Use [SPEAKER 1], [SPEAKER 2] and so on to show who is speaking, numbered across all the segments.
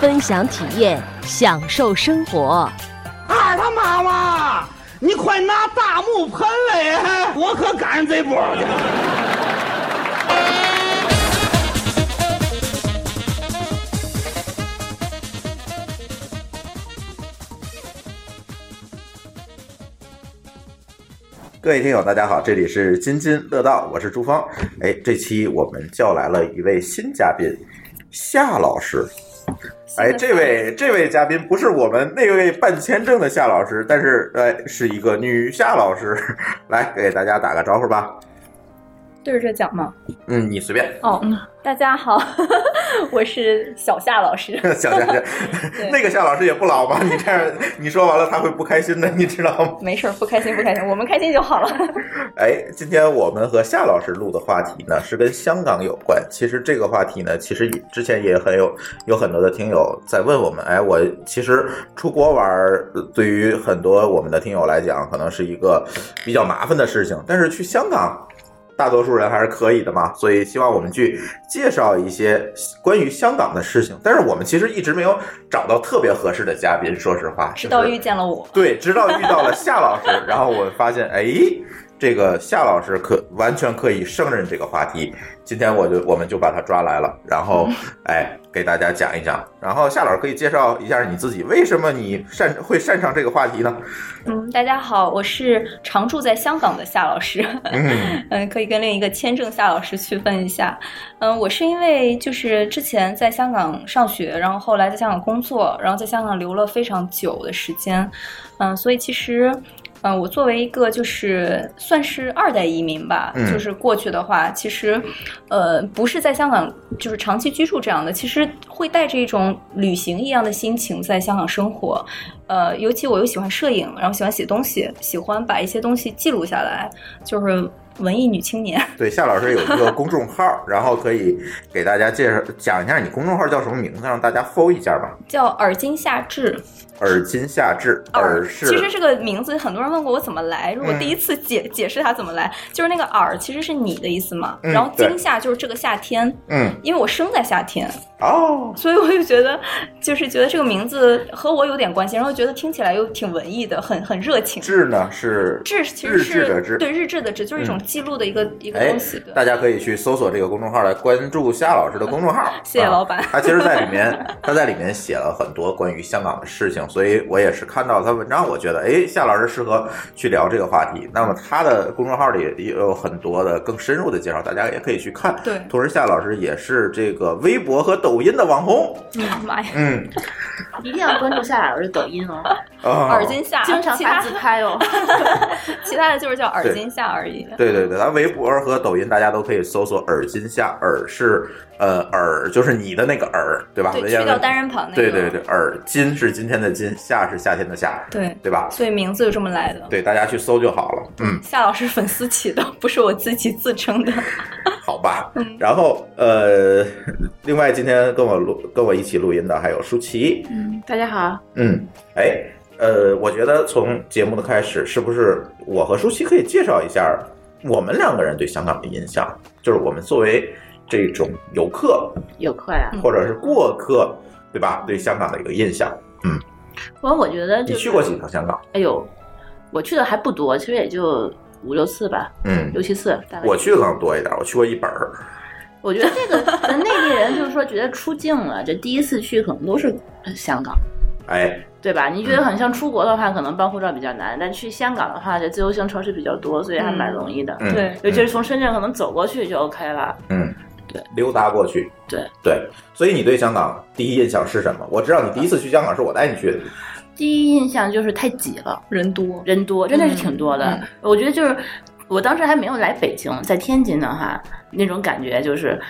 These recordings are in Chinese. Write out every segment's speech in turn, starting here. [SPEAKER 1] 分享体验，享受生活。
[SPEAKER 2] 二啊他妈妈，你快拿大木盆来，我可赶上这波去了。
[SPEAKER 3] 各位听友，大家好，这里是津津乐道，我是朱芳。哎，这期我们叫来了一位新嘉宾，夏老师。哎，这位这位嘉宾不是我们那位办签证的夏老师，但是哎，是一个女夏老师。 来给大家打个招呼吧。
[SPEAKER 4] 对着讲吗？
[SPEAKER 3] 嗯，你随便。
[SPEAKER 4] 哦，大家好， 我是小夏老师。
[SPEAKER 3] 小夏夏，那个夏老师也不老吧？你这样你说完了，他会不开心的，你知道吗？
[SPEAKER 4] 没事儿，不开心不开心，我们开心就好了。
[SPEAKER 3] 哎，今天我们和夏老师录的话题呢，是跟香港有关。其实这个话题呢，其实也之前也很有有很多的听友在问我们，哎，我其实出国玩儿，呃对于很多我们的听友来讲，可能是一个比较麻烦的事情，但是去香港。大多数人还是可以的嘛，所以希望我们去介绍一些关于香港的事情。但是我们其实一直没有找到特别合适的嘉宾，说实话，
[SPEAKER 4] 直到
[SPEAKER 3] 就是
[SPEAKER 4] 遇见了我，
[SPEAKER 3] 对，直到遇到了夏老师，然后我发现，哎，这个夏老师可完全可以胜任这个话题。今天我就我们就把他抓来了，然 后哎，给大家讲一讲。然后夏老师可以介绍一下你自己，为什么你擅会擅长这个话题呢？
[SPEAKER 4] 嗯，大家好，我是常住在香港的夏老师。
[SPEAKER 3] 嗯
[SPEAKER 4] 嗯，可以跟另一个签证夏老师区分一下。嗯，我是因为就是之前在香港上学，然后后来在香港工作，然后在香港留了非常久的时间。嗯，所以其实。嗯，我作为一个就是算是二代移民吧，
[SPEAKER 3] 嗯
[SPEAKER 4] 就是过去的话，其实，呃，不是在香港就是长期居住这样的，其实会带着一种旅行一样的心情在香港生活。呃，尤其我又喜欢摄影，然后喜欢写东西，喜欢把一些东西记录下来，就是文艺女青年。
[SPEAKER 3] 对，夏老师有一个公众号，然后可以给大家介绍讲一下你公众号叫什么名字，让大家搜一下吧。
[SPEAKER 4] 叫耳今夏至，
[SPEAKER 3] 耳今夏至，耳是嗯
[SPEAKER 4] 其实这个名字很多人问过我怎么来，如果第一次解、解释它怎么来，就是那个耳其实是你的意思嘛，
[SPEAKER 3] 嗯
[SPEAKER 4] 然后
[SPEAKER 3] 对
[SPEAKER 4] 今夏就是这个夏天，
[SPEAKER 3] 嗯
[SPEAKER 4] 因为我生在夏天，
[SPEAKER 3] 哦，
[SPEAKER 4] 所以我就觉得，就是觉得这个名字和我有点关系，然后觉得听起来又挺文艺的，很很热情。
[SPEAKER 3] 至呢是
[SPEAKER 4] 志其实是
[SPEAKER 3] 日志的志
[SPEAKER 4] 对日志的志，就是一种
[SPEAKER 3] 嗯
[SPEAKER 4] 记录的一个、一个
[SPEAKER 3] 哎
[SPEAKER 4] 东西。对，
[SPEAKER 3] 大家可以去搜索这个公众号来关注夏老师的公众号。
[SPEAKER 4] 谢谢老板
[SPEAKER 3] 啊他其实在里面，他在里面写了很多关于香港的事情，所以我也是看到他文章，我觉得哎，夏老师适合去聊这个话题。那么他的公众号里也有很多的更深入的介绍，大家也可以去看。
[SPEAKER 4] 对
[SPEAKER 3] 同时夏老师也是这个微博和抖音的网红。
[SPEAKER 4] 嗯 妈呀，
[SPEAKER 3] 嗯
[SPEAKER 5] 一定要关注夏老师抖音哦，
[SPEAKER 3] 啊，
[SPEAKER 4] 耳今夏，
[SPEAKER 5] 经常
[SPEAKER 4] 其
[SPEAKER 5] 发
[SPEAKER 4] 他
[SPEAKER 5] 自拍哦。
[SPEAKER 4] 其他的就是叫耳今夏而 已。
[SPEAKER 3] 对对对，咱微博和抖音大家都可以搜索“耳今夏”，耳是呃耳，就是你的那个耳，对吧？
[SPEAKER 4] 对，
[SPEAKER 3] 文言
[SPEAKER 4] 去掉
[SPEAKER 3] 文
[SPEAKER 4] 单人旁
[SPEAKER 3] 啊
[SPEAKER 4] 那个。
[SPEAKER 3] 对对对，耳今是今天的今，夏是夏天的夏，
[SPEAKER 4] 对
[SPEAKER 3] 对吧？
[SPEAKER 4] 所以名字就这么来的。
[SPEAKER 3] 对，大家去搜就好了。嗯，
[SPEAKER 4] 夏老师粉丝起的，不是我自己自称的。
[SPEAKER 3] 好吧。
[SPEAKER 5] 嗯
[SPEAKER 3] 然后呃，另外今天跟我录跟我一起录音的还有舒淇，
[SPEAKER 5] 大家好，
[SPEAKER 3] 嗯，哎，呃，我觉得从节目的开始，是不是我和舒淇可以介绍一下我们两个人对香港的印象？就是我们作为这种游客
[SPEAKER 5] 有课呀。
[SPEAKER 3] 或者是过客，对吧？对香港的一个印象。
[SPEAKER 5] 反正嗯我觉得就
[SPEAKER 3] 你
[SPEAKER 5] 是
[SPEAKER 3] 去过几？趟香港？
[SPEAKER 5] 哎呦，我去的还不多，其实也就五六次吧，
[SPEAKER 3] 嗯，
[SPEAKER 5] 六七次。大概
[SPEAKER 3] 我去的可能多一点，我去过一本儿。
[SPEAKER 5] 我觉得这个咱内地人就是说觉得出境了，这第一次去可能都是香港，
[SPEAKER 3] 哎，
[SPEAKER 5] 对吧？你觉得很像出国的话，可能办护照比较难，但去香港的话，这自由行城市比较多，所以还蛮容易的。
[SPEAKER 3] 嗯，
[SPEAKER 4] 对
[SPEAKER 5] 尤其是从深圳可能走过去就 OK 了。
[SPEAKER 3] 嗯，
[SPEAKER 5] 对，
[SPEAKER 3] 溜达过去。
[SPEAKER 5] 对
[SPEAKER 3] 对，所以你对香港第一印象是什么？我知道你第一次去香港是我带你去的。
[SPEAKER 5] 第一印象就是太挤了，
[SPEAKER 4] 人
[SPEAKER 3] 嗯
[SPEAKER 4] 多，
[SPEAKER 5] 人多，真的是挺多的。
[SPEAKER 4] 嗯
[SPEAKER 5] 我觉得就是我当时还没有来北京，在天津的话，那种感觉就是。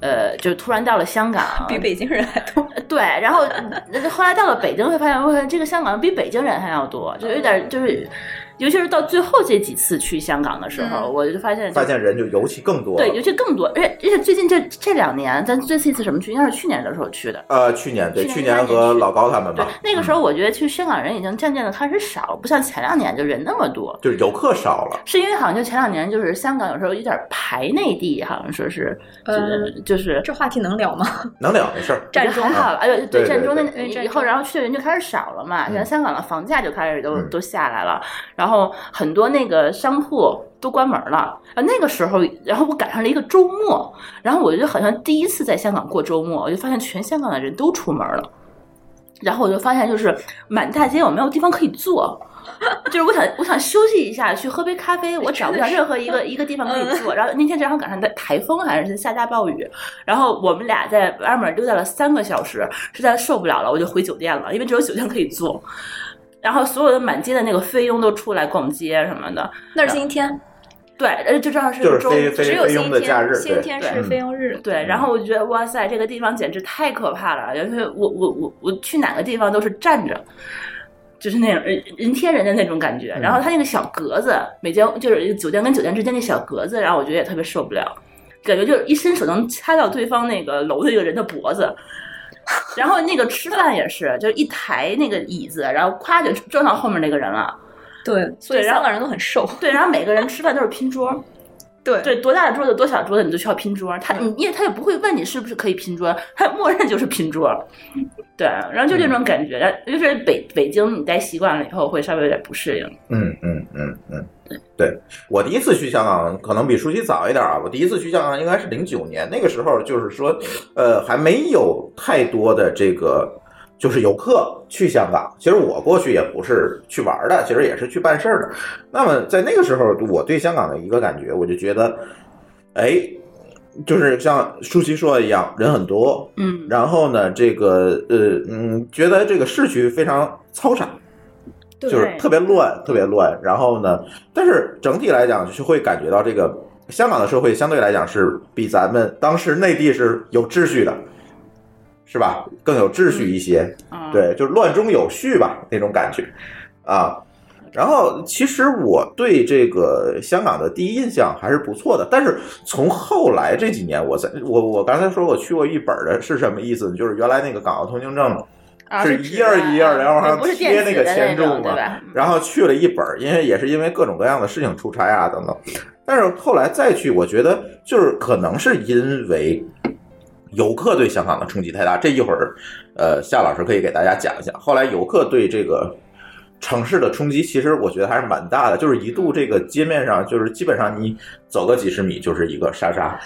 [SPEAKER 5] 呃，就突然到了香港，
[SPEAKER 4] 比北京人还多。
[SPEAKER 5] 对，然后呃后来到了北京，会发现，会发现这个香港人比北京人还要多，就有
[SPEAKER 4] 嗯
[SPEAKER 5] 点就是，尤其是到最后这几次去香港的时候，
[SPEAKER 4] 嗯
[SPEAKER 5] 我就发现就，
[SPEAKER 3] 发现人就尤其更多了。
[SPEAKER 5] 对，尤其更多，而且而且最近这这两年，咱最次一次什么去，应该是去年的时候去的。
[SPEAKER 3] 呃，去年对，
[SPEAKER 5] 去
[SPEAKER 3] 去
[SPEAKER 5] 年
[SPEAKER 3] 年
[SPEAKER 5] 跟
[SPEAKER 3] 和
[SPEAKER 5] 去
[SPEAKER 3] 老高他们嗯
[SPEAKER 5] 对
[SPEAKER 3] 吧，，
[SPEAKER 5] 那个时候我觉得去香港人已经渐渐的开始少，不像前两年就人那么多。
[SPEAKER 3] 就是游客少了。
[SPEAKER 5] 是因为好像就前两年，就是香港有时候有点排内地，好像说是，就是就是
[SPEAKER 4] 这话题能聊吗？
[SPEAKER 5] 嗯
[SPEAKER 3] 能聊没事儿，
[SPEAKER 4] 占
[SPEAKER 5] 我觉得
[SPEAKER 4] 中
[SPEAKER 5] 还好了，哎呦，
[SPEAKER 3] 对对
[SPEAKER 5] 对，占中那
[SPEAKER 4] 对占
[SPEAKER 5] 以
[SPEAKER 4] 中
[SPEAKER 5] 后，然后去的人就开始少了嘛，
[SPEAKER 3] 嗯
[SPEAKER 5] 现在香港的房价就开始都
[SPEAKER 3] 嗯
[SPEAKER 5] 都下来了，然后很多那个商铺都关门了啊。那个时候，然后我赶上了一个周末，然后我就好像第一次在香港过周末，我就发现全香港的人都出门了。然后我就发现，就是满大街我没有地方可以坐，就是我想我想休息一下，去喝杯咖啡，我找不到任何一 个一个地方可
[SPEAKER 4] 嗯
[SPEAKER 5] 以坐。然后那天正好赶上在台风还是下大暴雨，然后我们俩在外面溜达了三个小时，实在受不了了，我就回酒店了，因为只有酒店可以坐。然后所有的满街的那个菲佣都出来逛街什么的，
[SPEAKER 4] 那是星期天，
[SPEAKER 5] 对，呃，就正好是
[SPEAKER 3] 就
[SPEAKER 5] 个
[SPEAKER 3] 是
[SPEAKER 5] 周
[SPEAKER 3] 非非
[SPEAKER 4] 只有
[SPEAKER 3] 菲
[SPEAKER 4] 星
[SPEAKER 3] 嗯佣
[SPEAKER 4] 期
[SPEAKER 3] 的假日
[SPEAKER 4] 天，，星期
[SPEAKER 3] 对，
[SPEAKER 4] 天
[SPEAKER 5] 对
[SPEAKER 4] 是
[SPEAKER 3] 嗯
[SPEAKER 4] 非佣日。
[SPEAKER 5] 对，然后我就觉得哇塞，这个地方简直太可怕了，因为我我我我去哪个地方都是站着。就是那种人人贴人的那种感觉，然后它那个小格子，每间就是酒店跟酒店之间那小格子，然后我觉得也特别受不了，感觉就是一伸手能掐到对方那个楼的那个人的脖子，然后那个吃饭也是，就是一抬那个椅子，然后咵就撞到后面那个人了，
[SPEAKER 4] 对，所以
[SPEAKER 5] 对然后
[SPEAKER 4] 香港人都很瘦。
[SPEAKER 5] 对，然后每个人吃饭都是拼桌，
[SPEAKER 4] 对
[SPEAKER 5] 对，多大的桌子多小桌子，你就需要拼桌。他
[SPEAKER 4] 嗯
[SPEAKER 5] 你你也他也不会问你是不是可以拼桌，他默认就是拼桌。对，然后就这种感觉，然后就是北北京你待习惯了以后，会稍微有点不适应。
[SPEAKER 3] 嗯嗯嗯嗯，对，我第一次去香港可能比舒淇早一点啊，我第一次去香港应该是零九年，那个时候就是说，呃，还没有太多的这个。就是游客去香港，其实我过去也不是去玩儿的，其实也是去办事儿的。那么在那个时候，我对香港的一个感觉，我就觉得，哎，就是像舒淇说的一样，人很多，
[SPEAKER 5] 嗯，
[SPEAKER 3] 然后呢，这个呃嗯，觉得这个市区非常嘈杂，
[SPEAKER 5] 对
[SPEAKER 3] 就是特别乱，特别乱。然后呢，但是整体来讲，就是会感觉到这个香港的社会相对来讲是比咱们当时内地是有秩序的，是吧？更有秩序一些，
[SPEAKER 5] 啊，
[SPEAKER 3] 对，就是乱中有序吧那种感觉啊。然后，其实我对这个香港的第一印象还是不错的，但是从后来这几年，我在我我刚才说我去过一本的是什么意思呢？就是原来那个港澳通行证
[SPEAKER 5] 啊
[SPEAKER 3] 是
[SPEAKER 5] 纸
[SPEAKER 3] 一页儿一页儿
[SPEAKER 5] 的
[SPEAKER 3] 然后往上
[SPEAKER 5] 不是
[SPEAKER 3] 贴
[SPEAKER 5] 电子
[SPEAKER 3] 那个
[SPEAKER 5] 的
[SPEAKER 3] 签注
[SPEAKER 5] 种对
[SPEAKER 3] 嘛
[SPEAKER 5] 吧？
[SPEAKER 3] 然后去了一本儿，因为也是因为各种各样的事情出差啊等等。但是后来再去，我觉得就是可能是因为游客对香港的冲击太大。这一会儿，呃，夏老师可以给大家讲一下。后来游客对这个城市的冲击，其实我觉得还是蛮大的。就是一度这个街面上，就是基本上你走个几十米就是一个沙沙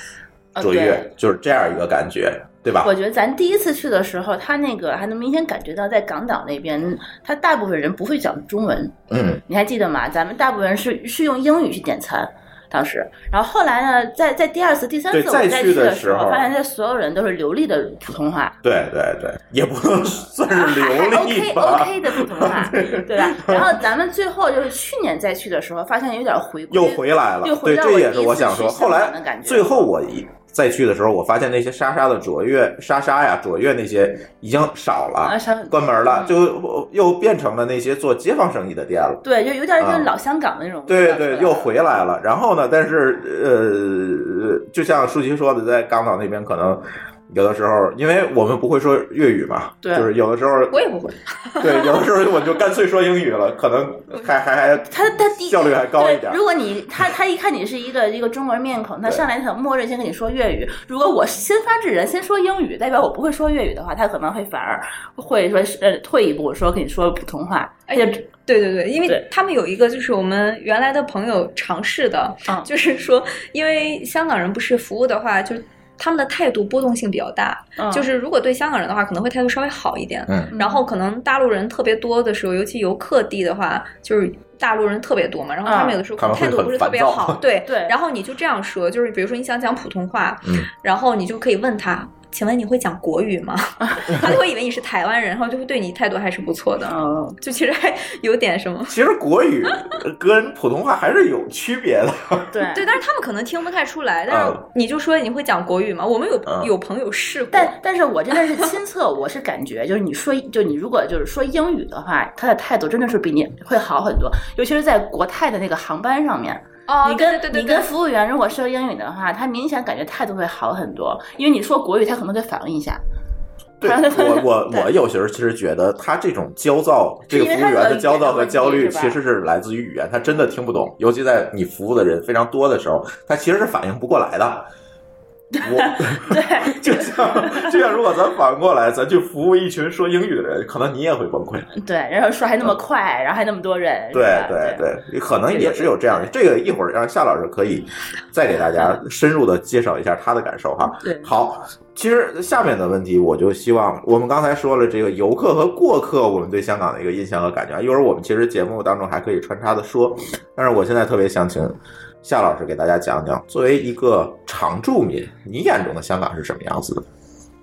[SPEAKER 5] 啊
[SPEAKER 3] 卓
[SPEAKER 5] 对
[SPEAKER 3] 越，就是这样一个感觉，对吧？
[SPEAKER 5] 我觉得咱第一次去的时候，他那个还能明显感觉到，在港岛那边，他大部分人不会讲中文，
[SPEAKER 3] 嗯，
[SPEAKER 5] 你还记得吗？咱们大部分人是是用英语去点餐，当时，然后后来呢，在在第二次、第三次
[SPEAKER 3] 对
[SPEAKER 5] 我
[SPEAKER 3] 再
[SPEAKER 5] 们
[SPEAKER 3] 去
[SPEAKER 5] 去
[SPEAKER 3] 的时
[SPEAKER 5] 时
[SPEAKER 3] 候
[SPEAKER 5] 候，发现这所有人都是流利的普通话，
[SPEAKER 3] 对对对，也不能 算
[SPEAKER 5] 啊
[SPEAKER 3] 是
[SPEAKER 5] 还还
[SPEAKER 3] 流利
[SPEAKER 5] OK
[SPEAKER 3] 吧。
[SPEAKER 5] OK 的普通话，对吧？然后咱们最后就是去年再去的时候，发现有点回归，
[SPEAKER 3] 又回来了，
[SPEAKER 5] 又
[SPEAKER 3] 对，
[SPEAKER 5] 回到
[SPEAKER 3] 这
[SPEAKER 5] 我
[SPEAKER 3] 也
[SPEAKER 5] 第
[SPEAKER 3] 是
[SPEAKER 5] 一
[SPEAKER 3] 我
[SPEAKER 5] 次
[SPEAKER 3] 想
[SPEAKER 5] 去
[SPEAKER 3] 说。
[SPEAKER 5] 香
[SPEAKER 3] 后来
[SPEAKER 5] 港的感觉
[SPEAKER 3] 最后我一再去的时候，我发现那些莎莎的卓越、莎莎呀、卓越那些已经少了
[SPEAKER 5] 啊，，想
[SPEAKER 3] 关门了，
[SPEAKER 5] 嗯
[SPEAKER 3] 就又变成了那些做街坊生意的店了。
[SPEAKER 5] 对，就有点就
[SPEAKER 3] 啊
[SPEAKER 5] 是老香港的那种味
[SPEAKER 3] 对
[SPEAKER 5] 道出来
[SPEAKER 3] 对
[SPEAKER 5] 了，
[SPEAKER 3] 又回来了。然后呢，但是呃，就像舒淇说的，在港岛那边可能。有的时候，因为我们不会说粤语嘛，
[SPEAKER 5] 对
[SPEAKER 3] 就是有的时候，
[SPEAKER 4] 我也不会，
[SPEAKER 3] 对，有的时候我就干脆说英语了，可能还还还
[SPEAKER 5] 他他第一
[SPEAKER 3] 效率还高一点
[SPEAKER 5] 对如果你他他一看你是一个一个中国人面孔，他
[SPEAKER 3] 对
[SPEAKER 5] 上来他默认先跟你说粤语。如果我先发制人，先说英语，代表我不会说粤语的话，他可能会反而会说是呃退一步说跟你说普通话。
[SPEAKER 4] 哎
[SPEAKER 5] 而且
[SPEAKER 4] 对对对，因为
[SPEAKER 5] 对
[SPEAKER 4] 他们有一个就是我们原来的朋友尝试的，
[SPEAKER 5] 嗯
[SPEAKER 4] 就是说，因为香港人不是服务的话，就是他们的态度波动性比较大，
[SPEAKER 5] 嗯
[SPEAKER 4] 就是如果对香港人的话，可能会态度稍微好一点，
[SPEAKER 3] 嗯
[SPEAKER 4] 然后可能大陆人特别多的时候，尤其游客地的话，就是。大陆人特别多嘛，然后他们
[SPEAKER 5] 嗯
[SPEAKER 4] 有的时候
[SPEAKER 3] 他们会
[SPEAKER 4] 态度
[SPEAKER 3] 很
[SPEAKER 4] 不是特别
[SPEAKER 3] 烦躁
[SPEAKER 4] 好，对
[SPEAKER 5] 对
[SPEAKER 4] 然后你就这样说，就是比如说你想讲普通话，
[SPEAKER 3] 嗯
[SPEAKER 4] 然后你就可以问他请问你会讲国语吗？” 他就会以为你是台湾人，然后就会对你态度还是不错的，
[SPEAKER 5] 嗯，
[SPEAKER 4] 就其实还有点什么。
[SPEAKER 3] 其实国语跟普通话还是有区别 的。
[SPEAKER 5] 对
[SPEAKER 4] 对，但是他们可能听不太出来。但是
[SPEAKER 3] 嗯
[SPEAKER 4] 你就说你会讲国语吗？我们有、
[SPEAKER 3] 嗯
[SPEAKER 4] 有朋友试过，
[SPEAKER 5] 但但是我真的是亲测，我是感觉就是你说，就你如果就是说英语的话，他的态度真的是比你会好很多，尤其是在国泰的那个航班上面，
[SPEAKER 4] 哦，
[SPEAKER 5] 你跟
[SPEAKER 4] 对对对
[SPEAKER 5] 你
[SPEAKER 4] 对
[SPEAKER 5] 跟服务员如果说英语的话，他明显感觉态度会好很多，因为你说国语，他可能得反应 一下，
[SPEAKER 3] 对我我我有时候其实觉得他这种焦躁，这个服务员的焦躁和焦虑，其实是来自于语言，他真的听不懂。尤其在你服务的人非常多的时候，他其实是反应不过来的。 我
[SPEAKER 5] 对，
[SPEAKER 3] 就像就像如果咱反过来，咱去服务一群说英语的人，可能你也会崩溃。
[SPEAKER 5] 对，然后说还那么快，然后还那么多人，
[SPEAKER 3] 对
[SPEAKER 5] 是吧
[SPEAKER 3] 对
[SPEAKER 5] 对。
[SPEAKER 3] 对，可能也是有这样的。这个一会儿让夏老师可以再给大家
[SPEAKER 4] 嗯
[SPEAKER 3] 深入的介绍一下他的感受哈。
[SPEAKER 5] 对
[SPEAKER 3] 好，其实下面的问题我就希望我们刚才说了这个游客和过客，我们对香港的一个印象和感觉啊。一会儿我们其实节目当中还可以穿插的说，但是我现在特别想请夏老师给大家讲讲，作为一个常住民，你眼中的香港是什么样子的？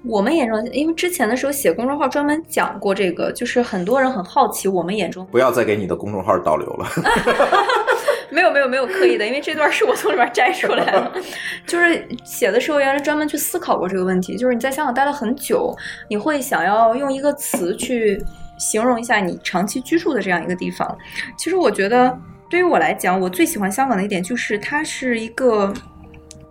[SPEAKER 4] 我们眼中，因为之前的时候写公众号专门讲过这个，就是很多人很好奇我们眼中
[SPEAKER 3] 不要再给你的公众号导流了。
[SPEAKER 4] 没有没有没有刻意的，因为这段是我从里面摘出来的。 就是写的时候，原来专门去思考过这个问题，就是你在香港待了很久，你会想要用一个词去形容一下你长期居住的这样一个地方。其实我觉得，对于我来讲，我最喜欢香港的一点就是它是一个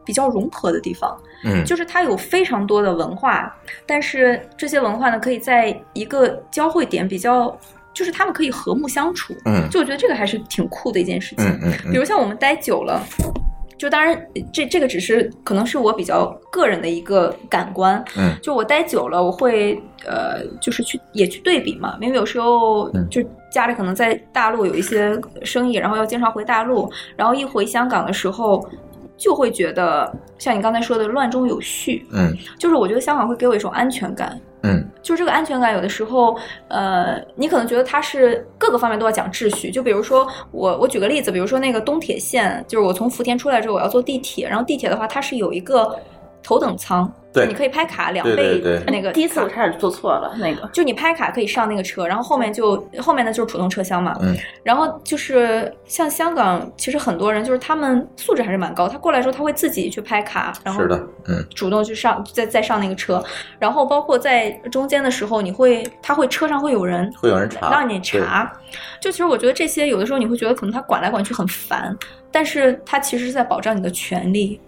[SPEAKER 4] 比较融合的地方。
[SPEAKER 3] 嗯
[SPEAKER 4] 就是它有非常多的文化，但是这些文化呢，可以在一个交汇点比较，就是他们可以和睦相处。
[SPEAKER 3] 嗯
[SPEAKER 4] 就我觉得这个还是挺酷的一件事情。
[SPEAKER 3] 嗯嗯嗯
[SPEAKER 4] 比如像我们待久了。就当然，这这个只是可能是我比较个人的一个感官，
[SPEAKER 3] 嗯
[SPEAKER 4] 就我待久了，我会呃，就是去也去对比嘛，因为有时候
[SPEAKER 3] 嗯
[SPEAKER 4] 就家里可能在大陆有一些生意，然后要经常回大陆，然后一回香港的时候，就会觉得像你刚才说的乱中有序，
[SPEAKER 3] 嗯
[SPEAKER 4] 就是我觉得香港会给我一种安全感，
[SPEAKER 3] 嗯
[SPEAKER 4] 就是这个安全感，有的时候，呃，你可能觉得它是各个方面都要讲秩序。就比如说我，我举个例子，比如说那个东铁线，就是我从福田出来之后，我要坐地铁，然后地铁的话，它是有一个头等舱，
[SPEAKER 3] 对
[SPEAKER 4] 你可以拍卡两
[SPEAKER 3] 对
[SPEAKER 4] 倍
[SPEAKER 3] 对对
[SPEAKER 4] 那个
[SPEAKER 5] 第一次
[SPEAKER 4] 卡
[SPEAKER 5] 我差点做错了，那个
[SPEAKER 4] 就你拍卡可以上那个车，然后后面就后面呢就是普通车厢嘛。
[SPEAKER 3] 嗯
[SPEAKER 4] 然后就是像香港，其实很多人就是他们素质还是蛮高，他过来之后他会自己去拍卡，然
[SPEAKER 3] 嗯，
[SPEAKER 4] 后
[SPEAKER 3] 是的，嗯
[SPEAKER 4] 主动去上再再上那个车，然后包括在中间的时候，你会他会车上会有人
[SPEAKER 3] 会有人查
[SPEAKER 4] 让你查，就其实我觉得这些有的时候你会觉得可能他管来管去很烦，但是他其实是在保障你的权利。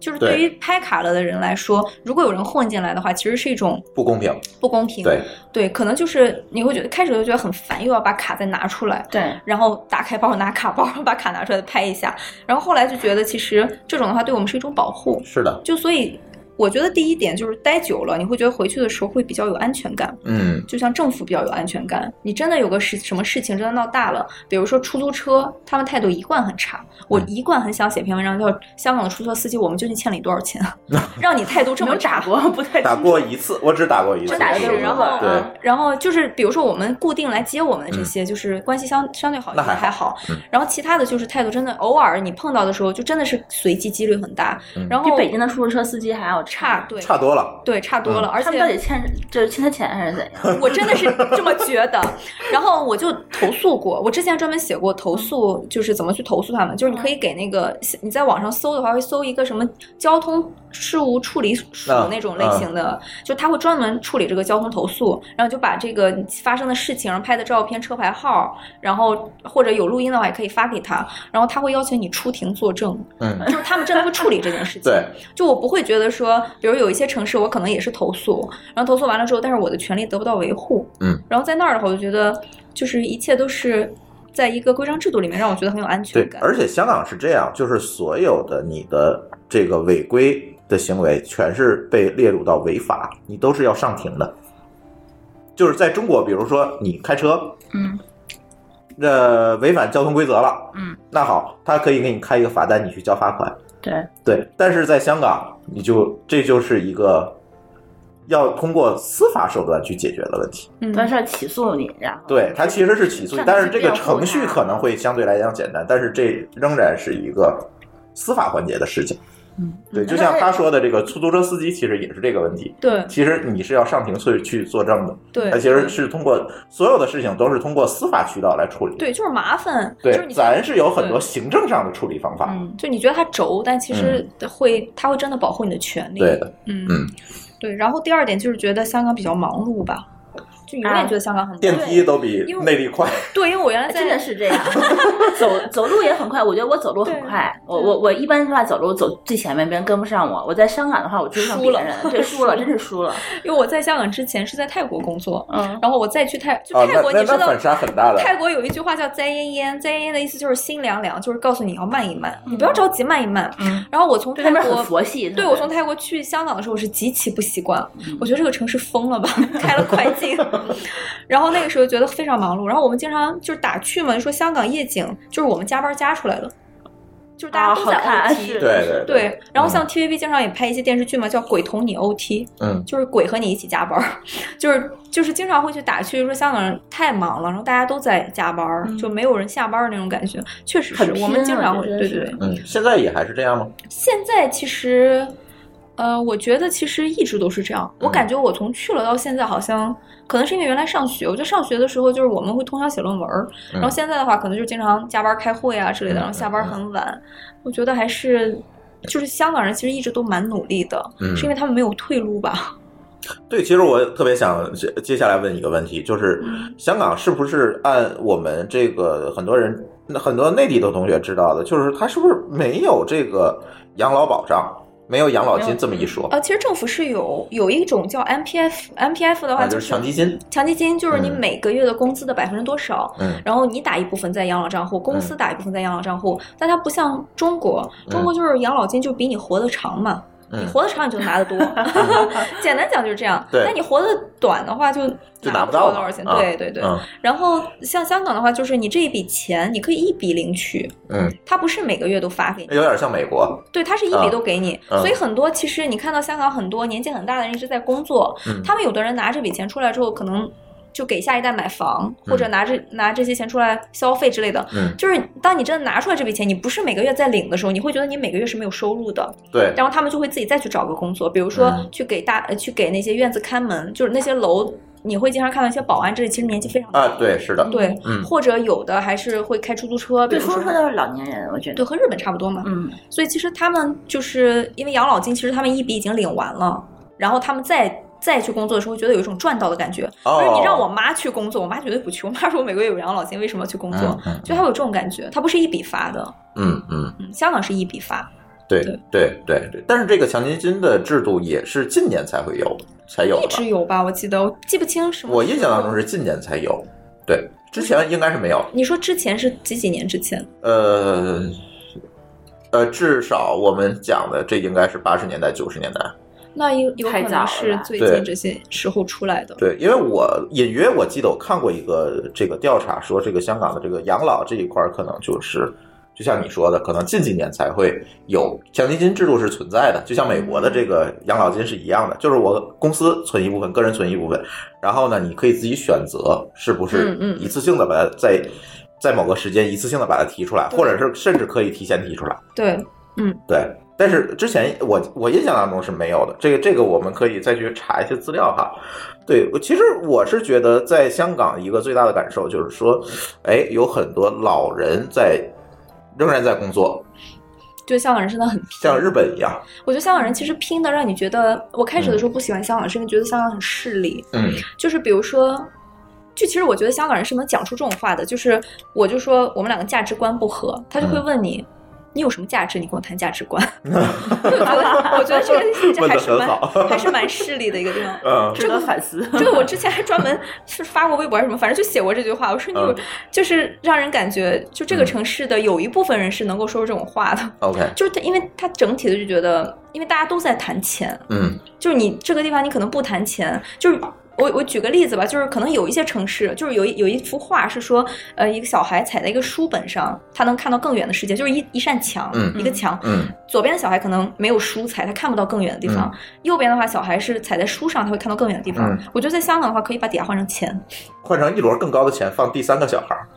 [SPEAKER 4] 就是对于拍卡了的人来说，如果有人混进来的话，其实是一种
[SPEAKER 3] 不公平，
[SPEAKER 4] 不公平。
[SPEAKER 3] 对。
[SPEAKER 4] 对，可能就是你会觉得开始就觉得很烦，又要把卡再拿出来，
[SPEAKER 5] 对
[SPEAKER 4] 然后打开包拿卡包， 把卡拿出来拍一下，然后后来就觉得其实这种的话对我们是一种保护，
[SPEAKER 3] 是的，
[SPEAKER 4] 就所以我觉得第一点就是待久了，你会觉得回去的时候会比较有安全感，
[SPEAKER 3] 嗯
[SPEAKER 4] 就像政府比较有安全感。你真的有个事什么事情真的闹大了，比如说出租车，他们态度一贯很差。我
[SPEAKER 3] 嗯
[SPEAKER 4] 一贯很想写篇文章叫《香港的出租车司机，我们究竟欠了你多少 钱》， 让你态度这
[SPEAKER 5] 没
[SPEAKER 4] 么
[SPEAKER 5] 有
[SPEAKER 4] 差
[SPEAKER 5] 打。过，不太，
[SPEAKER 3] 打过一次，我只打过一次，
[SPEAKER 4] 真打
[SPEAKER 5] 的
[SPEAKER 4] 是，
[SPEAKER 5] 是
[SPEAKER 4] 然后
[SPEAKER 3] 对
[SPEAKER 4] 嗯然后就是比如说我们固定来接我们的这些，就是关系相相对好一
[SPEAKER 3] 嗯那
[SPEAKER 4] 点
[SPEAKER 3] 还好
[SPEAKER 4] 还好
[SPEAKER 3] 嗯，
[SPEAKER 4] 然后其他的就是态度真的偶尔你碰到的时候，就真的是随机几率很大
[SPEAKER 3] 嗯。
[SPEAKER 4] 然
[SPEAKER 5] 比
[SPEAKER 4] 后
[SPEAKER 5] 北京的出租车司机还要差
[SPEAKER 4] 差，对
[SPEAKER 3] 差多嗯了。
[SPEAKER 4] 对，差多了。而
[SPEAKER 5] 他们到底
[SPEAKER 4] 且
[SPEAKER 5] 欠就是欠他钱还是怎样？
[SPEAKER 4] 我真的是这么觉得。然后我就投诉过，我之前专门写过投诉，就是怎么去投诉他们。就是你可以给那个你在网上搜的话，会搜一个什么交通事务处理署
[SPEAKER 3] 啊
[SPEAKER 4] 那种类型的，就他会专门处理这个交通投诉，然后就把这个你发生的事情，然后拍的照片、车牌号，然后或者有录音的话也可以发给他，然后他会邀请你出庭作证，
[SPEAKER 3] 嗯，
[SPEAKER 4] 就是他们真的会处理这件事情。
[SPEAKER 3] 对，
[SPEAKER 4] 就我不会觉得说，比如有一些城市，我可能也是投诉，然后投诉完了之后，但是我的权利得不到维护，
[SPEAKER 3] 嗯，
[SPEAKER 4] 然后在那儿的话，我就觉得就是一切都是在一个规章制度里面，让我觉得很有安
[SPEAKER 3] 对
[SPEAKER 4] 全，感。
[SPEAKER 3] 而且香港是这样，就是所有的你的这个违规的行为，全是被列入到违法，你都是要上庭的。就是在中国，比如说你开车，
[SPEAKER 5] 嗯，
[SPEAKER 3] 呃，违反交通规则了，
[SPEAKER 5] 嗯，
[SPEAKER 3] 那好，他可以给你开一个罚单，你去交罚款。
[SPEAKER 5] 对
[SPEAKER 3] 对，但是在香港，你就这就是一个要通过司法手段去解决的问题。
[SPEAKER 4] 嗯，
[SPEAKER 5] 但是要起诉你，然后
[SPEAKER 3] 对，它其实是起诉你，
[SPEAKER 5] 上
[SPEAKER 3] 但是
[SPEAKER 5] 级
[SPEAKER 3] 这个
[SPEAKER 5] 辩护
[SPEAKER 3] 程序
[SPEAKER 5] 他
[SPEAKER 3] 可能会相对来讲简单，但是这仍然是一个司法环节的事情。
[SPEAKER 4] 嗯
[SPEAKER 3] 对，就像他说的，这个出租车司机其实也是这个问题。
[SPEAKER 4] 对
[SPEAKER 3] 其实你是要上庭去去作证的，
[SPEAKER 4] 对
[SPEAKER 3] 他其实是通过所有的事情都是通过司法渠道来处理。
[SPEAKER 4] 对，就是麻烦，
[SPEAKER 3] 对，
[SPEAKER 4] 就是你
[SPEAKER 3] 咱是有很多行政上的处理方法。
[SPEAKER 4] 嗯，就你觉得他轴，但其实会、他会真的保护你的权利。
[SPEAKER 3] 嗯对的，
[SPEAKER 4] 嗯
[SPEAKER 3] 嗯
[SPEAKER 4] 对。然后第二点就是觉得香港比较忙碌吧，就永远觉得香港很忙
[SPEAKER 3] 电梯都比
[SPEAKER 4] 因为
[SPEAKER 3] 内地快。
[SPEAKER 4] 对，因为我原来在
[SPEAKER 5] 啊哎真的是这 样，走走路也很快。我觉得我走路很快，我我我一般的话走路走最前面，别人跟不上我。我在香港的话，我追不 上
[SPEAKER 4] 输
[SPEAKER 5] 别
[SPEAKER 4] 了
[SPEAKER 5] 人，对，输了，真是输了。
[SPEAKER 4] 因为我在香港之前是在泰国工作，
[SPEAKER 5] 嗯，
[SPEAKER 4] 然后我再去泰就
[SPEAKER 3] 啊，
[SPEAKER 4] 泰
[SPEAKER 3] 那
[SPEAKER 4] 国，
[SPEAKER 3] 那
[SPEAKER 4] 你知
[SPEAKER 3] 那
[SPEAKER 4] 道
[SPEAKER 3] 反差很大的。
[SPEAKER 4] 泰国有一句话叫“灾焉焉”，灾焉焉的意思就是心凉凉，就是告诉你要慢一慢，你不要着急，慢一慢。
[SPEAKER 5] 嗯，
[SPEAKER 4] 然后我从
[SPEAKER 5] 对，
[SPEAKER 4] 泰
[SPEAKER 5] 那边
[SPEAKER 4] 国
[SPEAKER 5] 很佛系。嗯
[SPEAKER 4] 对我从泰国去香港的时候，我是极其不习惯，我觉得这个城市疯了吧， 开了快 进。然后那个时候觉得非常忙碌，然后我们经常就是打趣嘛，说香港夜景就是我们加班加出来的，就是大家
[SPEAKER 5] 啊，
[SPEAKER 4] 都
[SPEAKER 5] 好
[SPEAKER 4] 在
[SPEAKER 5] 看，
[SPEAKER 4] OT、
[SPEAKER 5] 是
[SPEAKER 3] 对
[SPEAKER 5] 嗯
[SPEAKER 3] 对
[SPEAKER 4] 对，然后像 TVB 经常也拍一些电视剧嘛，叫《鬼同你 OT》，
[SPEAKER 3] 嗯，
[SPEAKER 4] 就是鬼和你一起加班儿，就是就是经常会去打趣说香港人太忙了，然后大家都在加班儿，
[SPEAKER 5] 嗯
[SPEAKER 4] 就没有人下班儿那种感觉。确实是
[SPEAKER 5] 很，
[SPEAKER 4] 我们
[SPEAKER 5] 拼
[SPEAKER 4] 经
[SPEAKER 5] 啊
[SPEAKER 4] 常
[SPEAKER 5] 这
[SPEAKER 4] 会
[SPEAKER 5] 真
[SPEAKER 4] 对
[SPEAKER 5] 是
[SPEAKER 4] 对对。
[SPEAKER 3] 嗯，现在也还是这样吗？
[SPEAKER 4] 现在其实，呃，我觉得其实一直都是这样。
[SPEAKER 5] 嗯
[SPEAKER 4] 我感觉我从去了到现在，好像可能是因为原来上学，我觉得上学的时候就是我们会通宵写论文儿，
[SPEAKER 3] 嗯
[SPEAKER 4] 然后现在的话可能就经常加班开会啊之类的，
[SPEAKER 3] 嗯
[SPEAKER 4] 然后下班很晚。我觉得还是。就是香港人其实一直都蛮努力的，
[SPEAKER 3] 嗯
[SPEAKER 4] 是因为他们没有退路吧？
[SPEAKER 3] 对，其实我特别想接接下来问一个问题，就是
[SPEAKER 4] 嗯
[SPEAKER 3] 香港是不是按我们这个很多人、很多内地的同学知道的，就是它是不是没有这个养老保障，没有养老金这么一说？
[SPEAKER 4] 呃，其实政府是有有一种叫 M P F，M P F 的话
[SPEAKER 3] 啊，
[SPEAKER 4] 就
[SPEAKER 3] 就是
[SPEAKER 4] 是
[SPEAKER 3] 强积金。
[SPEAKER 4] 强积金，就是你
[SPEAKER 3] 嗯
[SPEAKER 4] 每个月的工资的百分之多少，
[SPEAKER 3] 嗯
[SPEAKER 4] 然后你打一部分在养老账户，公司打一部分在养老账户，但它不像中国，中国就是养老金就比你活得长嘛，你
[SPEAKER 3] 嗯，
[SPEAKER 4] 活得长你就拿得 多，简单讲就是这样。
[SPEAKER 3] 对
[SPEAKER 4] 但你活得短的话就
[SPEAKER 3] 就拿
[SPEAKER 4] 拿
[SPEAKER 3] 不
[SPEAKER 4] 了
[SPEAKER 3] 到
[SPEAKER 4] 多少
[SPEAKER 3] 了
[SPEAKER 4] 钱，
[SPEAKER 3] 啊
[SPEAKER 4] 对对对。
[SPEAKER 3] 嗯
[SPEAKER 4] 然后像香港的话，就是你这一笔钱你可以一笔领取，
[SPEAKER 3] 嗯，
[SPEAKER 4] 它不是每个月都发给你，
[SPEAKER 3] 有点像美国。
[SPEAKER 4] 对，它是一
[SPEAKER 3] 啊
[SPEAKER 4] 笔都给你。
[SPEAKER 3] 嗯
[SPEAKER 4] 所以很多其实你看到香港很多年纪很大的人一直在工作，
[SPEAKER 3] 嗯
[SPEAKER 4] 他们有的人拿这笔钱出来之后，可能就给下一代买房，或者拿这拿这些钱出来消费之类的。
[SPEAKER 3] 嗯，
[SPEAKER 4] 就是当你真的拿出来这笔钱，你不是每个月在领的时候，你会觉得你每个月是没有收入的，
[SPEAKER 3] 对，
[SPEAKER 4] 然后他们就会自己再去找个工作，比如说
[SPEAKER 3] 嗯
[SPEAKER 4] 去给大、呃去给那些院子看门，就是那些楼，你会经常看到一些保安，这里其实年纪非常大
[SPEAKER 3] 啊，对，是的，
[SPEAKER 4] 对，
[SPEAKER 3] 嗯
[SPEAKER 4] 或者有的还是会开出租车，比
[SPEAKER 5] 对，
[SPEAKER 4] 如
[SPEAKER 5] 说
[SPEAKER 4] 说
[SPEAKER 5] 说到是老年人，我觉
[SPEAKER 4] 对
[SPEAKER 5] 得，
[SPEAKER 4] 和日本差不多嘛，
[SPEAKER 5] 嗯，
[SPEAKER 4] 所以其实他们就是因为养老金，其实他们一笔已经领完了，然后他们再再去工作的时候，觉得有一种赚到的感觉。
[SPEAKER 3] 哦
[SPEAKER 4] 而你让我妈去工作，我妈绝对不去。我妈说我每个月有养老金，为什么要去工作？
[SPEAKER 3] 嗯嗯嗯
[SPEAKER 4] 就她有这种感觉，她不是一笔发的，
[SPEAKER 3] 嗯嗯，
[SPEAKER 4] 嗯，香港是一笔发，
[SPEAKER 3] 对
[SPEAKER 4] 对
[SPEAKER 3] 对对对。但是这个强积金的制度也是近年才会有，才有
[SPEAKER 4] 一
[SPEAKER 3] 的吧
[SPEAKER 4] 直？有吧？我记得我记不清什么。
[SPEAKER 3] 我印象当中，是近年才有，对，之前应该是没有。
[SPEAKER 4] 你说之前是几几年之前？
[SPEAKER 3] 呃，呃，至少我们讲的这应该是八十年代、九十年代。
[SPEAKER 4] 那有有可
[SPEAKER 5] 太早
[SPEAKER 4] 能
[SPEAKER 5] 了
[SPEAKER 4] 是最
[SPEAKER 3] 对
[SPEAKER 4] 近这些时候出来的。
[SPEAKER 3] 对，因为我隐约我记得我看过一个这个调查，说这个香港的这个养老这一块，可能就是就像你说的，可能近几年才会有强积金制度是存在的，就像美国的这个
[SPEAKER 4] 嗯
[SPEAKER 3] 养老金是一样的，就是我公司存一部分，个人存一部分，然后呢，你可以自己选择是不是
[SPEAKER 4] 嗯嗯
[SPEAKER 3] 一次性的把它在在某个时间一次性的把它提出来，
[SPEAKER 4] 对
[SPEAKER 3] 或者是甚至可以提前提出来。
[SPEAKER 4] 对，
[SPEAKER 3] 对，但是之前我我印象当中是没有的，这个这个我们可以再去查一些资料哈。对，我其实我是觉得在香港一个最大的感受就是说，哎，有很多老人在仍然在工作，
[SPEAKER 4] 就香港人真的很拼。
[SPEAKER 3] 像日本一样，
[SPEAKER 4] 我觉得香港人其实拼的让你觉得，我开始的时候不喜欢香港，是因为觉得香港很势利。
[SPEAKER 3] 嗯
[SPEAKER 4] 就是比如说，就其实我觉得香港人是能讲出这种话的，就是我就说我们两个价值观不合，他就会
[SPEAKER 3] 嗯
[SPEAKER 4] 问你。你有什么价值？你跟我谈价值观， 我觉得我觉得这个这还是
[SPEAKER 3] 问得很好
[SPEAKER 4] 蛮还是蛮势利的一个地方。
[SPEAKER 3] 嗯
[SPEAKER 5] 值得反思。
[SPEAKER 4] 这个我 之前还专门是发过微博还是什么，反正就写过这句话。我说你有，
[SPEAKER 3] 嗯
[SPEAKER 4] 就是让人感觉就这个城市的有一部分人是能够说出这种话的，
[SPEAKER 3] ，OK，
[SPEAKER 4] 就是他，因为他整体的就觉得，因为大家都在谈钱，
[SPEAKER 3] 嗯
[SPEAKER 4] 就是你这个地方你可能不谈钱，就是。我我举个例子吧，就是可能有一些城市，就是有一有一幅画是说，呃，一个小孩踩在一个书本上，他能看到更远的世界，就是一一扇墙，
[SPEAKER 3] 嗯
[SPEAKER 4] 一个墙。
[SPEAKER 3] 嗯
[SPEAKER 4] 左边的小孩可能没有书踩，他看不到更远的地方；右边的话，小孩是踩在书上，他会看到更远的地方。
[SPEAKER 3] 嗯
[SPEAKER 4] 我觉得在香港的话，可以把底下换成钱，
[SPEAKER 3] 换成一摞更高的钱放第三个小孩儿，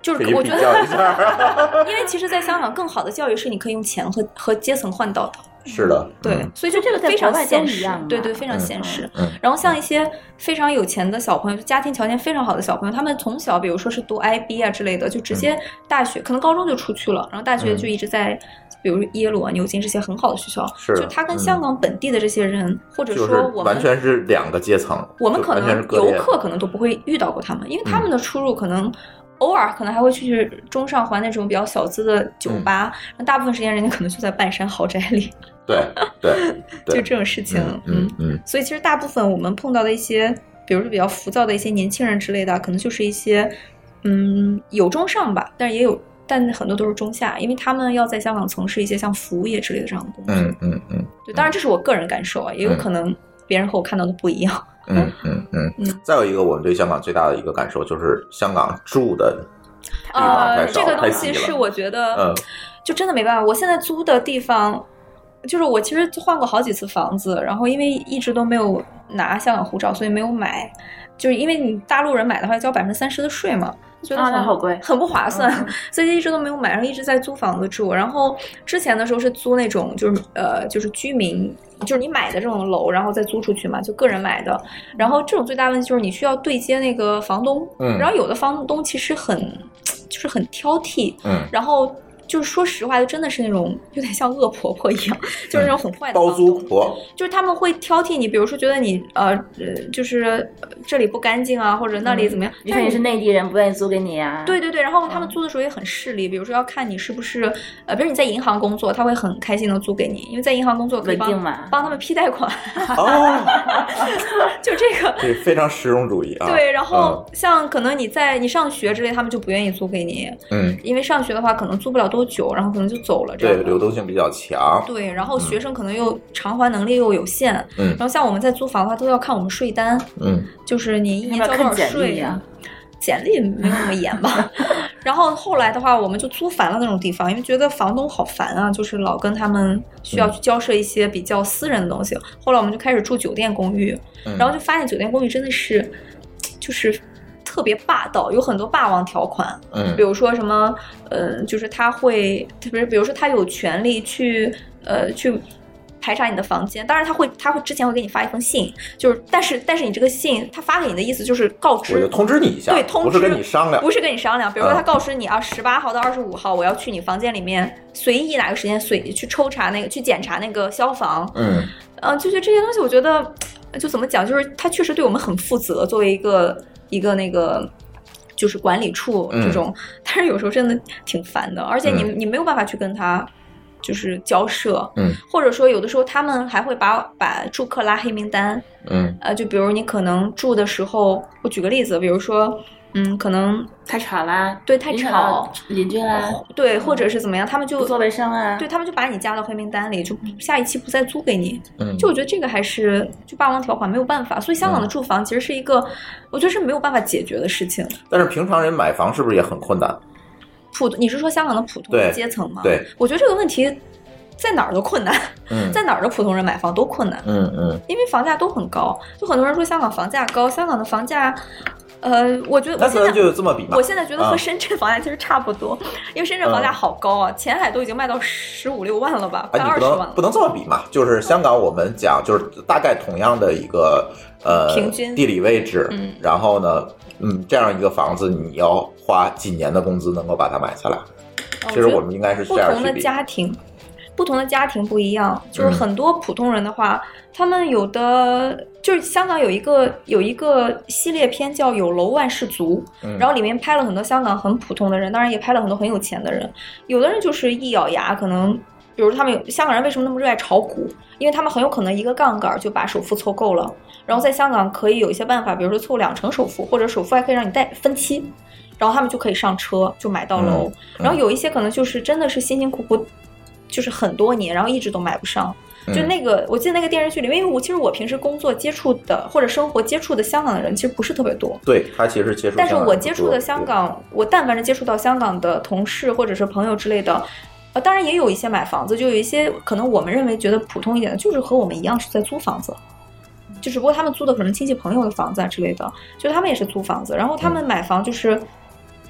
[SPEAKER 4] 就
[SPEAKER 3] 可
[SPEAKER 4] 是
[SPEAKER 3] 以
[SPEAKER 4] 我
[SPEAKER 3] 比
[SPEAKER 4] 觉得，
[SPEAKER 3] 较一下。
[SPEAKER 4] 因为其实，在香港更好的教育是你可以用钱和和阶层换到的。
[SPEAKER 3] 是的，
[SPEAKER 4] 对
[SPEAKER 3] 嗯，
[SPEAKER 4] 所以就这个非常现实
[SPEAKER 5] 就这个在国外都一样嘛，啊
[SPEAKER 4] 对对，非常
[SPEAKER 3] 嗯
[SPEAKER 4] 现实。
[SPEAKER 3] 嗯
[SPEAKER 4] 然后像一些非常有钱的小朋友，就家庭条件非常好的小朋友，他们从小比如说是读 IB 啊之类的，就直接大学、可能高中就出去了，然后大学
[SPEAKER 3] 嗯
[SPEAKER 4] 就一直在，比如耶鲁啊、牛津这些很好的学校，
[SPEAKER 3] 是
[SPEAKER 4] 就他跟
[SPEAKER 3] 嗯
[SPEAKER 4] 香港本地的这些人，或者
[SPEAKER 3] 就是
[SPEAKER 4] 说我们
[SPEAKER 3] 完全是两个阶层，
[SPEAKER 4] 我们
[SPEAKER 3] 就
[SPEAKER 4] 可
[SPEAKER 3] 完全
[SPEAKER 4] 能
[SPEAKER 3] 是割
[SPEAKER 4] 游
[SPEAKER 3] 裂嗯的
[SPEAKER 4] 客可能都不会遇到过他们，因为他们的出入可能偶尔可能还会去中上环那种比较小资的酒
[SPEAKER 3] 嗯
[SPEAKER 4] 吧，那、大部分时间人家可能就在半山豪宅里，
[SPEAKER 3] 对对
[SPEAKER 4] 就
[SPEAKER 3] 对，
[SPEAKER 4] 这种事情，
[SPEAKER 3] 嗯嗯嗯
[SPEAKER 4] 所以其实大部分我们碰到的一些，比如说比较浮躁的一些年轻人之类的，可能就是一些，嗯，有中上吧，但是也有，但很多都是中下，因为他们要在香港从事一些像服务业之类的这样的工作。
[SPEAKER 3] 嗯嗯嗯
[SPEAKER 4] 对，当然这是我个人感受啊，也有
[SPEAKER 3] 嗯
[SPEAKER 4] 可能别人和我看到的不一样。
[SPEAKER 3] 嗯嗯嗯
[SPEAKER 4] 嗯
[SPEAKER 3] 嗯。再有一个，我们对香港最大的一个感受就是香港住的地方
[SPEAKER 4] 呃，
[SPEAKER 3] 太少
[SPEAKER 4] 这个
[SPEAKER 3] 太
[SPEAKER 4] 东
[SPEAKER 3] 挤
[SPEAKER 4] 西
[SPEAKER 3] 了。
[SPEAKER 4] 是我觉得，
[SPEAKER 3] 嗯
[SPEAKER 4] 就真的没办法。我现在租的地方，就是我其实换过好几次房子，然后因为一直都没有拿香港护照，所以没有买。就是因为你大陆人买的话要交百分之三十的税嘛，觉得
[SPEAKER 5] 啊
[SPEAKER 4] 很、
[SPEAKER 5] 那好贵
[SPEAKER 4] 很不划算，
[SPEAKER 5] 嗯
[SPEAKER 4] 所以一直都没有买，然后一直在租房子住。然后之前的时候是租那种就是呃就是居民。就是你买的这种楼，然后再租出去嘛，就个人买的。然后这种最大问题就是你需要对接那个房东，
[SPEAKER 3] 嗯
[SPEAKER 4] 然后有的房东其实很就是很挑剔，
[SPEAKER 3] 嗯，
[SPEAKER 4] 然后就是说实话，就真的是那种有点像恶婆婆一样，就是那种很坏的
[SPEAKER 3] 嗯包
[SPEAKER 4] 房东
[SPEAKER 3] 租婆，
[SPEAKER 4] 就是他们会挑剔你，比如说觉得你呃呃就是呃这里不干净啊，或者那里怎么样，
[SPEAKER 5] 嗯你
[SPEAKER 4] 但
[SPEAKER 5] 看你是内地人，不愿意租给你啊？
[SPEAKER 4] 对，对对，然后他们租的时候也很势利，比如说要看你是不是呃，比如你在银行工作，他会很开心的租给你，因为在银行工作可以
[SPEAKER 5] 稳
[SPEAKER 4] 帮
[SPEAKER 5] 定嘛
[SPEAKER 4] 帮他们批贷款，
[SPEAKER 3] 哦，
[SPEAKER 4] 就这个。
[SPEAKER 3] 这非常实用主义啊。
[SPEAKER 4] 对，然后像可能你在你上学之类，他们就不愿意租给你，
[SPEAKER 3] 嗯，嗯
[SPEAKER 4] 因为上学的话可能租不了多久，然后可能就走了这样
[SPEAKER 3] 对，
[SPEAKER 4] 的。
[SPEAKER 3] 流动性比较强。
[SPEAKER 4] 对，然后学生可能又偿还能力又有限，
[SPEAKER 3] 嗯
[SPEAKER 4] 然后像我们在租房的话，都要看我们税单，
[SPEAKER 3] 嗯
[SPEAKER 4] 就是你一年
[SPEAKER 5] 要不
[SPEAKER 4] 交多少
[SPEAKER 5] 要看简历
[SPEAKER 4] 税
[SPEAKER 5] 啊。？
[SPEAKER 4] 简历没有那么严 吧， 然后后来的话，我们就租烦了那种地方，因为觉得房东好烦啊，就是老跟他们
[SPEAKER 3] 嗯
[SPEAKER 4] 需要去交涉一些比较私人的东西。后来我们就开始住酒店公寓，
[SPEAKER 3] 嗯，
[SPEAKER 4] 然后就发现酒店公寓真的是，就是特别霸道，有很多霸王条款。
[SPEAKER 3] 嗯
[SPEAKER 4] 比如说什么，呃，就是他会，特别是比如说他有权利去，呃，去排查你的房间。当然，他会，他会之前会给你发一封信，就是，但是，但是你这个信他发给你的意思就是告
[SPEAKER 3] 我就
[SPEAKER 4] 知，
[SPEAKER 3] 通知你一下，
[SPEAKER 4] 对，通知
[SPEAKER 3] 不是跟你商量，
[SPEAKER 4] 不是跟你商量。比如说
[SPEAKER 3] 嗯
[SPEAKER 4] 他告知你啊，十八号到二十五号我要去你房间里面随意哪个时间随去抽查那个去检查那个消防，
[SPEAKER 3] 嗯
[SPEAKER 4] 嗯、就觉得这些东西，我觉得呃就怎么讲，就是他确实对我们很负责，作为一个一个那个就是管理处
[SPEAKER 3] 嗯
[SPEAKER 4] 这种，但是有时候真的挺烦的，而且你、
[SPEAKER 3] 嗯
[SPEAKER 4] 你没有办法去跟他就是交涉，
[SPEAKER 3] 嗯
[SPEAKER 4] 或者说有的时候他们还会把把住客拉黑名单，
[SPEAKER 3] 嗯
[SPEAKER 4] 呃，就比如你可能住的时候，我举个例子，比如说。嗯，可能
[SPEAKER 5] 太吵啦，
[SPEAKER 4] 对太
[SPEAKER 5] 影响
[SPEAKER 4] 吵哦
[SPEAKER 5] 到邻居啦，
[SPEAKER 4] 对，或者是怎么样，他们
[SPEAKER 5] 不
[SPEAKER 4] 就
[SPEAKER 5] 做卫生啊。嗯
[SPEAKER 4] 对，他们就把你加到黑名单里，就下一期不再租给你。
[SPEAKER 3] 嗯，
[SPEAKER 4] 就我觉得这个还是就霸王条款没有办法，所以香港的住房其实是一个，我觉得是没有办法解决的事情。
[SPEAKER 3] 但是平常人买房是不是也很困难？
[SPEAKER 4] 啊普你是说香港的普通
[SPEAKER 3] 对
[SPEAKER 4] 阶层吗？
[SPEAKER 3] 对，
[SPEAKER 4] 我觉得这个问题在哪儿都困难，
[SPEAKER 3] 嗯
[SPEAKER 4] 在哪儿的普通人买房都困难，
[SPEAKER 3] 嗯嗯，
[SPEAKER 4] 因为房价都很高。就很多人说香港房价高，香港的房价，呃，我觉得
[SPEAKER 3] 那
[SPEAKER 4] 我现
[SPEAKER 3] 咱
[SPEAKER 4] 在
[SPEAKER 3] 就这么比吧
[SPEAKER 4] 我。现在觉得和
[SPEAKER 3] 啊嗯
[SPEAKER 4] 深圳房价其实差不多，因为深圳房价好高啊，前海都已经卖到十五六万了吧，快
[SPEAKER 3] 哎，你
[SPEAKER 4] 二
[SPEAKER 3] 不
[SPEAKER 4] 十万
[SPEAKER 3] 能
[SPEAKER 4] 了
[SPEAKER 3] 不。能这么比嘛？就是香港，我们讲就是大概同样的一个呃
[SPEAKER 4] 平均
[SPEAKER 3] 地理位置，
[SPEAKER 4] 嗯
[SPEAKER 3] 然后呢，嗯，这样一个房子你要花几年的工资能够把它买下来？
[SPEAKER 4] 啊
[SPEAKER 3] 其实
[SPEAKER 4] 觉
[SPEAKER 3] 我
[SPEAKER 4] 得
[SPEAKER 3] 们应该是这
[SPEAKER 4] 不
[SPEAKER 3] 样
[SPEAKER 4] 同
[SPEAKER 3] 去
[SPEAKER 4] 的
[SPEAKER 3] 比，
[SPEAKER 4] 家庭，不同的家庭不一样，就是
[SPEAKER 3] 嗯
[SPEAKER 4] 很多普通人的话，他们有的就是香港有一个有一个系列片叫《有楼万事足》，
[SPEAKER 3] 嗯
[SPEAKER 4] 然后里面拍了很多香港很普通的人，当然也拍了很多很有钱的人，有的人就是一咬牙可能。比如他们有香港人为什么那么热爱炒股？因为他们很有可能一个杠杆就把首付凑够了，然后在香港可以有一些办法，比如说凑两成首付，或者首付还可以让你贷分期，然后他们就可以上车就买到楼。
[SPEAKER 3] 嗯
[SPEAKER 4] 然后有一些可能就是真的是辛辛苦苦，就是很多年，然后一直都买不上。
[SPEAKER 3] 嗯
[SPEAKER 4] 就那个，我记得那个电视剧里面，因为我其实我平时工作接触的或者生活接触的香港的人其实不是特别多，
[SPEAKER 3] 对他其实接触香港人不多，嗯
[SPEAKER 4] 但是我接触的香港，我但凡是接触到香港的同事或者是朋友之类的，呃，当然也有一些买房子，就有一些可能我们认为觉得普通一点的，就是和我们一样是在租房子，就只不过他们租的可能亲戚朋友的房子啊之类的，就是他们也是租房子，然后他们买房就是。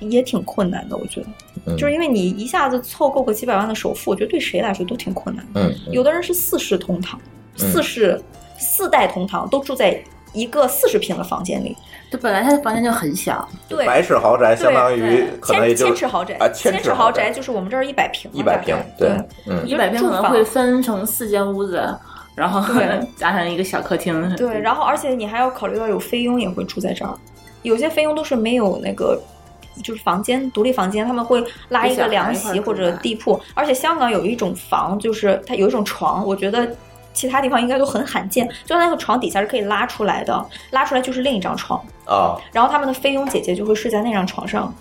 [SPEAKER 4] 也挺困难的，我觉得，
[SPEAKER 3] 嗯
[SPEAKER 4] 就是因为你一下子凑够个几百万的首付，我觉得对谁来说都挺困难的。
[SPEAKER 3] 嗯，
[SPEAKER 4] 有的人是四世同堂，
[SPEAKER 3] 嗯
[SPEAKER 4] 四世四代同堂都住在一个四十平的房间里，
[SPEAKER 5] 就本来他的房间就很小，
[SPEAKER 4] 对，
[SPEAKER 3] 百尺豪宅
[SPEAKER 4] 对
[SPEAKER 3] 相当于
[SPEAKER 4] 对
[SPEAKER 3] 可能也
[SPEAKER 4] 千
[SPEAKER 3] 就
[SPEAKER 4] 千尺豪宅
[SPEAKER 3] 啊，千
[SPEAKER 4] 千
[SPEAKER 3] 尺
[SPEAKER 4] 豪
[SPEAKER 3] 豪宅
[SPEAKER 4] 就是我们这儿一百平嘛，
[SPEAKER 3] 一百平
[SPEAKER 4] 大概，
[SPEAKER 3] 对
[SPEAKER 4] 对，，
[SPEAKER 3] 嗯
[SPEAKER 5] 一百平可能会分成四间屋子，然后
[SPEAKER 4] 对
[SPEAKER 5] 加上一个小客厅。
[SPEAKER 4] 对，然后而且你还要考虑到有菲佣也会住在这儿，有些菲佣都是没有那个。就是房间独立房间，他们会拉一
[SPEAKER 5] 小
[SPEAKER 4] 个
[SPEAKER 5] 孩
[SPEAKER 4] 凉
[SPEAKER 5] 一块儿
[SPEAKER 4] 席
[SPEAKER 5] 住
[SPEAKER 4] 或者
[SPEAKER 5] 的
[SPEAKER 4] 地铺，而且香港有一种房，就是它有一种床，我觉得其他地方应该都很罕见，就它那个床底下是可以拉出来的，拉出来就是另一张床，
[SPEAKER 3] 啊，
[SPEAKER 4] 然后他们的菲佣姐姐就会睡在那张床上，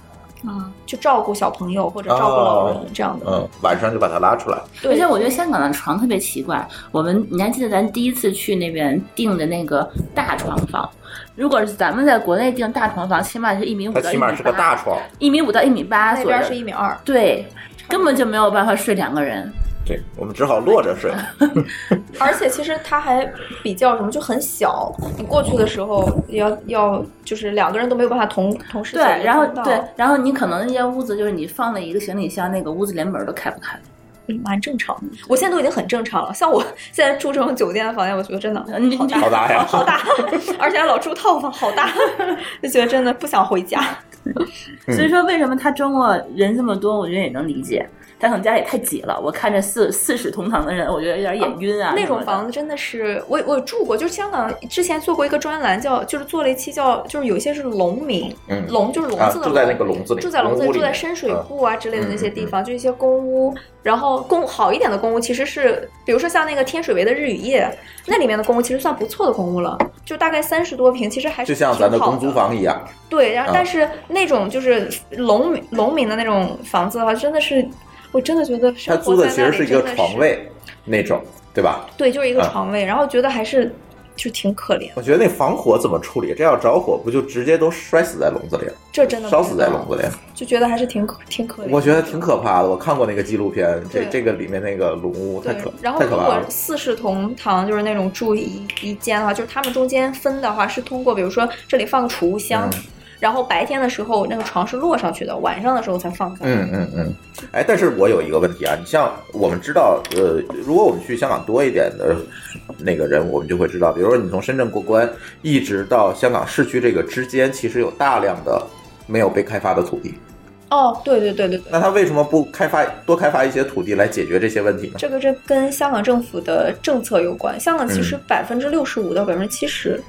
[SPEAKER 5] 嗯，
[SPEAKER 4] 就照顾小朋友或者照顾老人这样的。
[SPEAKER 3] 嗯，晚上就把它拉出来，
[SPEAKER 4] 对
[SPEAKER 5] 而且我觉得香港的床特别奇怪，我们你还记得咱第一次去那边订的那个大床房？如果是咱们在国内订大床房，起码是一
[SPEAKER 4] 嗯
[SPEAKER 5] 米五
[SPEAKER 3] 它
[SPEAKER 5] 到一
[SPEAKER 3] 起
[SPEAKER 5] 米
[SPEAKER 3] 码是个大
[SPEAKER 5] 八，
[SPEAKER 3] 床，
[SPEAKER 5] 一米五到一米八
[SPEAKER 4] 那
[SPEAKER 5] 左
[SPEAKER 4] 边是
[SPEAKER 5] 右，
[SPEAKER 4] 一米二，
[SPEAKER 5] 对，根本就没有办法睡两个人。
[SPEAKER 3] 对，我们只好落着睡，
[SPEAKER 4] 嗯而且其实它还比较什么，就很小。你过去的时候要要就是两个人都没有办法同同时
[SPEAKER 5] 对
[SPEAKER 4] 走一，个
[SPEAKER 5] 然后
[SPEAKER 4] 通道
[SPEAKER 5] 对，然后你可能那间屋子就是你放了一个行李箱，那个屋子连门都开不开。
[SPEAKER 4] 嗯蛮正常的。我现在都已经很正常了，像我现在住这种酒店的房间，我觉得 真的
[SPEAKER 5] 你
[SPEAKER 4] 好大
[SPEAKER 3] 好大呀
[SPEAKER 4] 好大，而且还老住套房，好 大，就觉得真的不想回家。
[SPEAKER 5] 所
[SPEAKER 3] 嗯
[SPEAKER 5] 以说，为什么他周末人这么多，我觉得也能理解。他可能家里太挤了，我看着四四世同堂的人，我觉得有点眼晕啊。
[SPEAKER 4] 那
[SPEAKER 5] 什么
[SPEAKER 4] 种
[SPEAKER 5] 的
[SPEAKER 4] 房子真的是，我我住过，就是香港之前做过一个专栏叫，就是做了一期叫，就是有一些是农民，
[SPEAKER 3] 嗯
[SPEAKER 4] 笼就是笼
[SPEAKER 3] 啊
[SPEAKER 4] 子的笼、
[SPEAKER 3] 住在那个笼子里
[SPEAKER 4] 住在笼子
[SPEAKER 3] 笼屋里
[SPEAKER 4] 住在
[SPEAKER 3] 面
[SPEAKER 4] 深水
[SPEAKER 3] 嗯
[SPEAKER 4] 埗啊之类的那些地方，就一些公屋，然后公好一点的公屋其实是，比如说像那个天水围的日与夜，那里面的公屋其实算不错的公屋了，就大概三十多平，其实还是
[SPEAKER 3] 就像咱的
[SPEAKER 4] 挺好
[SPEAKER 3] 公租房一样，
[SPEAKER 4] 对，然后
[SPEAKER 3] 啊
[SPEAKER 4] 但是那种就是农民农民的那种房子的话，真的是。我真的觉得
[SPEAKER 3] 它
[SPEAKER 4] 生活
[SPEAKER 3] 租的
[SPEAKER 4] 在
[SPEAKER 3] 其
[SPEAKER 4] 那
[SPEAKER 3] 实
[SPEAKER 4] 里
[SPEAKER 3] 是一个
[SPEAKER 4] 真的
[SPEAKER 3] 床位那种，对吧？
[SPEAKER 4] 对，就是一个
[SPEAKER 3] 啊
[SPEAKER 4] 床位，然后觉得还是就挺可怜，
[SPEAKER 3] 我觉得那防火怎么处理？这要着火，不就直接都摔死在笼子里了，
[SPEAKER 4] 这真的不
[SPEAKER 3] 烧
[SPEAKER 4] 知
[SPEAKER 3] 死在
[SPEAKER 4] 道
[SPEAKER 3] 笼子里？
[SPEAKER 4] 就觉得还是挺可挺可怜。
[SPEAKER 3] 我觉得挺可怕的。我看过那个纪录片，这
[SPEAKER 4] 对
[SPEAKER 3] 这个里面那个龙屋太
[SPEAKER 4] 对
[SPEAKER 3] 可，
[SPEAKER 4] 然后
[SPEAKER 3] 太
[SPEAKER 4] 如
[SPEAKER 3] 可怕
[SPEAKER 4] 果
[SPEAKER 3] 了。
[SPEAKER 4] 四世同堂就是那种住一一间的话，就是他们中间分的话是通过，比如说这里放个储物箱，
[SPEAKER 3] 嗯
[SPEAKER 4] 然后白天的时候那个床是落上去的，晚上的时候才放下。
[SPEAKER 3] 嗯嗯嗯，哎，但是我有一个问题啊，你像我们知道，呃，如果我们去香港多一点的那个人，我们就会知道，比如说你从深圳过关，一直到香港市区这个之间，其实有大量的没有被开发的土地。
[SPEAKER 4] 哦，对对对对对。
[SPEAKER 3] 那他为什么不开发多开发一些土地来解决这些问题呢？
[SPEAKER 4] 这个这跟香港政府的政策有关。香港其实
[SPEAKER 3] 嗯
[SPEAKER 4] 百分之六十五到百分之七十，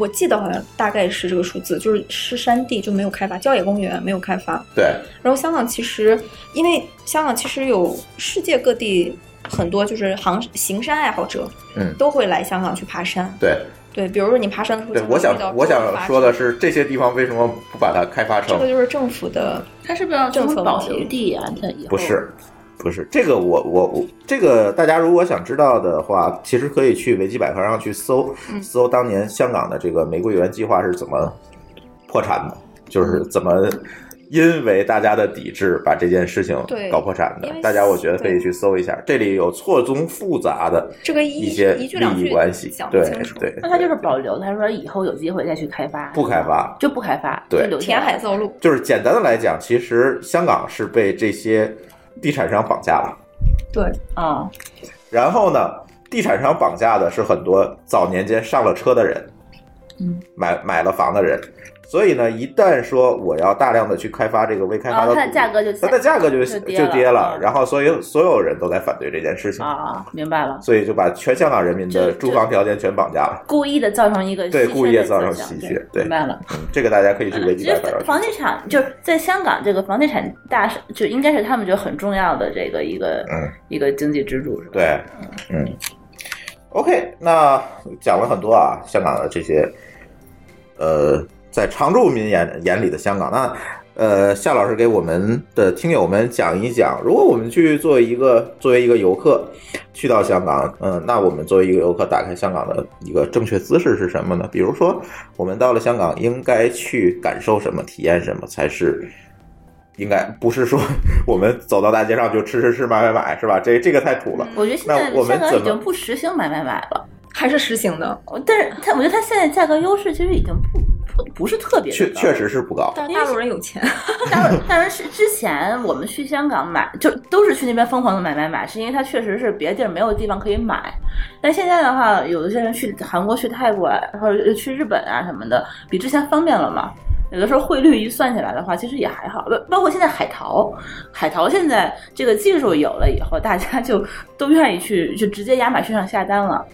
[SPEAKER 4] 我记得好像大概是这个数字，就是是山地就没有开发，郊野公园没有开发。
[SPEAKER 3] 对，
[SPEAKER 4] 然后香港其实，因为香港其实有世界各地很多就是行行山爱好者，
[SPEAKER 3] 嗯
[SPEAKER 4] 都会来香港去爬山。
[SPEAKER 3] 对
[SPEAKER 4] 对，比如说你爬山的时候，
[SPEAKER 3] 对，我想我想说的，是，这些地方为什么不把它开发
[SPEAKER 4] 这
[SPEAKER 3] 成
[SPEAKER 4] 个就是政府的，
[SPEAKER 5] 他是不是要
[SPEAKER 4] 政
[SPEAKER 5] 政
[SPEAKER 4] 策问
[SPEAKER 5] 府保
[SPEAKER 4] 题
[SPEAKER 5] 留地啊？他以后
[SPEAKER 3] 不是，
[SPEAKER 4] 嗯
[SPEAKER 3] 不是这个我，我我这个大家如果想知道的话，其实可以去维基百科上去搜、
[SPEAKER 4] 嗯
[SPEAKER 3] 搜当年香港的这个玫瑰园计划是怎么破产的，
[SPEAKER 4] 嗯
[SPEAKER 3] 就是怎么因为大家的抵制把这件事情
[SPEAKER 4] 对
[SPEAKER 3] 搞破产的
[SPEAKER 4] 因为。
[SPEAKER 3] 大家我觉得可以去搜一下，这里有错综复杂的
[SPEAKER 4] 这个
[SPEAKER 3] 一
[SPEAKER 4] 一
[SPEAKER 3] 些
[SPEAKER 4] 一句两
[SPEAKER 3] 利益
[SPEAKER 4] 句
[SPEAKER 3] 关系
[SPEAKER 4] 讲，不
[SPEAKER 3] 对
[SPEAKER 4] 清楚，
[SPEAKER 3] 对，
[SPEAKER 5] 那他就是保留，他说以后有机会再去开发，
[SPEAKER 3] 不开发。
[SPEAKER 5] 就不开发，
[SPEAKER 3] 对
[SPEAKER 5] 就留下
[SPEAKER 4] 填
[SPEAKER 5] 来
[SPEAKER 4] 海造陆。
[SPEAKER 3] 就是简单的来讲，其实香港是被这些地产商绑架了。
[SPEAKER 4] 对，
[SPEAKER 5] 啊，
[SPEAKER 3] 然后呢，地产商绑架的是很多早年间上了车的人，
[SPEAKER 5] 嗯，
[SPEAKER 3] 买买了房的人。所以呢，一旦说我要大量的去开发这个未开发
[SPEAKER 5] 然后
[SPEAKER 3] 的土地，
[SPEAKER 5] 哦它的价格就
[SPEAKER 3] 它的价格就
[SPEAKER 5] 就跌
[SPEAKER 3] 就跌
[SPEAKER 5] 了嗯
[SPEAKER 3] 了。然后，所以所有人都在反对这件事情，
[SPEAKER 5] 啊，明白了，
[SPEAKER 3] 所以就把全香港人民的
[SPEAKER 5] 这
[SPEAKER 3] 住房条件全绑架了。
[SPEAKER 5] 故意的造成一个
[SPEAKER 3] 对
[SPEAKER 5] 稀缺
[SPEAKER 3] 故意
[SPEAKER 5] 的
[SPEAKER 3] 地造成
[SPEAKER 5] 现象
[SPEAKER 3] 稀
[SPEAKER 5] 对
[SPEAKER 3] 缺对
[SPEAKER 5] 明白了。
[SPEAKER 3] 嗯这个大家可以去维
[SPEAKER 5] 其
[SPEAKER 3] 基
[SPEAKER 5] 实
[SPEAKER 3] 百科上去
[SPEAKER 5] 房地产就是在香港这个房地产大市，就应该是他们觉得很重要的这个一个、
[SPEAKER 3] 嗯
[SPEAKER 5] 一个经济支柱，是吧？
[SPEAKER 3] 对，嗯，OK，那讲了很多啊，香港的这些，呃，在常住民眼眼里的香港，那呃，夏老师给我们的听友们讲一讲，如果我们去做一个作为一个游客去到香港，嗯、那我们作为一个游客打开香港的一个正确姿势是什么呢？比如说，我们到了香港应该去感受什么、体验什么才是应该不是说 我们走到大街上就吃吃吃、买买买，是吧？这这个太土了。
[SPEAKER 5] 我觉得现在
[SPEAKER 3] 那我们
[SPEAKER 5] 香港
[SPEAKER 3] 怎
[SPEAKER 5] 已
[SPEAKER 3] 么
[SPEAKER 5] 经不实行买买买了，
[SPEAKER 4] 还是实行的。
[SPEAKER 5] 但是它我觉得它现在价格优势其实已经不特不是特别的
[SPEAKER 3] 确
[SPEAKER 5] 高
[SPEAKER 3] 确实是不高。
[SPEAKER 4] 但是大陆人有钱，
[SPEAKER 5] 当然，当然是之前我们去香港买，就都是去那边疯狂的买买买，是因为它确实是别的地儿没有地方可以买。但现在的话，有一些人去韩国、去泰国啊，或者去日本啊什么的，比之前方便了嘛。有的时候汇率一算起来的话，其实也还好。包包括现在海淘，海淘现在这个技术有了以后，大家就都愿意去，就直接亚马逊上下单了。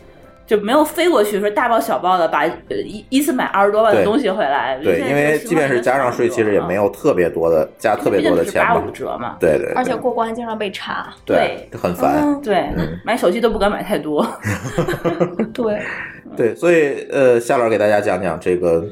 [SPEAKER 5] 就没有飞过去说大包小包的把呃一一次买二十多万的
[SPEAKER 3] 对
[SPEAKER 5] 东西回来，
[SPEAKER 3] 对
[SPEAKER 5] 现，在
[SPEAKER 3] 因为
[SPEAKER 5] 情况
[SPEAKER 3] 即便
[SPEAKER 5] 已
[SPEAKER 3] 是
[SPEAKER 5] 经
[SPEAKER 3] 加上
[SPEAKER 5] 很
[SPEAKER 3] 税，
[SPEAKER 5] 多
[SPEAKER 3] 其实也
[SPEAKER 5] 了嗯
[SPEAKER 3] 没有特别多的加特别多的钱
[SPEAKER 5] 八
[SPEAKER 3] 嘛
[SPEAKER 5] 五。折嘛。
[SPEAKER 3] 对对，
[SPEAKER 4] 而且过关经常被查。
[SPEAKER 3] 对对很 烦。
[SPEAKER 4] 嗯
[SPEAKER 5] 对，
[SPEAKER 3] 嗯
[SPEAKER 5] 买手机都不敢买 太多。
[SPEAKER 4] 对，
[SPEAKER 3] 对，所以呃，夏老师给大家讲讲这个，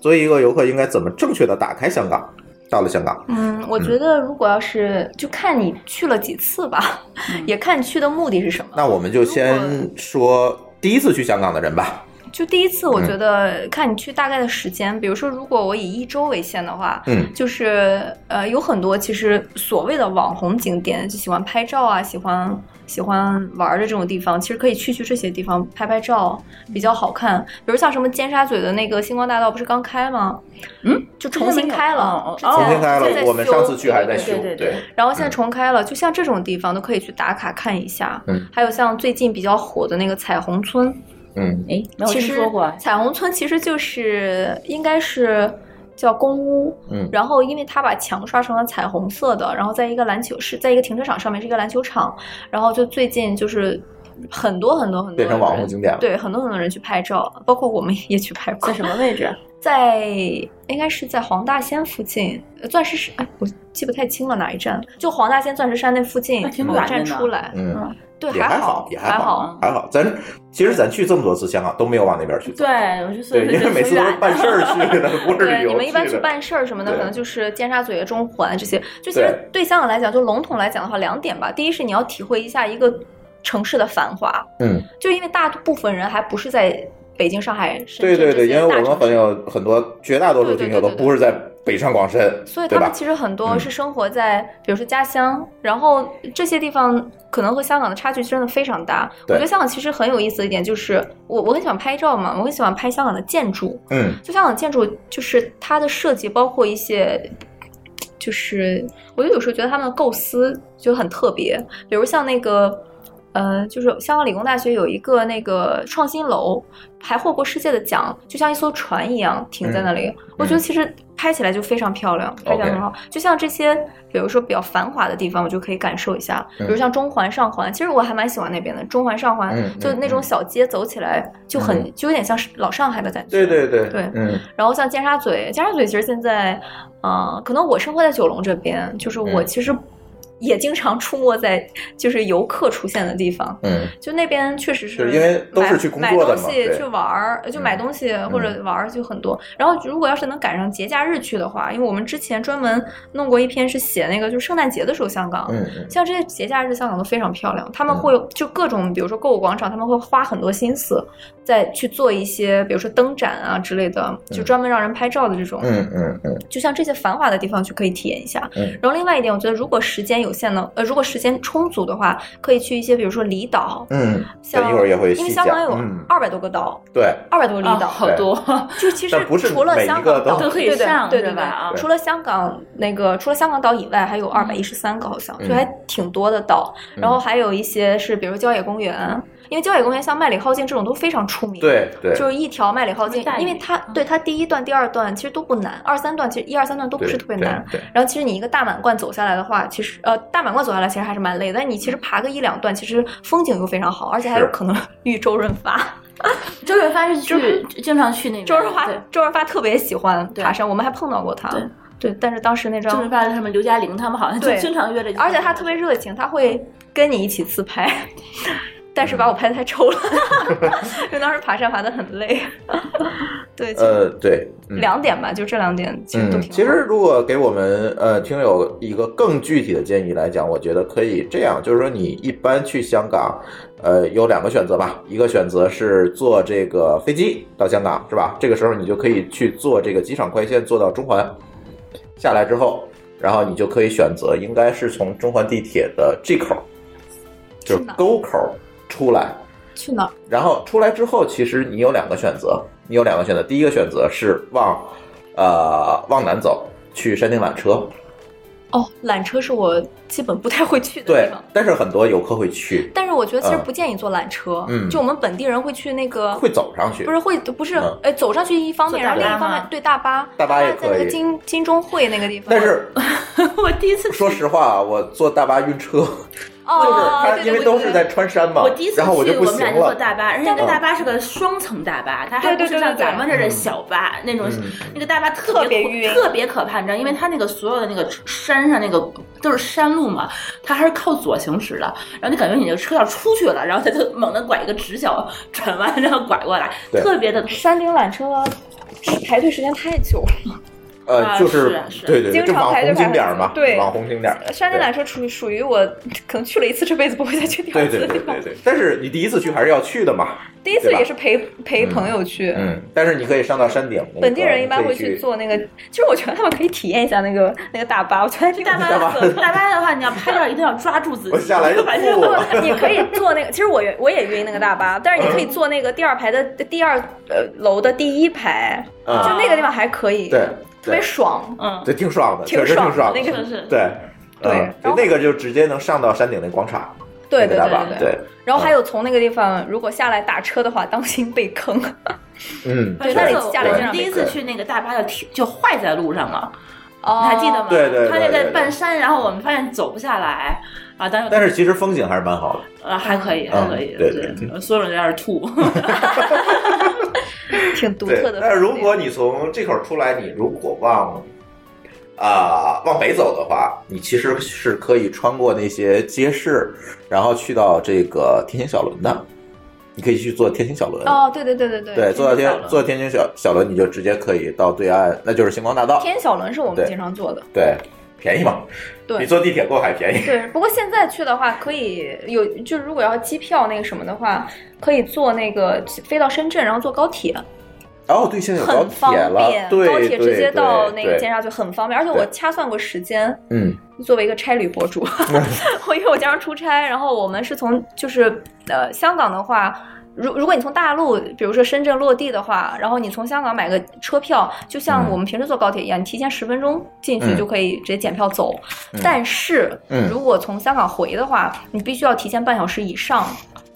[SPEAKER 3] 作为一个游客应该怎么正确的打开香港。到了香港，
[SPEAKER 4] 嗯，我觉得如果要是就看你去了几次吧，也看你去的目的是什么。
[SPEAKER 3] 那我们就
[SPEAKER 4] 如
[SPEAKER 3] 先说第一次去香港的人吧。
[SPEAKER 4] 就第一次，我
[SPEAKER 3] 嗯
[SPEAKER 4] 觉得看你去大概的时间，比如说，如果我以一周为限的话，
[SPEAKER 3] 嗯
[SPEAKER 4] 就是呃，有很多其实所谓的网红景点，就喜欢拍照啊，喜欢喜欢玩儿的这种地方，其实可以去去这些地方拍拍照，比较好看。比如像什么尖沙咀的那个星光大道，不是刚开吗？
[SPEAKER 5] 嗯，
[SPEAKER 4] 就重新开了
[SPEAKER 5] 哦，
[SPEAKER 4] 之
[SPEAKER 5] 哦
[SPEAKER 3] 重新
[SPEAKER 4] 前
[SPEAKER 5] 嗯
[SPEAKER 3] 开
[SPEAKER 4] 之前在
[SPEAKER 3] 了，我们
[SPEAKER 4] 修
[SPEAKER 3] 上次去还在修
[SPEAKER 5] 对，对对
[SPEAKER 3] 对，
[SPEAKER 4] 然后现在重开了，就像这种地方都可以去打卡看一下。
[SPEAKER 3] 嗯，
[SPEAKER 4] 还有像最近比较火的那个彩虹村，
[SPEAKER 3] 嗯，
[SPEAKER 5] 哎，没有
[SPEAKER 4] 其
[SPEAKER 5] 听
[SPEAKER 4] 实
[SPEAKER 5] 说过啊。
[SPEAKER 4] 彩虹村其实就是应该是叫公屋，
[SPEAKER 3] 嗯
[SPEAKER 4] 然后因为它把墙刷成了彩虹色的，然后在一个篮球是在一个停车场上面是一个篮球场，然后就最近就是很多很多很多
[SPEAKER 3] 变成网红景点了
[SPEAKER 4] 对，很多很多人去拍照，包括我们也去拍过
[SPEAKER 5] 在。什么位 置？啊
[SPEAKER 4] 在应该是在黄大仙附近，呃钻石山，哎，我记不太清了哪一站，就黄大仙钻石山那附近
[SPEAKER 5] 那，挺
[SPEAKER 4] 某
[SPEAKER 5] 远的
[SPEAKER 4] 站
[SPEAKER 5] 呢
[SPEAKER 4] 出来，
[SPEAKER 3] 嗯，
[SPEAKER 4] 对，
[SPEAKER 3] 也还
[SPEAKER 4] 好，
[SPEAKER 3] 也
[SPEAKER 4] 还
[SPEAKER 3] 还好，还好。咱其实咱去这么多次香港都没有往那边去走，
[SPEAKER 5] 对，我是所
[SPEAKER 3] 对，
[SPEAKER 5] 以
[SPEAKER 3] 因为每次都是办事儿去的，不是旅
[SPEAKER 4] 对，
[SPEAKER 3] 游
[SPEAKER 4] 你们一般
[SPEAKER 3] 去
[SPEAKER 4] 去
[SPEAKER 3] 的
[SPEAKER 4] 办事儿什么的，
[SPEAKER 3] 对
[SPEAKER 4] 可能就是尖沙咀、中环这些。就其实对香港来讲，就笼统来讲的话，两点吧。第一是你要体会一下一个城市的繁华，
[SPEAKER 3] 嗯，
[SPEAKER 4] 就因为大部分人还不是在北京、上海、深
[SPEAKER 3] 对
[SPEAKER 4] 圳
[SPEAKER 3] 对对，
[SPEAKER 4] 这
[SPEAKER 3] 因
[SPEAKER 4] 些
[SPEAKER 3] 为
[SPEAKER 4] 大
[SPEAKER 3] 我们
[SPEAKER 4] 城
[SPEAKER 3] 很
[SPEAKER 4] 市。
[SPEAKER 3] 有很多绝大多数听友都不是在北上广深，
[SPEAKER 4] 所以
[SPEAKER 3] 对
[SPEAKER 4] 他
[SPEAKER 3] 吧
[SPEAKER 4] 们？其实很多
[SPEAKER 3] 嗯
[SPEAKER 4] 是生活在，比如说家乡，然后这些地方可能和香港的差距真的非常大。我
[SPEAKER 3] 对
[SPEAKER 4] 觉得香港其实很有意思的一点就是，我我很喜欢拍照嘛，我很喜欢拍香港的建筑，
[SPEAKER 3] 嗯，
[SPEAKER 4] 就香港建筑，就是它的设计，包括一些，就是我就有时候觉得他们的构思就很特别，比如像那个。呃，就是香港理工大学有一个那个创新楼，还获过世界的奖，就像一艘船一样停在那
[SPEAKER 3] 嗯
[SPEAKER 4] 里。我觉得其实拍起来就非常漂亮，拍起来很好。就像这些，比如说比较繁华的地方，我就可以感受一下。比如
[SPEAKER 3] 嗯
[SPEAKER 4] 像中环、上环，其实我还蛮喜欢那边的。中环、上环、
[SPEAKER 3] 嗯
[SPEAKER 4] 就
[SPEAKER 3] 嗯
[SPEAKER 4] 那种
[SPEAKER 3] 嗯
[SPEAKER 4] 小街走起来就很，就有点像是老上海的感觉。
[SPEAKER 3] 对对对
[SPEAKER 4] 对
[SPEAKER 3] 嗯
[SPEAKER 4] 然后像尖沙咀，尖沙咀其实现在，呃，可能我生活在九龙这边，就是我
[SPEAKER 3] 嗯
[SPEAKER 4] 其实也经常出没在就是游客出现的地方，
[SPEAKER 3] 嗯，
[SPEAKER 4] 就那边确实是
[SPEAKER 3] 就是因为都是去工作的嘛
[SPEAKER 4] 买买东
[SPEAKER 3] 对嗯
[SPEAKER 4] 西去玩儿，就买东西或者玩儿就很多。然后如果要是能赶上节假日去的话，因为我们之前专门弄过一篇是写那个就是圣诞节的时候香港，
[SPEAKER 3] 嗯嗯
[SPEAKER 4] 像这些节假日，香港都非常漂亮。他们会有就各种，比如说购物广场，他们会花很多心思再去做一些，比如说灯展啊之类的，就专门让人拍照的这种。
[SPEAKER 3] 嗯嗯嗯
[SPEAKER 4] 就像这些繁华的地方去可以体验一下。
[SPEAKER 3] 嗯
[SPEAKER 4] 然后另外一点，我觉得如果时间有限呢，呃，如果时间充足的话，可以去一些，比如说离岛，
[SPEAKER 3] 嗯，
[SPEAKER 4] 像
[SPEAKER 3] 一会儿也会
[SPEAKER 4] 因
[SPEAKER 3] 细
[SPEAKER 4] 为香
[SPEAKER 3] 讲
[SPEAKER 4] 港有
[SPEAKER 3] 嗯
[SPEAKER 4] 二百多个岛，
[SPEAKER 3] 对，
[SPEAKER 4] 二百多个离岛。
[SPEAKER 5] 哦好多，
[SPEAKER 4] 就其实
[SPEAKER 3] 但不是
[SPEAKER 4] 除了
[SPEAKER 3] 每一
[SPEAKER 4] 香
[SPEAKER 3] 个
[SPEAKER 4] 港
[SPEAKER 3] 都
[SPEAKER 4] 岛
[SPEAKER 5] 都可以
[SPEAKER 4] 对对
[SPEAKER 5] 上
[SPEAKER 4] 对
[SPEAKER 5] 是
[SPEAKER 4] 对
[SPEAKER 5] 吧啊
[SPEAKER 4] 对，除了香港那个除了香港岛以外，还有二百一十三个好像，
[SPEAKER 3] 嗯
[SPEAKER 4] 就还挺多的岛。然后还有一些是比如郊野公园，因为郊野公园像麦理浩径这种都非常出名。。
[SPEAKER 3] 对对，
[SPEAKER 4] 就是一条麦理浩径
[SPEAKER 5] 什么，大
[SPEAKER 4] 因为
[SPEAKER 5] 屿
[SPEAKER 4] 它对它第一段、第二段其实都不难，二三段其实一二三段都不
[SPEAKER 3] 对
[SPEAKER 4] 是特别难。
[SPEAKER 3] 对，对
[SPEAKER 4] 然后其实你一个大满贯走下来的话，其实呃大满贯走下来其实还是蛮累，但你其实爬个一两段，其实风景又非常好，而且还
[SPEAKER 3] 嗯
[SPEAKER 4] 有
[SPEAKER 3] 是
[SPEAKER 4] 可能 遇周润发。
[SPEAKER 5] 周润发是去经常去那边。
[SPEAKER 4] 周润发
[SPEAKER 5] 对，
[SPEAKER 4] 周润发特别喜欢
[SPEAKER 5] 对
[SPEAKER 4] 爬山，我们还碰到过他。
[SPEAKER 5] 对
[SPEAKER 4] 对但是当时那
[SPEAKER 5] 周润
[SPEAKER 4] 张，
[SPEAKER 5] 发什么刘嘉玲他们好像就
[SPEAKER 4] 对
[SPEAKER 5] 经常约着，
[SPEAKER 4] 而且他特别热情，他会跟你一起自拍， 但是把我拍的太丑了， 因为当时爬山爬的很累。 对，其实
[SPEAKER 3] 呃对，嗯
[SPEAKER 4] 两点吧，就这两点其实都挺好。
[SPEAKER 3] 其实如果给我们呃听友一个更具体的建议来讲，我觉得可以这样，就是说你一般去香港，呃，有两个选择吧，一个选择是坐这个飞机到香港，是吧？这个时候你就可以去坐这个机场快线，坐到中环，下来之后，然后你就可以选择，应该是从中环地铁的 G 口，就是
[SPEAKER 4] 去哪儿
[SPEAKER 3] 沟口出来，
[SPEAKER 4] 去哪儿？
[SPEAKER 3] 然后出来之后，其实你有两个选择，你有两个选择，第一个选择是往呃往南走，去山顶缆车，
[SPEAKER 4] 哦，缆车是我基本不太会去的地
[SPEAKER 3] 对
[SPEAKER 4] 方。，
[SPEAKER 3] 但是很多游客会去，
[SPEAKER 4] 但是我觉得其实
[SPEAKER 3] 嗯
[SPEAKER 4] 不建议坐缆车，
[SPEAKER 3] 嗯
[SPEAKER 4] 就我们本地人会去那个，
[SPEAKER 3] 会走上去
[SPEAKER 4] 哦不，是会不是
[SPEAKER 3] 嗯，
[SPEAKER 4] 哎、走上去一方面，
[SPEAKER 5] 坐
[SPEAKER 4] 然
[SPEAKER 5] 大
[SPEAKER 4] 后另一方
[SPEAKER 5] 巴
[SPEAKER 4] 面
[SPEAKER 5] 吗
[SPEAKER 4] 对大巴，
[SPEAKER 3] 大巴也
[SPEAKER 4] 在那
[SPEAKER 3] 可
[SPEAKER 4] 个
[SPEAKER 3] 以
[SPEAKER 4] 金金钟会那个地方，
[SPEAKER 3] 但是
[SPEAKER 5] 我第一次 去
[SPEAKER 3] 说实话，我坐大巴晕 车，就是
[SPEAKER 4] 哦，
[SPEAKER 3] 它
[SPEAKER 4] 对
[SPEAKER 3] 因
[SPEAKER 4] 对
[SPEAKER 3] 为
[SPEAKER 4] 对
[SPEAKER 3] 都
[SPEAKER 4] 对
[SPEAKER 3] 是在穿山嘛
[SPEAKER 5] 我第一，次去，
[SPEAKER 3] 然后
[SPEAKER 5] 我
[SPEAKER 3] 就不
[SPEAKER 5] 们
[SPEAKER 3] 行
[SPEAKER 5] 俩就坐
[SPEAKER 3] 了。
[SPEAKER 5] 大巴，而且那
[SPEAKER 3] 嗯
[SPEAKER 5] 个大巴是个双层大巴，它还
[SPEAKER 4] 对对
[SPEAKER 5] 不是像
[SPEAKER 4] 对对对
[SPEAKER 5] 咱们这是小巴那种
[SPEAKER 3] 嗯，
[SPEAKER 5] 那个大巴特别
[SPEAKER 4] 特别晕
[SPEAKER 5] 特别可怕，你知道，因为它那个所有的那个山上那个都是山路嘛，它还是靠左行驶的，然后你感觉你这车要出去了，然后它就猛地拐一个直角转弯，然后拐过来，
[SPEAKER 3] 对
[SPEAKER 5] 特别的
[SPEAKER 4] 山顶缆车排队时间太久了，
[SPEAKER 3] 呃，
[SPEAKER 5] 啊
[SPEAKER 3] 就是
[SPEAKER 5] 是
[SPEAKER 3] 对对，对，
[SPEAKER 4] 经
[SPEAKER 3] 就
[SPEAKER 4] 常
[SPEAKER 3] 往
[SPEAKER 4] 排
[SPEAKER 3] 红
[SPEAKER 4] 队
[SPEAKER 3] 景
[SPEAKER 4] 排
[SPEAKER 3] 点儿嘛，
[SPEAKER 4] 对
[SPEAKER 3] 往红景点儿。
[SPEAKER 4] 山顶
[SPEAKER 3] 对
[SPEAKER 4] 缆车属于属于我 可能去了一次，这辈子不会再去第二
[SPEAKER 3] 对
[SPEAKER 4] 次
[SPEAKER 3] 对
[SPEAKER 4] 的地
[SPEAKER 3] 对
[SPEAKER 4] 方
[SPEAKER 3] 对。对，但是你第一次去还是要去的嘛，
[SPEAKER 4] 第一次
[SPEAKER 3] 对吧
[SPEAKER 4] 也是陪陪朋友去，
[SPEAKER 3] 嗯，但是你可以上到山顶。那个
[SPEAKER 4] 本地人一般
[SPEAKER 3] 可以
[SPEAKER 4] 会
[SPEAKER 3] 去
[SPEAKER 4] 去坐那个，其实我觉得他们可以体验一下那个那个大巴，我觉得这个
[SPEAKER 5] 大巴大巴的话，你要拍照一定要抓住自己，
[SPEAKER 3] 我下来就
[SPEAKER 5] 反正
[SPEAKER 3] 吐了
[SPEAKER 4] 不， 你可以 坐那个，其实我也我也晕那个大巴，但是你可以坐那个第二排的第二呃楼的第一排，就
[SPEAKER 3] 啊，
[SPEAKER 4] 那个地方还可以，
[SPEAKER 3] 对，
[SPEAKER 4] 特别
[SPEAKER 3] 对，
[SPEAKER 4] 爽，
[SPEAKER 5] 嗯，
[SPEAKER 3] 对，挺爽的，
[SPEAKER 4] 挺
[SPEAKER 3] 确实
[SPEAKER 4] 爽
[SPEAKER 3] 挺
[SPEAKER 4] 的
[SPEAKER 3] 爽的
[SPEAKER 4] 那，
[SPEAKER 5] 是是，
[SPEAKER 3] 对
[SPEAKER 4] 对
[SPEAKER 3] 嗯
[SPEAKER 4] 然后
[SPEAKER 3] 那个就直接能上到山顶那广场，
[SPEAKER 4] 对
[SPEAKER 3] 那个
[SPEAKER 4] 对
[SPEAKER 3] 大
[SPEAKER 4] 对
[SPEAKER 3] 巴，
[SPEAKER 4] 对。
[SPEAKER 3] 对，
[SPEAKER 4] 然后还有从那个地方如果下来打车的话，当心被坑。
[SPEAKER 3] 嗯，
[SPEAKER 4] 对
[SPEAKER 5] 对，
[SPEAKER 4] 那
[SPEAKER 5] 那
[SPEAKER 4] 里
[SPEAKER 5] 里
[SPEAKER 4] 下
[SPEAKER 3] 来
[SPEAKER 5] 我
[SPEAKER 3] 就
[SPEAKER 5] 们
[SPEAKER 4] 让
[SPEAKER 5] 第
[SPEAKER 4] 你
[SPEAKER 5] 一次
[SPEAKER 3] 对
[SPEAKER 5] 去那个大巴就停就坏在路上了，
[SPEAKER 4] 哦，
[SPEAKER 5] 你还记得吗？
[SPEAKER 3] 对对对
[SPEAKER 5] 他那
[SPEAKER 3] 对
[SPEAKER 5] 个
[SPEAKER 3] 对
[SPEAKER 5] 半山，然后我们发现走不下来啊，但是
[SPEAKER 3] 但是其实风景还是蛮好的。
[SPEAKER 5] 呃还可以，还可以，
[SPEAKER 3] 嗯对对
[SPEAKER 5] 对，所有人在那 儿吐，
[SPEAKER 4] 挺独
[SPEAKER 3] 对，
[SPEAKER 4] 特的。
[SPEAKER 3] 但是如果你从这口出来，你如果往啊、往北走的话，你其实是可以穿过那些街市，然后去到这个天星小轮的。你可以去坐天星小轮，
[SPEAKER 4] 哦，对对对对对
[SPEAKER 3] 对，坐到
[SPEAKER 5] 天
[SPEAKER 3] 天
[SPEAKER 5] 小轮
[SPEAKER 3] 坐天星小小轮，你就直接可以到对岸，那就是星光大道。
[SPEAKER 4] 天小轮是我们
[SPEAKER 3] 对
[SPEAKER 4] 经常坐的。
[SPEAKER 3] 对，便宜嘛，
[SPEAKER 4] 对
[SPEAKER 3] 比坐地铁过海便宜。
[SPEAKER 4] 对，不过现在去的话，可以有，就是如果要机票那个什么的话，可以坐那个飞到深圳，然后坐高铁，
[SPEAKER 3] 哦，对，现在有高
[SPEAKER 4] 很方
[SPEAKER 3] 铁了
[SPEAKER 4] 便，，
[SPEAKER 3] 对
[SPEAKER 4] 高铁直接到那个尖
[SPEAKER 3] 沙。
[SPEAKER 4] 沙咀很方便。而且我掐算过时间，
[SPEAKER 3] 嗯，
[SPEAKER 4] 作为一个差旅博主， 我因为我经常出差，然后我们是从就是呃香港的话。如如果你从大陆，比如说深圳落地的话，然后你从香港买个车票，就像
[SPEAKER 3] 嗯
[SPEAKER 4] 我们平时坐高铁一样，你提前十分钟进去
[SPEAKER 3] 嗯
[SPEAKER 4] 就可以直接检票走。
[SPEAKER 3] 嗯
[SPEAKER 4] 但是、
[SPEAKER 3] 嗯
[SPEAKER 4] 如果从香港回的话，你必须要提前半小时以上，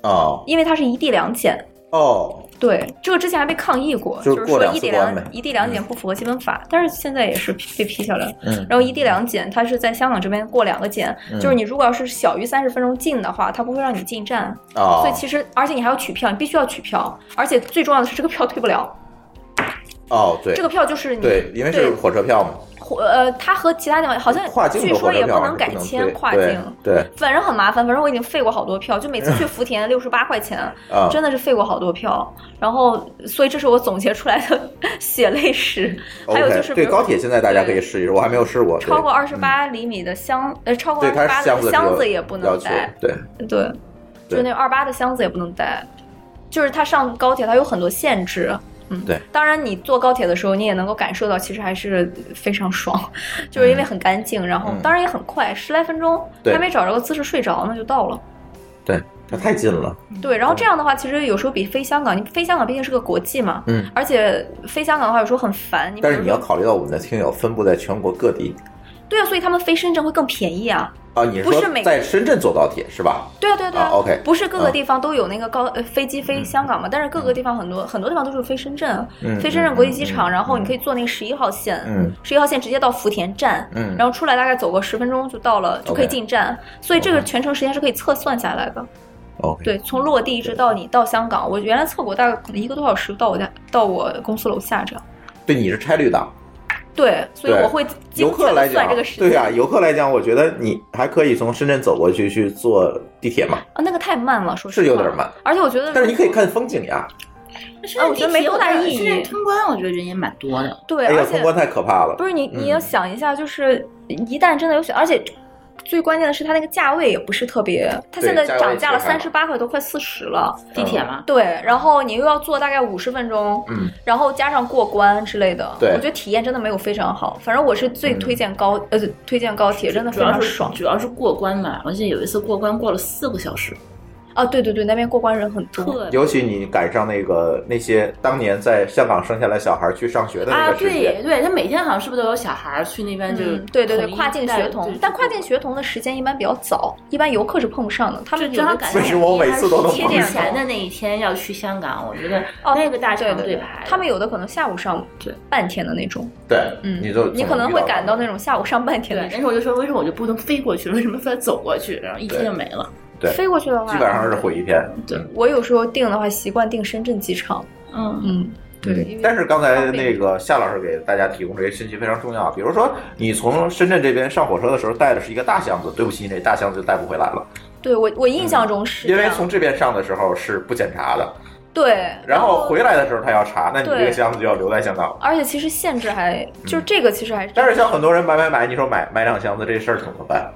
[SPEAKER 3] 哦
[SPEAKER 4] 因为它是一地两检。
[SPEAKER 3] 哦，
[SPEAKER 4] 对，这个之前还被抗议过，
[SPEAKER 3] 就是
[SPEAKER 4] 就
[SPEAKER 3] 过
[SPEAKER 4] 说
[SPEAKER 3] 两
[SPEAKER 4] 一
[SPEAKER 3] 次
[SPEAKER 4] 地
[SPEAKER 3] 关
[SPEAKER 4] 两
[SPEAKER 3] 呗
[SPEAKER 4] 一地两检不符合基本法，但是现在也是被批下来了。
[SPEAKER 3] 嗯
[SPEAKER 4] 然后一地两检，它是在香港这边过两个检，
[SPEAKER 3] 嗯
[SPEAKER 4] 就是你如果要是小于三十分钟进的话，它不会让你进站，
[SPEAKER 3] 哦，
[SPEAKER 4] 所以其实而且你还要取票，你必须要取票，而且最重要的是这个票退不了，
[SPEAKER 3] 哦对，
[SPEAKER 4] 这个票就是你
[SPEAKER 3] 对，因为是
[SPEAKER 4] 对
[SPEAKER 3] 火车票嘛，
[SPEAKER 4] 火呃，它和其他地方好像
[SPEAKER 3] 跨境
[SPEAKER 4] 据
[SPEAKER 3] 的火
[SPEAKER 4] 说
[SPEAKER 3] 车
[SPEAKER 4] 也
[SPEAKER 3] 票
[SPEAKER 4] 不
[SPEAKER 3] 好像
[SPEAKER 4] 能改
[SPEAKER 3] 不能
[SPEAKER 4] 签
[SPEAKER 3] 对
[SPEAKER 4] 跨境。
[SPEAKER 3] 对对
[SPEAKER 4] 反正很麻烦，反正我已经废过好多票，就 每次去福田六十八块钱，
[SPEAKER 3] 啊，
[SPEAKER 4] 真的是废过好多票。然后，所以这是我总结出来的 血泪史。还有就是
[SPEAKER 3] OK，
[SPEAKER 4] 比
[SPEAKER 3] 对
[SPEAKER 4] 如
[SPEAKER 3] 高铁现在大家可以试一试，我还没有试过，对嗯
[SPEAKER 4] 超过二十，八厘米的箱，呃，超过
[SPEAKER 3] 对，
[SPEAKER 4] 二
[SPEAKER 3] 它
[SPEAKER 4] 十八
[SPEAKER 3] 是箱子
[SPEAKER 4] 的
[SPEAKER 3] 是有
[SPEAKER 4] 箱子也不
[SPEAKER 3] 要
[SPEAKER 4] 能
[SPEAKER 3] 求
[SPEAKER 4] 带，，
[SPEAKER 3] 对，
[SPEAKER 4] 对，
[SPEAKER 3] 对
[SPEAKER 4] 就那二八的箱子也不能带，就是它上高铁它有很多限制。嗯，
[SPEAKER 3] 对。
[SPEAKER 4] 当然，你坐高铁的时候，你也能够感受到，其实还是非常爽， 就是因为很干净，然后
[SPEAKER 3] 嗯
[SPEAKER 4] 当然也很快，十来分钟，
[SPEAKER 3] 对
[SPEAKER 4] 还没找着个姿势睡着呢就到了。
[SPEAKER 3] 对，它太近了，
[SPEAKER 4] 对，然后这样的话，其实有时候比飞香港，你飞香港毕竟是个国际嘛，
[SPEAKER 3] 嗯，
[SPEAKER 4] 而且飞香港的话有时候很烦。你比
[SPEAKER 3] 但
[SPEAKER 4] 如
[SPEAKER 3] 是
[SPEAKER 4] 说
[SPEAKER 3] 你要考虑到我们的听友分布在全国各地
[SPEAKER 4] 对啊，所以他们飞深圳会更便宜啊。
[SPEAKER 3] 啊，你
[SPEAKER 4] 不
[SPEAKER 3] 说
[SPEAKER 4] 是每
[SPEAKER 3] 在深圳坐高铁是吧？
[SPEAKER 4] 对啊，对啊，对
[SPEAKER 3] 啊，OK，
[SPEAKER 4] 不是各
[SPEAKER 3] 啊
[SPEAKER 4] 个地方都有那个高、呃飞机飞香港嘛，但是各个地方很多很多地方都是飞深圳，啊
[SPEAKER 3] 嗯
[SPEAKER 4] 飞深圳国际机
[SPEAKER 3] 嗯
[SPEAKER 4] 场，
[SPEAKER 3] 嗯
[SPEAKER 4] 然后你可以坐那个十一号线，
[SPEAKER 3] 嗯
[SPEAKER 4] 十一号线直接到福田站，
[SPEAKER 3] 嗯
[SPEAKER 4] 然后出来大概走个十分钟就到了，就可以
[SPEAKER 3] OK
[SPEAKER 4] 进站，所以这个
[SPEAKER 3] OK
[SPEAKER 4] 全程时间是可以测算下来的。
[SPEAKER 3] ，OK，
[SPEAKER 4] 对，从落地一直到你到香港，我原来测过大概可能一个多小时到我家到我公司楼下这样。
[SPEAKER 3] 对，你是差旅党，
[SPEAKER 4] 对，所以
[SPEAKER 3] 对
[SPEAKER 4] 我会精
[SPEAKER 3] 游
[SPEAKER 4] 确
[SPEAKER 3] 客来
[SPEAKER 4] 的
[SPEAKER 3] 讲
[SPEAKER 4] 算这个，时间。
[SPEAKER 3] 对啊呀，游客来讲，我觉得你还可以从深圳走过去去坐地铁嘛，
[SPEAKER 4] 啊，那个太慢了，说实话
[SPEAKER 3] 是有点慢。
[SPEAKER 4] 而且我觉得，
[SPEAKER 3] 但是你可以看风景呀，
[SPEAKER 5] 现在
[SPEAKER 4] 哦我觉得没多大意义
[SPEAKER 5] 现在通关，我觉得人也蛮多的，
[SPEAKER 4] 对，
[SPEAKER 3] 哎呀，
[SPEAKER 4] 而
[SPEAKER 3] 通
[SPEAKER 4] 且
[SPEAKER 3] 关太可怕了
[SPEAKER 4] 不，是你，
[SPEAKER 3] 嗯
[SPEAKER 4] 你要想一下，就是一旦真的有选，而且最关键的是它那个价位也不是特别，它
[SPEAKER 3] 对
[SPEAKER 4] 现在
[SPEAKER 3] 价位
[SPEAKER 4] 涨价了
[SPEAKER 3] 其实还
[SPEAKER 4] 三
[SPEAKER 3] 好
[SPEAKER 4] 十八块多，快四十了。
[SPEAKER 5] 地铁嘛，
[SPEAKER 4] 对，然后你又要坐大概五十分钟，
[SPEAKER 3] 嗯，
[SPEAKER 4] 然后加上过关之类的，
[SPEAKER 3] 对嗯
[SPEAKER 4] 我觉得体验真的没有非常好。反正我是最推荐高，呃，推荐高铁，真的非
[SPEAKER 5] 主要
[SPEAKER 4] 常
[SPEAKER 5] 是
[SPEAKER 4] 爽。
[SPEAKER 5] 主要是过关嘛，我记得有一次过关过了四个小时，
[SPEAKER 4] 啊，对对对，那边过关人很多。
[SPEAKER 3] 尤其你赶上那个那些当年在香港生下来小孩去上学的那
[SPEAKER 5] 啊，
[SPEAKER 3] 个时间，
[SPEAKER 5] 对对，他每天好像是不是都有小孩儿去那边就
[SPEAKER 4] 嗯，对对对，
[SPEAKER 5] 统一
[SPEAKER 4] 跨境
[SPEAKER 5] 带
[SPEAKER 4] 学
[SPEAKER 5] 对
[SPEAKER 4] 童
[SPEAKER 5] 对，
[SPEAKER 4] 但跨境学童的时间一般比较早，一般游客是碰不上的。他们有
[SPEAKER 5] 就正好
[SPEAKER 4] 的
[SPEAKER 5] 赶
[SPEAKER 4] 机
[SPEAKER 5] 上
[SPEAKER 3] 为什么我每次都能
[SPEAKER 5] 贴
[SPEAKER 3] 碰
[SPEAKER 5] 点
[SPEAKER 3] 上
[SPEAKER 5] 前的那一天要去香港，我觉得
[SPEAKER 4] 哦
[SPEAKER 5] 那个大
[SPEAKER 4] 对
[SPEAKER 5] 长
[SPEAKER 4] 对
[SPEAKER 5] 队
[SPEAKER 4] 对
[SPEAKER 5] 排，，
[SPEAKER 4] 他们有的可能下午上
[SPEAKER 5] 对
[SPEAKER 4] 半天的那种，
[SPEAKER 3] 对
[SPEAKER 4] 嗯，
[SPEAKER 3] 你就
[SPEAKER 4] 你可能会感到那
[SPEAKER 3] 种
[SPEAKER 4] 种下午上半天
[SPEAKER 5] 对
[SPEAKER 4] 的那，种。
[SPEAKER 5] 那时候我就说，为什么我就不能飞过去？为什么非要走过去？然后一天就没
[SPEAKER 4] 嗯
[SPEAKER 5] 了。
[SPEAKER 3] 对
[SPEAKER 4] 飞过去的话，
[SPEAKER 3] 基本上是毁一嗯天。
[SPEAKER 5] 对
[SPEAKER 4] 嗯我有时候订的话，习惯订深圳机场。
[SPEAKER 5] 嗯，
[SPEAKER 4] 嗯，对，因为
[SPEAKER 3] 但是刚才
[SPEAKER 4] 方便
[SPEAKER 3] 那个夏老师给大家提供这些信息非常重要，比如说你从深圳这边上火车的时候带的是一个大箱子，对不起，你那大箱子就带不回来了，
[SPEAKER 4] 对我我印象中是这
[SPEAKER 3] 嗯因
[SPEAKER 4] 样，
[SPEAKER 3] 为从这边上的时候是不检查的，
[SPEAKER 4] 对，
[SPEAKER 3] 然后回来的时候他要查，那你这
[SPEAKER 4] 对
[SPEAKER 3] 个箱子就要留在香港。
[SPEAKER 4] 而且其实限制还就是这个，其实还是
[SPEAKER 3] 嗯但是像很多人买买买，你说买买两箱子这事儿怎么办？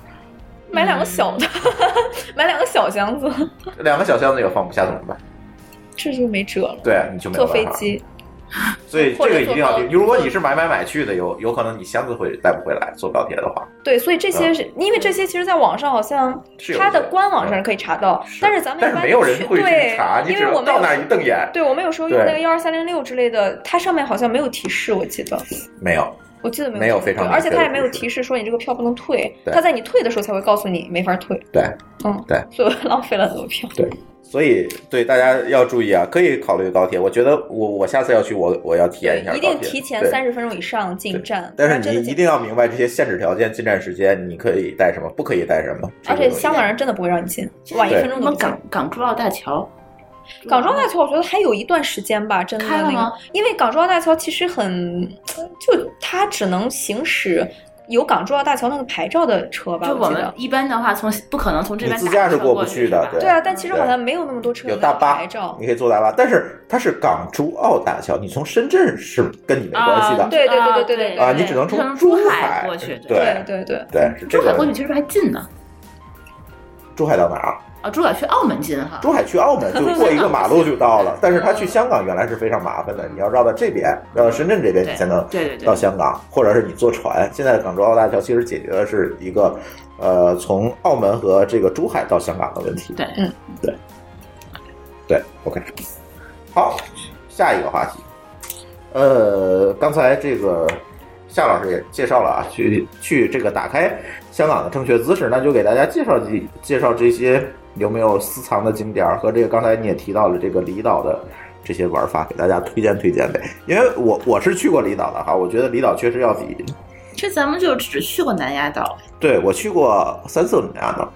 [SPEAKER 4] 买两个小的，
[SPEAKER 3] 嗯
[SPEAKER 4] 买两个小箱子，
[SPEAKER 3] 两个小箱子也放不下怎么办？
[SPEAKER 4] 这就没辙了。
[SPEAKER 3] 对啊，你就没有
[SPEAKER 4] 坐
[SPEAKER 3] 办法
[SPEAKER 4] 飞
[SPEAKER 3] 了。
[SPEAKER 4] 机，
[SPEAKER 3] 所以这个一定要
[SPEAKER 4] 或者坐
[SPEAKER 3] 定。
[SPEAKER 4] 高
[SPEAKER 3] 如果你是买买买去的，有有可能你箱子会带不回来，坐高铁的话。
[SPEAKER 4] 对，所以这些是、因为这些，其实在网上好像
[SPEAKER 3] 嗯是有
[SPEAKER 4] 它的
[SPEAKER 3] 的
[SPEAKER 4] 官网上是可以查到，但是咱们
[SPEAKER 3] 但
[SPEAKER 4] 一
[SPEAKER 3] 是
[SPEAKER 4] 般
[SPEAKER 3] 没有人
[SPEAKER 4] 去
[SPEAKER 3] 会去
[SPEAKER 4] 对
[SPEAKER 3] 查，你
[SPEAKER 4] 因
[SPEAKER 3] 只
[SPEAKER 4] 为我
[SPEAKER 3] 能
[SPEAKER 4] 们
[SPEAKER 3] 到
[SPEAKER 4] 有
[SPEAKER 3] 那儿
[SPEAKER 4] 时
[SPEAKER 3] 一瞪眼，
[SPEAKER 4] 对我们有时候用
[SPEAKER 3] 对
[SPEAKER 4] 那个幺二三零六之类的，它上面好像没有提示，我记得，
[SPEAKER 3] 没有。
[SPEAKER 4] 我记得没有
[SPEAKER 3] 没有
[SPEAKER 4] 提
[SPEAKER 3] 非常
[SPEAKER 4] 对
[SPEAKER 3] 明
[SPEAKER 4] 而且
[SPEAKER 3] 确
[SPEAKER 4] 它
[SPEAKER 3] 的
[SPEAKER 4] 也没有
[SPEAKER 3] 提示
[SPEAKER 4] 提示说你这个票不能退，
[SPEAKER 3] 对
[SPEAKER 4] 它在你退的时候才会告诉你没法退，
[SPEAKER 3] 对，
[SPEAKER 4] 嗯，
[SPEAKER 3] 对，
[SPEAKER 4] 所以我浪费了很 多票。
[SPEAKER 3] 所以对大家要注意啊，可以考虑高铁。我觉得我我下次要去，我我要体验一下
[SPEAKER 4] 一
[SPEAKER 3] 高铁
[SPEAKER 4] 定提前
[SPEAKER 3] 对
[SPEAKER 4] 三十分钟以上进站，不
[SPEAKER 3] 但
[SPEAKER 4] 然
[SPEAKER 3] 是
[SPEAKER 4] 真的
[SPEAKER 3] 你
[SPEAKER 4] 进
[SPEAKER 3] 一定要明白这些限制条件、进站时间，你可以带什么，不可以带什么。
[SPEAKER 4] 而
[SPEAKER 3] 这个
[SPEAKER 4] 且
[SPEAKER 3] 东西
[SPEAKER 4] 香港人真的不会让你进，晚一
[SPEAKER 3] 对
[SPEAKER 4] 分钟
[SPEAKER 5] 什
[SPEAKER 4] 都
[SPEAKER 5] 么
[SPEAKER 4] 不进。
[SPEAKER 5] 港港珠澳大桥，
[SPEAKER 4] 港珠澳大桥，我觉得还有一段时间吧，真的
[SPEAKER 5] 开了
[SPEAKER 4] 那
[SPEAKER 5] 吗
[SPEAKER 4] 个，因为港珠澳大桥其实很，就它只能行驶有港珠澳大桥那个牌照的车吧，
[SPEAKER 5] 啊就
[SPEAKER 4] 我
[SPEAKER 5] 我
[SPEAKER 4] 记
[SPEAKER 5] 们
[SPEAKER 4] 得。
[SPEAKER 5] 一般的话，从不可能从这边
[SPEAKER 3] 你自驾
[SPEAKER 5] 打
[SPEAKER 3] 是
[SPEAKER 5] 车
[SPEAKER 3] 过
[SPEAKER 5] 过
[SPEAKER 3] 不去的
[SPEAKER 5] 是吧
[SPEAKER 3] 对
[SPEAKER 4] 对啊，但其实
[SPEAKER 3] 对
[SPEAKER 4] 好像没有那么多车
[SPEAKER 3] 有大
[SPEAKER 4] 那个
[SPEAKER 3] 巴
[SPEAKER 4] 牌照，
[SPEAKER 3] 你。可以坐大巴，但是它是港珠澳大桥，你从深圳是跟你没关系的。
[SPEAKER 5] 啊
[SPEAKER 4] 对对对对对对
[SPEAKER 3] 啊你只能从
[SPEAKER 5] 珠
[SPEAKER 3] 珠
[SPEAKER 5] 海
[SPEAKER 3] 海
[SPEAKER 5] 过去，
[SPEAKER 3] 对
[SPEAKER 4] 对对对，
[SPEAKER 3] 对，是这
[SPEAKER 5] 珠海过去
[SPEAKER 3] 个。
[SPEAKER 5] 其实还近呢，
[SPEAKER 3] 珠海到哪儿啊？
[SPEAKER 5] 啊，珠海去澳门近哈，
[SPEAKER 3] 珠海去澳门就过一个马路就到 了，但是它去香港原来是非常麻烦的，你要绕到这边，绕到深圳这边你才能
[SPEAKER 5] 嗯对对对
[SPEAKER 3] 到香港，或者是你坐船。现在港珠澳大桥其实解决的是一个，呃，从澳门和这个珠海到香港的问题。
[SPEAKER 5] 对，
[SPEAKER 4] 嗯
[SPEAKER 3] 对，OK，好，下一个话题，呃，刚才这个夏老师也介绍了啊，去去这个打开香港的正确姿势，那就给大家介绍几介绍这些有没有私藏的景点儿和这个刚才你也提到了这个离岛的。这些玩法给大家推荐推荐呗，因为我我是去过离岛的哈，我觉得离岛确实要比，
[SPEAKER 5] 这咱们就只去过南丫岛，
[SPEAKER 3] 对我去过三四轮啊岛，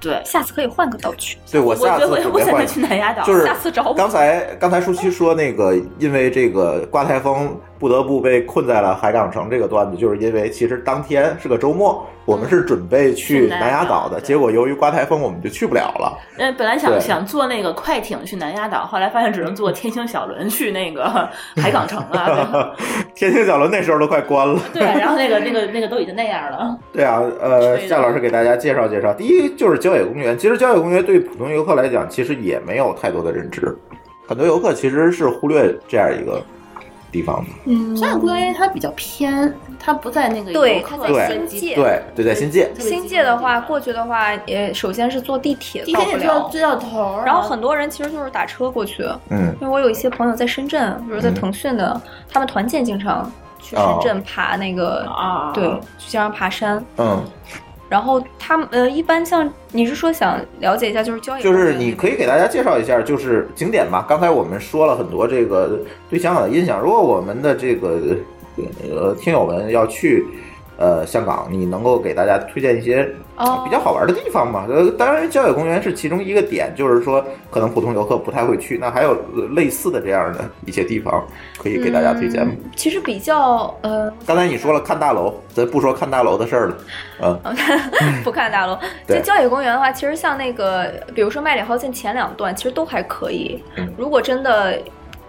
[SPEAKER 5] 对，
[SPEAKER 4] 下次可以换个道去。
[SPEAKER 3] 对我
[SPEAKER 5] 我觉
[SPEAKER 3] 下
[SPEAKER 5] 得
[SPEAKER 3] 次
[SPEAKER 5] 我
[SPEAKER 3] 准
[SPEAKER 5] 我
[SPEAKER 3] 备
[SPEAKER 5] 想
[SPEAKER 3] 换
[SPEAKER 5] 再
[SPEAKER 3] 一
[SPEAKER 5] 去南丫岛，
[SPEAKER 3] 就是
[SPEAKER 4] 下次找我
[SPEAKER 3] 刚才刚才舒淇说那个，因为这个刮台风不得不被困在了海港城这个段子，就是因为其实当天是个周末，我们是准备去
[SPEAKER 5] 去南
[SPEAKER 3] 南
[SPEAKER 5] 丫
[SPEAKER 3] 丫
[SPEAKER 5] 岛
[SPEAKER 3] 岛的，
[SPEAKER 5] 对
[SPEAKER 3] 结果由于刮台风，我们就去不了了。
[SPEAKER 5] 呃，本来想
[SPEAKER 3] 对
[SPEAKER 5] 想坐那个快艇去南丫岛，后来发现只能坐天星小轮去那个海港城 了。
[SPEAKER 3] 天星小轮那时候都快关了。
[SPEAKER 5] 对，对然后那个那个那个都已经那样了。
[SPEAKER 3] 对啊，呃，
[SPEAKER 5] 吹的
[SPEAKER 3] 夏老师给大家介绍介绍。第一就是郊野公园，其实郊野公园对普通游客来讲，其实也没有太多的认知，很多游客其实是忽略这样一个地方的。
[SPEAKER 4] 嗯
[SPEAKER 5] 虽然公园它比较偏，它不在那个
[SPEAKER 4] 对，
[SPEAKER 5] 游
[SPEAKER 4] 它
[SPEAKER 5] 客
[SPEAKER 4] 在
[SPEAKER 3] 对
[SPEAKER 4] 新界。
[SPEAKER 3] 对对，在新界，
[SPEAKER 4] 新界的话，过去的话，也首先是坐地铁
[SPEAKER 5] 第一
[SPEAKER 4] 到
[SPEAKER 5] 天
[SPEAKER 4] 不
[SPEAKER 5] 也到
[SPEAKER 4] 了，
[SPEAKER 5] 追到头儿，啊
[SPEAKER 4] 然后很多人其实就是打车过去。
[SPEAKER 3] 嗯，
[SPEAKER 4] 因为我有一些朋友在深圳，比如在腾讯的，他们团建经常去深
[SPEAKER 3] 哦
[SPEAKER 4] 圳爬那个，
[SPEAKER 5] 啊，
[SPEAKER 4] 对，去经常爬山。
[SPEAKER 3] 嗯，
[SPEAKER 4] 然后他们呃，一般像你是说想了解一下就是交易，
[SPEAKER 3] 就是你可以给大家介绍一下，就是景点吧。刚才我们说了很多这个对香港的印象。如果我们的这个呃听友们要去呃香港，你能够给大家推荐一些
[SPEAKER 4] 哦
[SPEAKER 3] 比较好玩的地方吗？呃，当然郊野公园是其中一个点，就是说可能普通游客不太会去。那还有呃类似的这样的一些地方可以给大家推荐吗？
[SPEAKER 4] 嗯其实比较呃，
[SPEAKER 3] 刚才你说了看大楼，咱不说看大楼的事儿了，
[SPEAKER 4] 哦
[SPEAKER 3] 嗯，
[SPEAKER 4] 不看大楼。
[SPEAKER 3] 对
[SPEAKER 4] 就郊野公园的话，其实像那个，比如说麦理浩径前两段，其实都还可以
[SPEAKER 3] 嗯。
[SPEAKER 4] 如果真的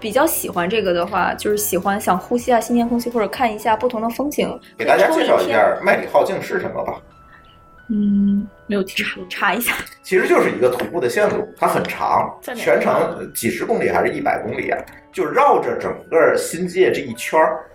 [SPEAKER 4] 比较喜欢这个的话，就是喜欢想呼吸一下啊新鲜空气，或者看一下不同的风景，
[SPEAKER 3] 给大家
[SPEAKER 4] 可以抽
[SPEAKER 3] 介绍一
[SPEAKER 4] 天
[SPEAKER 3] 下麦理浩径是什么吧。
[SPEAKER 4] 嗯，
[SPEAKER 5] 没有听说。
[SPEAKER 4] 查一下。
[SPEAKER 3] 其实就是一个徒步的线路，它很长，
[SPEAKER 5] 在哪儿
[SPEAKER 3] 全长几十公里还是一百公里啊？就绕着整个新界这一圈儿，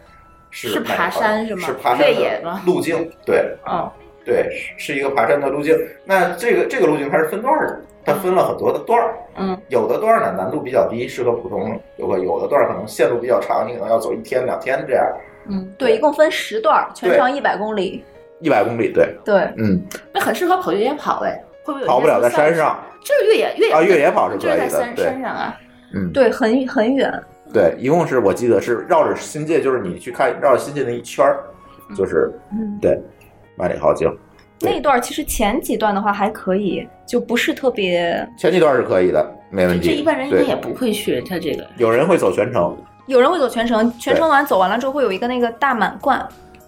[SPEAKER 5] 是
[SPEAKER 3] 是
[SPEAKER 5] 爬山是吗
[SPEAKER 3] 是爬山
[SPEAKER 5] 越野
[SPEAKER 3] 的
[SPEAKER 5] 吗
[SPEAKER 3] 路径，对
[SPEAKER 5] 哦，
[SPEAKER 3] 对，是一个爬山的路径。那这个这个路径它是分段儿的，
[SPEAKER 5] 嗯
[SPEAKER 3] 它分了很多的段儿，
[SPEAKER 4] 嗯，
[SPEAKER 3] 有的段儿呢难度比较低，适合普通游客；有的段儿可能线路比较长，你可能要走一天两天这样，
[SPEAKER 4] 嗯，对，一共分十段儿，全
[SPEAKER 3] 对
[SPEAKER 4] 长一百公里。
[SPEAKER 3] 一百公里。对，
[SPEAKER 4] 对，
[SPEAKER 3] 嗯，
[SPEAKER 5] 那很适合跑越野跑哎，会不会有
[SPEAKER 3] 跑不了在山
[SPEAKER 5] 山？
[SPEAKER 3] 上
[SPEAKER 5] 就是越野越野
[SPEAKER 3] 啊，越野跑是
[SPEAKER 5] 就
[SPEAKER 3] 可
[SPEAKER 5] 是在
[SPEAKER 3] 以的。
[SPEAKER 5] 山
[SPEAKER 3] 对
[SPEAKER 5] 山，上啊，
[SPEAKER 3] 嗯，
[SPEAKER 4] 对，很很远。
[SPEAKER 3] 对，一共是我记得是绕着新界，就是你去看绕着新界那一圈儿，就是
[SPEAKER 4] 嗯，
[SPEAKER 3] 对，万里豪径。对
[SPEAKER 4] 那一段儿其实前几段的话还可以，就不是特别。
[SPEAKER 3] 前几段是可以的，没问题。
[SPEAKER 5] 这一般人应该
[SPEAKER 3] 对
[SPEAKER 5] 也不会去他这个。
[SPEAKER 3] 有人会走全程，
[SPEAKER 4] 有人会走全程，全程完走完了之后会有一个那个大满贯，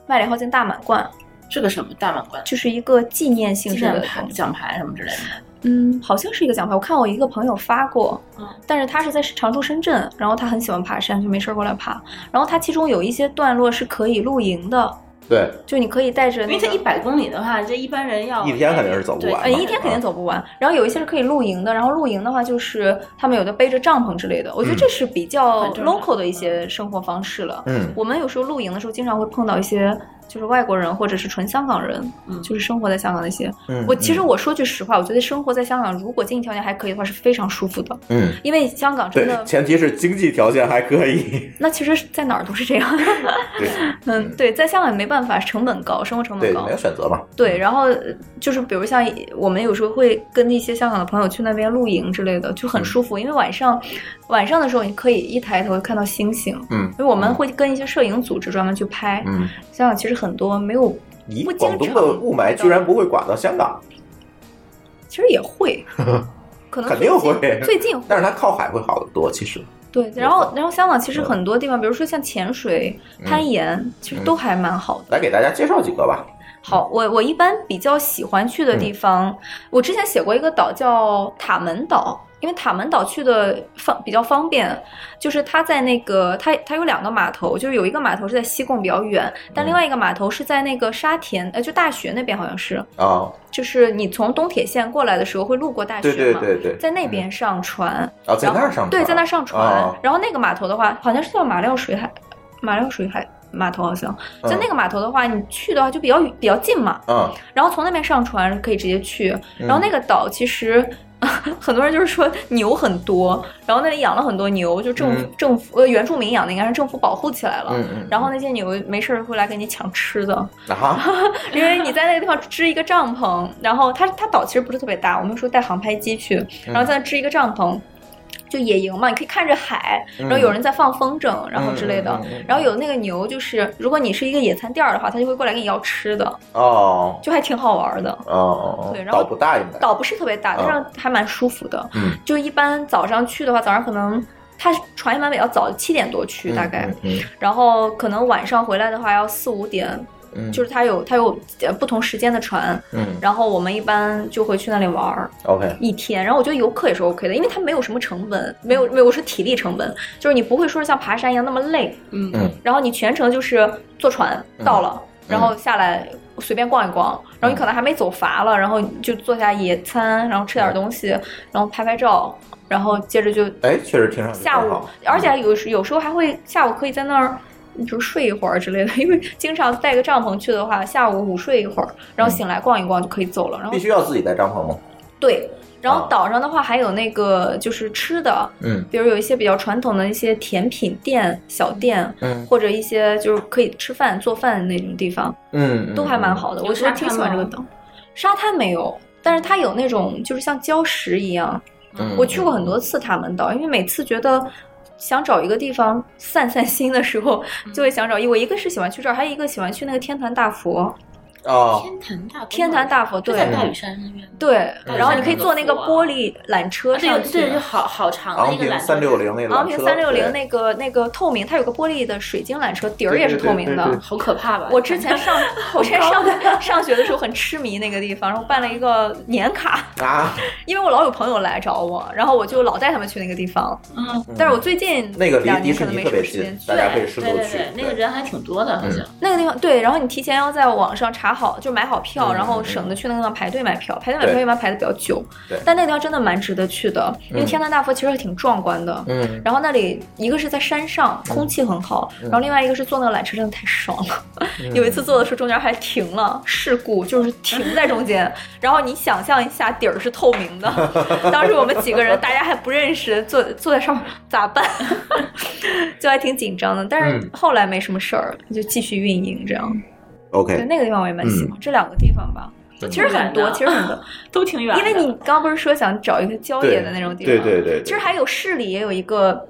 [SPEAKER 4] 万里浩径大满贯，
[SPEAKER 5] 这个什么大满贯、
[SPEAKER 4] 就是一个纪念性
[SPEAKER 5] 纪
[SPEAKER 4] 质的
[SPEAKER 5] 念
[SPEAKER 4] 东西
[SPEAKER 5] 牌、奖牌什么之类的。
[SPEAKER 4] 嗯，好像是一个奖牌，我看我一个朋友发过，
[SPEAKER 5] 嗯
[SPEAKER 4] 但是他是在常住深圳，然后他很喜欢爬山，就没事儿过来爬。然后他其中有一些段落是可以露营的，
[SPEAKER 3] 对，
[SPEAKER 4] 就你可以带着、
[SPEAKER 5] 因
[SPEAKER 4] 那个，
[SPEAKER 5] 为它一百公里的话，这一般人要哎
[SPEAKER 3] 一天肯定是走不完
[SPEAKER 4] 呃
[SPEAKER 3] 嘛。
[SPEAKER 4] 一天
[SPEAKER 5] 嗯
[SPEAKER 4] 肯定走不完。然后有一些是可以露营的，然后露营的话就是他们有的背着帐篷之类的，我觉得这是比较
[SPEAKER 5] 很正常
[SPEAKER 4] local 的一些生活方式了。
[SPEAKER 3] 嗯，
[SPEAKER 4] 我们有时候露营的时候，经常会碰到一些就是外国人或者是纯香港人，
[SPEAKER 5] 嗯
[SPEAKER 4] 就是生活在香港的一些。
[SPEAKER 3] 嗯，
[SPEAKER 4] 我其实我说句实话，我觉得生活在香港，如果经济条件还可以的话，是非常舒服的。
[SPEAKER 3] 嗯，
[SPEAKER 4] 因为香港真
[SPEAKER 3] 对，
[SPEAKER 4] 的，
[SPEAKER 3] 前提是经济条件还可 以。
[SPEAKER 4] 那其实在哪儿都是这 样。
[SPEAKER 3] 对
[SPEAKER 4] 嗯，对，在香港也没办法，成本高，生活成
[SPEAKER 3] 对，
[SPEAKER 4] 本高
[SPEAKER 3] 没有。选择嘛。
[SPEAKER 4] 对，然后呃就是比如像我们有时候会跟一些香港的朋友去那边露营之类的，就
[SPEAKER 3] 嗯
[SPEAKER 4] 很舒服，因为晚上晚上的时候你可以一抬头看到星星，
[SPEAKER 3] 嗯
[SPEAKER 4] 因为我们会跟一些摄影组织专门去拍。
[SPEAKER 3] 嗯，
[SPEAKER 4] 香港其实很多没有，
[SPEAKER 3] 咦
[SPEAKER 4] 不，经
[SPEAKER 3] 广
[SPEAKER 4] 常
[SPEAKER 3] 东的雾霾居然不会刮到香港，
[SPEAKER 4] 其实 也会，可能
[SPEAKER 3] 肯定会
[SPEAKER 4] 最近最近会
[SPEAKER 3] 但是它靠海会好得多。其实，
[SPEAKER 4] 对，然后然后香港其实
[SPEAKER 3] 嗯
[SPEAKER 4] 很多地方，比如说像潜水、攀岩，其实都还蛮好的。
[SPEAKER 3] 来给大家介绍几个吧。
[SPEAKER 4] 好，我我一般比较喜欢去
[SPEAKER 3] 嗯
[SPEAKER 4] 的地方，我之前写过一个岛叫塔门岛。因为塔门岛去的方比较方便，就是它在那个它它有两个码头，就是有一个码头是在西贡比较远，但
[SPEAKER 3] 嗯
[SPEAKER 4] 另外一个码头是在那个沙田，呃，就大学那边好像是，
[SPEAKER 3] 啊，
[SPEAKER 4] 就是你从东铁线过来的时候会路过大学
[SPEAKER 3] 对
[SPEAKER 4] 嘛，
[SPEAKER 3] 对对对，
[SPEAKER 4] 在那边上船，
[SPEAKER 3] 啊，在
[SPEAKER 4] 然
[SPEAKER 3] 那
[SPEAKER 4] 后
[SPEAKER 3] 儿上
[SPEAKER 4] 对，在那儿
[SPEAKER 3] 儿
[SPEAKER 4] 上船。
[SPEAKER 3] 哦
[SPEAKER 4] 然后那个码头的话，好像是叫马料水海，马料水海码头好像。
[SPEAKER 3] 嗯
[SPEAKER 4] 在那个码头的话，你去的话就比较远比较近嘛，
[SPEAKER 3] 嗯，
[SPEAKER 4] 然后从那边上船可以直接去。
[SPEAKER 3] 嗯
[SPEAKER 4] 然后那个岛其实。 很多人就是说牛很多，然后那里养了很多牛，就政府、
[SPEAKER 3] 嗯
[SPEAKER 4] 政府呃原住民养的，应该是政府保护起来了。
[SPEAKER 3] 嗯嗯，
[SPEAKER 4] 然后那些牛没事儿会来给你抢吃的，
[SPEAKER 3] 啊，
[SPEAKER 4] 因为你在那个地方支一个帐篷，然后它它岛其实不是特别大，我们说带航拍机去，
[SPEAKER 3] 嗯
[SPEAKER 4] 然后在那支一个帐篷，就野营嘛，你可以看着海，
[SPEAKER 3] 嗯
[SPEAKER 4] 然后有人在放风筝，然后之类的
[SPEAKER 3] 嗯嗯嗯嗯。
[SPEAKER 4] 然后有那个牛，就是如果你是一个野餐店儿的话，它就会过来给你要吃的，
[SPEAKER 3] 哦
[SPEAKER 4] 就还挺好玩的。
[SPEAKER 3] 哦哦，
[SPEAKER 4] 对
[SPEAKER 3] 哦
[SPEAKER 4] 然后
[SPEAKER 3] 岛不大应该，
[SPEAKER 4] 岛不是特别大，
[SPEAKER 3] 啊
[SPEAKER 4] 但是还蛮舒服的。
[SPEAKER 3] 嗯，
[SPEAKER 4] 就一般早上去的话，早上可能它船一般比较早，七点多去大概，
[SPEAKER 3] 嗯，
[SPEAKER 4] 然后可能晚上回来的话要四五点，
[SPEAKER 3] 嗯，
[SPEAKER 4] 就是是它有它有呃不同时间的船。
[SPEAKER 3] 嗯
[SPEAKER 4] 然后我们一般就会去那里玩儿
[SPEAKER 3] ，OK，
[SPEAKER 4] 一天。然后我觉得游客也是 OK 的，因为它没有什么成本，没有没有是体力成本，就是你不会说像爬山一样那么累。
[SPEAKER 5] 嗯
[SPEAKER 3] 嗯
[SPEAKER 4] 然后你全程就是坐船
[SPEAKER 3] 嗯
[SPEAKER 4] 到了，
[SPEAKER 3] 嗯
[SPEAKER 4] 然后下来随便逛一逛，然后你可能还没走乏了，然后你就坐下野餐，然后吃点东西，然后拍拍照，然后接着就
[SPEAKER 3] 哎，确实听上去
[SPEAKER 4] 下
[SPEAKER 3] 很
[SPEAKER 4] 午
[SPEAKER 3] 好，嗯
[SPEAKER 4] 而且有时有时候还会下午可以在那儿。你就睡一会儿之类的，因为经常带个帐篷去的话，下午午睡一会儿，然后醒来逛一逛就可以走了。然后
[SPEAKER 3] 嗯必须要自己带帐篷吗？
[SPEAKER 4] 对，然后
[SPEAKER 3] 啊
[SPEAKER 4] 岛上的话还有那个就是吃的，
[SPEAKER 3] 嗯
[SPEAKER 4] 比如有一些比较传统的一些甜品店、小店，
[SPEAKER 3] 嗯
[SPEAKER 4] 或者一些就是可以吃饭、做饭的那种地方，
[SPEAKER 3] 嗯，
[SPEAKER 4] 都还蛮好的。
[SPEAKER 5] 有
[SPEAKER 4] 我觉得
[SPEAKER 5] 沙
[SPEAKER 4] 挺
[SPEAKER 5] 滩
[SPEAKER 4] 喜欢这个
[SPEAKER 5] 吗
[SPEAKER 4] 岛。沙滩没有，但是它有那种就是像礁石一样。
[SPEAKER 3] 嗯。
[SPEAKER 4] 我去过很多次塔门岛，因为每次觉得。想找一个地方散散心的时候，
[SPEAKER 5] 嗯
[SPEAKER 4] 就会想找一。我一个是喜欢去这儿，还有一个喜欢去那个天坛大佛。
[SPEAKER 3] 啊，
[SPEAKER 5] 天坛大
[SPEAKER 4] 天坛大佛，
[SPEAKER 5] 就
[SPEAKER 4] 对
[SPEAKER 5] 在大屿山那边。啊
[SPEAKER 4] 对，
[SPEAKER 5] 哦
[SPEAKER 3] 嗯
[SPEAKER 4] 然后你可以坐那个玻璃缆车
[SPEAKER 5] 这
[SPEAKER 4] 上
[SPEAKER 5] 个
[SPEAKER 4] 去。
[SPEAKER 5] 这个就好好长的
[SPEAKER 3] 昂
[SPEAKER 5] 一个
[SPEAKER 3] 平
[SPEAKER 5] 缆车
[SPEAKER 3] 三六零那
[SPEAKER 4] 昂
[SPEAKER 3] 缆
[SPEAKER 4] 平
[SPEAKER 3] 车，
[SPEAKER 4] 三六零
[SPEAKER 3] 对
[SPEAKER 4] 那个那个透明，它有个玻璃的水晶缆车，底儿也是透明
[SPEAKER 3] 对对对对
[SPEAKER 4] 的。
[SPEAKER 5] 好可怕吧？
[SPEAKER 4] 我之 前上我之前上 上学的时候很痴迷那个地方，然后办了一个年卡，
[SPEAKER 3] 啊，
[SPEAKER 4] 因为我老有朋友来找我，然后我就老带他们去那个地方。
[SPEAKER 5] 嗯，
[SPEAKER 4] 但是我最近
[SPEAKER 3] 那个离
[SPEAKER 4] 两
[SPEAKER 3] 迪
[SPEAKER 4] 年
[SPEAKER 3] 士
[SPEAKER 4] 可能
[SPEAKER 3] 尼
[SPEAKER 4] 没
[SPEAKER 3] 特
[SPEAKER 4] 什么
[SPEAKER 3] 别
[SPEAKER 4] 时间
[SPEAKER 3] 近，
[SPEAKER 4] 去
[SPEAKER 3] 大家可以适度
[SPEAKER 5] 对对
[SPEAKER 3] 去
[SPEAKER 5] 对，。那个
[SPEAKER 3] 对嗯
[SPEAKER 5] 人还挺多的，好像
[SPEAKER 4] 那个地方对，然后你提前要在网上查好，就买好票，
[SPEAKER 3] 嗯
[SPEAKER 4] 然后省得去那个地方排队买票。排队买票
[SPEAKER 3] 对
[SPEAKER 4] 一般排的比较久
[SPEAKER 3] 对，
[SPEAKER 4] 但那个地方真的蛮值得去的，因为
[SPEAKER 3] 嗯
[SPEAKER 4] 天坛大佛其实是挺壮观的。
[SPEAKER 3] 嗯，
[SPEAKER 4] 然后那里一个是在山上，空气很好，然后另外一个是坐那个缆车真的太爽了。有一
[SPEAKER 3] 嗯
[SPEAKER 4] 次坐的时候中间还停了，事故就是停在中间。然后你想象一下，底儿是透明的， 当时我们几个人大家还不认识，坐坐在上面咋办？ 就还挺紧张的。但是
[SPEAKER 3] 嗯
[SPEAKER 4] 后来没什么事儿，就继续运营这样。对
[SPEAKER 3] OK，
[SPEAKER 4] 那个地方我也蛮
[SPEAKER 3] 嗯
[SPEAKER 4] 喜欢，这两个地方吧。
[SPEAKER 3] 对
[SPEAKER 4] 其实很多，其实很多，
[SPEAKER 5] 都挺 远的，
[SPEAKER 4] 因为你刚不是说想找一个郊野的那种地方，
[SPEAKER 3] 对对对，
[SPEAKER 4] 其实还有市里也有一个，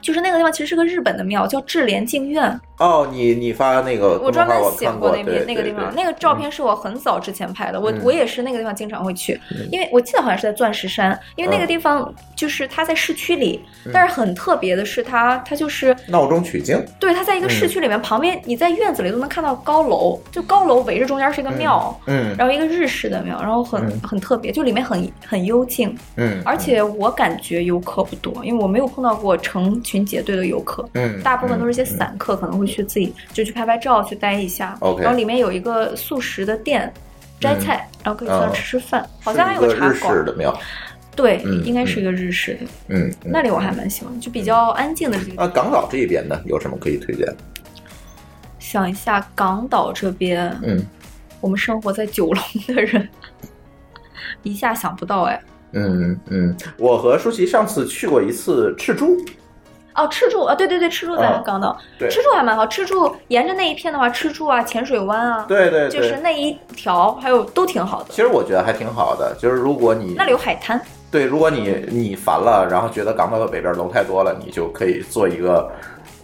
[SPEAKER 4] 就是那个地方其实是个日本的庙，叫智联净院。
[SPEAKER 3] 哦，你你发那个
[SPEAKER 4] 我
[SPEAKER 3] 公众
[SPEAKER 4] 专
[SPEAKER 3] 号
[SPEAKER 4] 门
[SPEAKER 3] 我
[SPEAKER 4] 写
[SPEAKER 3] 看过
[SPEAKER 4] 那边那个地方，那个照片是我很早之前拍的。我
[SPEAKER 3] 嗯
[SPEAKER 4] 我也是那个地方经常会去
[SPEAKER 3] 嗯，
[SPEAKER 4] 因为我记得好像是在钻石山，因为那个
[SPEAKER 3] 嗯
[SPEAKER 4] 地方就是它在市区里，但是很特别的是它它就是
[SPEAKER 3] 闹中取经，
[SPEAKER 4] 对，它在一个
[SPEAKER 3] 嗯
[SPEAKER 4] 市区里面，旁边你在院子里都能看到高楼，就高楼围着中间是一个庙。
[SPEAKER 3] 嗯
[SPEAKER 4] 然后一个日式的庙，然后很、
[SPEAKER 3] 嗯
[SPEAKER 4] 很特别，就里面很很幽静，
[SPEAKER 3] 嗯，
[SPEAKER 4] 而且我感觉游客不多，因为我没有碰到过成群结队的游客，
[SPEAKER 3] 嗯，
[SPEAKER 4] 大部分都是一些散客，可能会去自己就去拍拍照，去待一下。
[SPEAKER 3] OK
[SPEAKER 4] 然后里面有一个素食的店，摘菜，然后可以去那儿吃吃饭，
[SPEAKER 3] 嗯，
[SPEAKER 4] 好像还有
[SPEAKER 3] 是一
[SPEAKER 4] 茶
[SPEAKER 3] 个日式
[SPEAKER 4] 馆。
[SPEAKER 3] 的庙，
[SPEAKER 4] 对，
[SPEAKER 3] 嗯
[SPEAKER 4] 应该是一个日式的，
[SPEAKER 3] 嗯，嗯
[SPEAKER 4] 那里我还蛮喜欢，就比较安静的这个。
[SPEAKER 3] 那港岛这边呢，有什么可以推荐？
[SPEAKER 4] 想一下，港岛这边，
[SPEAKER 3] 嗯
[SPEAKER 4] 我们生活在九龙的人， 一下想不到哎。
[SPEAKER 3] 嗯嗯，我和舒淇上次去过一次赤柱，
[SPEAKER 4] 哦，赤柱啊，对对对，赤柱在
[SPEAKER 3] 嗯
[SPEAKER 4] 港岛，
[SPEAKER 3] 对
[SPEAKER 4] 赤柱还蛮好。赤柱沿着那一片的话，赤柱啊、浅水湾啊，
[SPEAKER 3] 对对
[SPEAKER 4] 就
[SPEAKER 3] 对，
[SPEAKER 4] 是那一条，还有都挺好的
[SPEAKER 3] 其。实我觉得还挺好的，就是如果你
[SPEAKER 4] 那里有海滩，
[SPEAKER 3] 对，如果你你烦了，然后觉得港岛的北边楼太多了，你就可以坐一个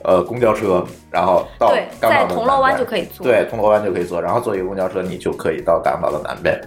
[SPEAKER 3] 呃公交车，然后到
[SPEAKER 4] 对，
[SPEAKER 3] 哦港岛
[SPEAKER 4] 在
[SPEAKER 3] 的
[SPEAKER 4] 铜锣湾
[SPEAKER 3] 南边
[SPEAKER 4] 就可以坐。
[SPEAKER 3] 对，铜锣湾就可以坐，然后坐一个公交车，你就可以到港岛的南边，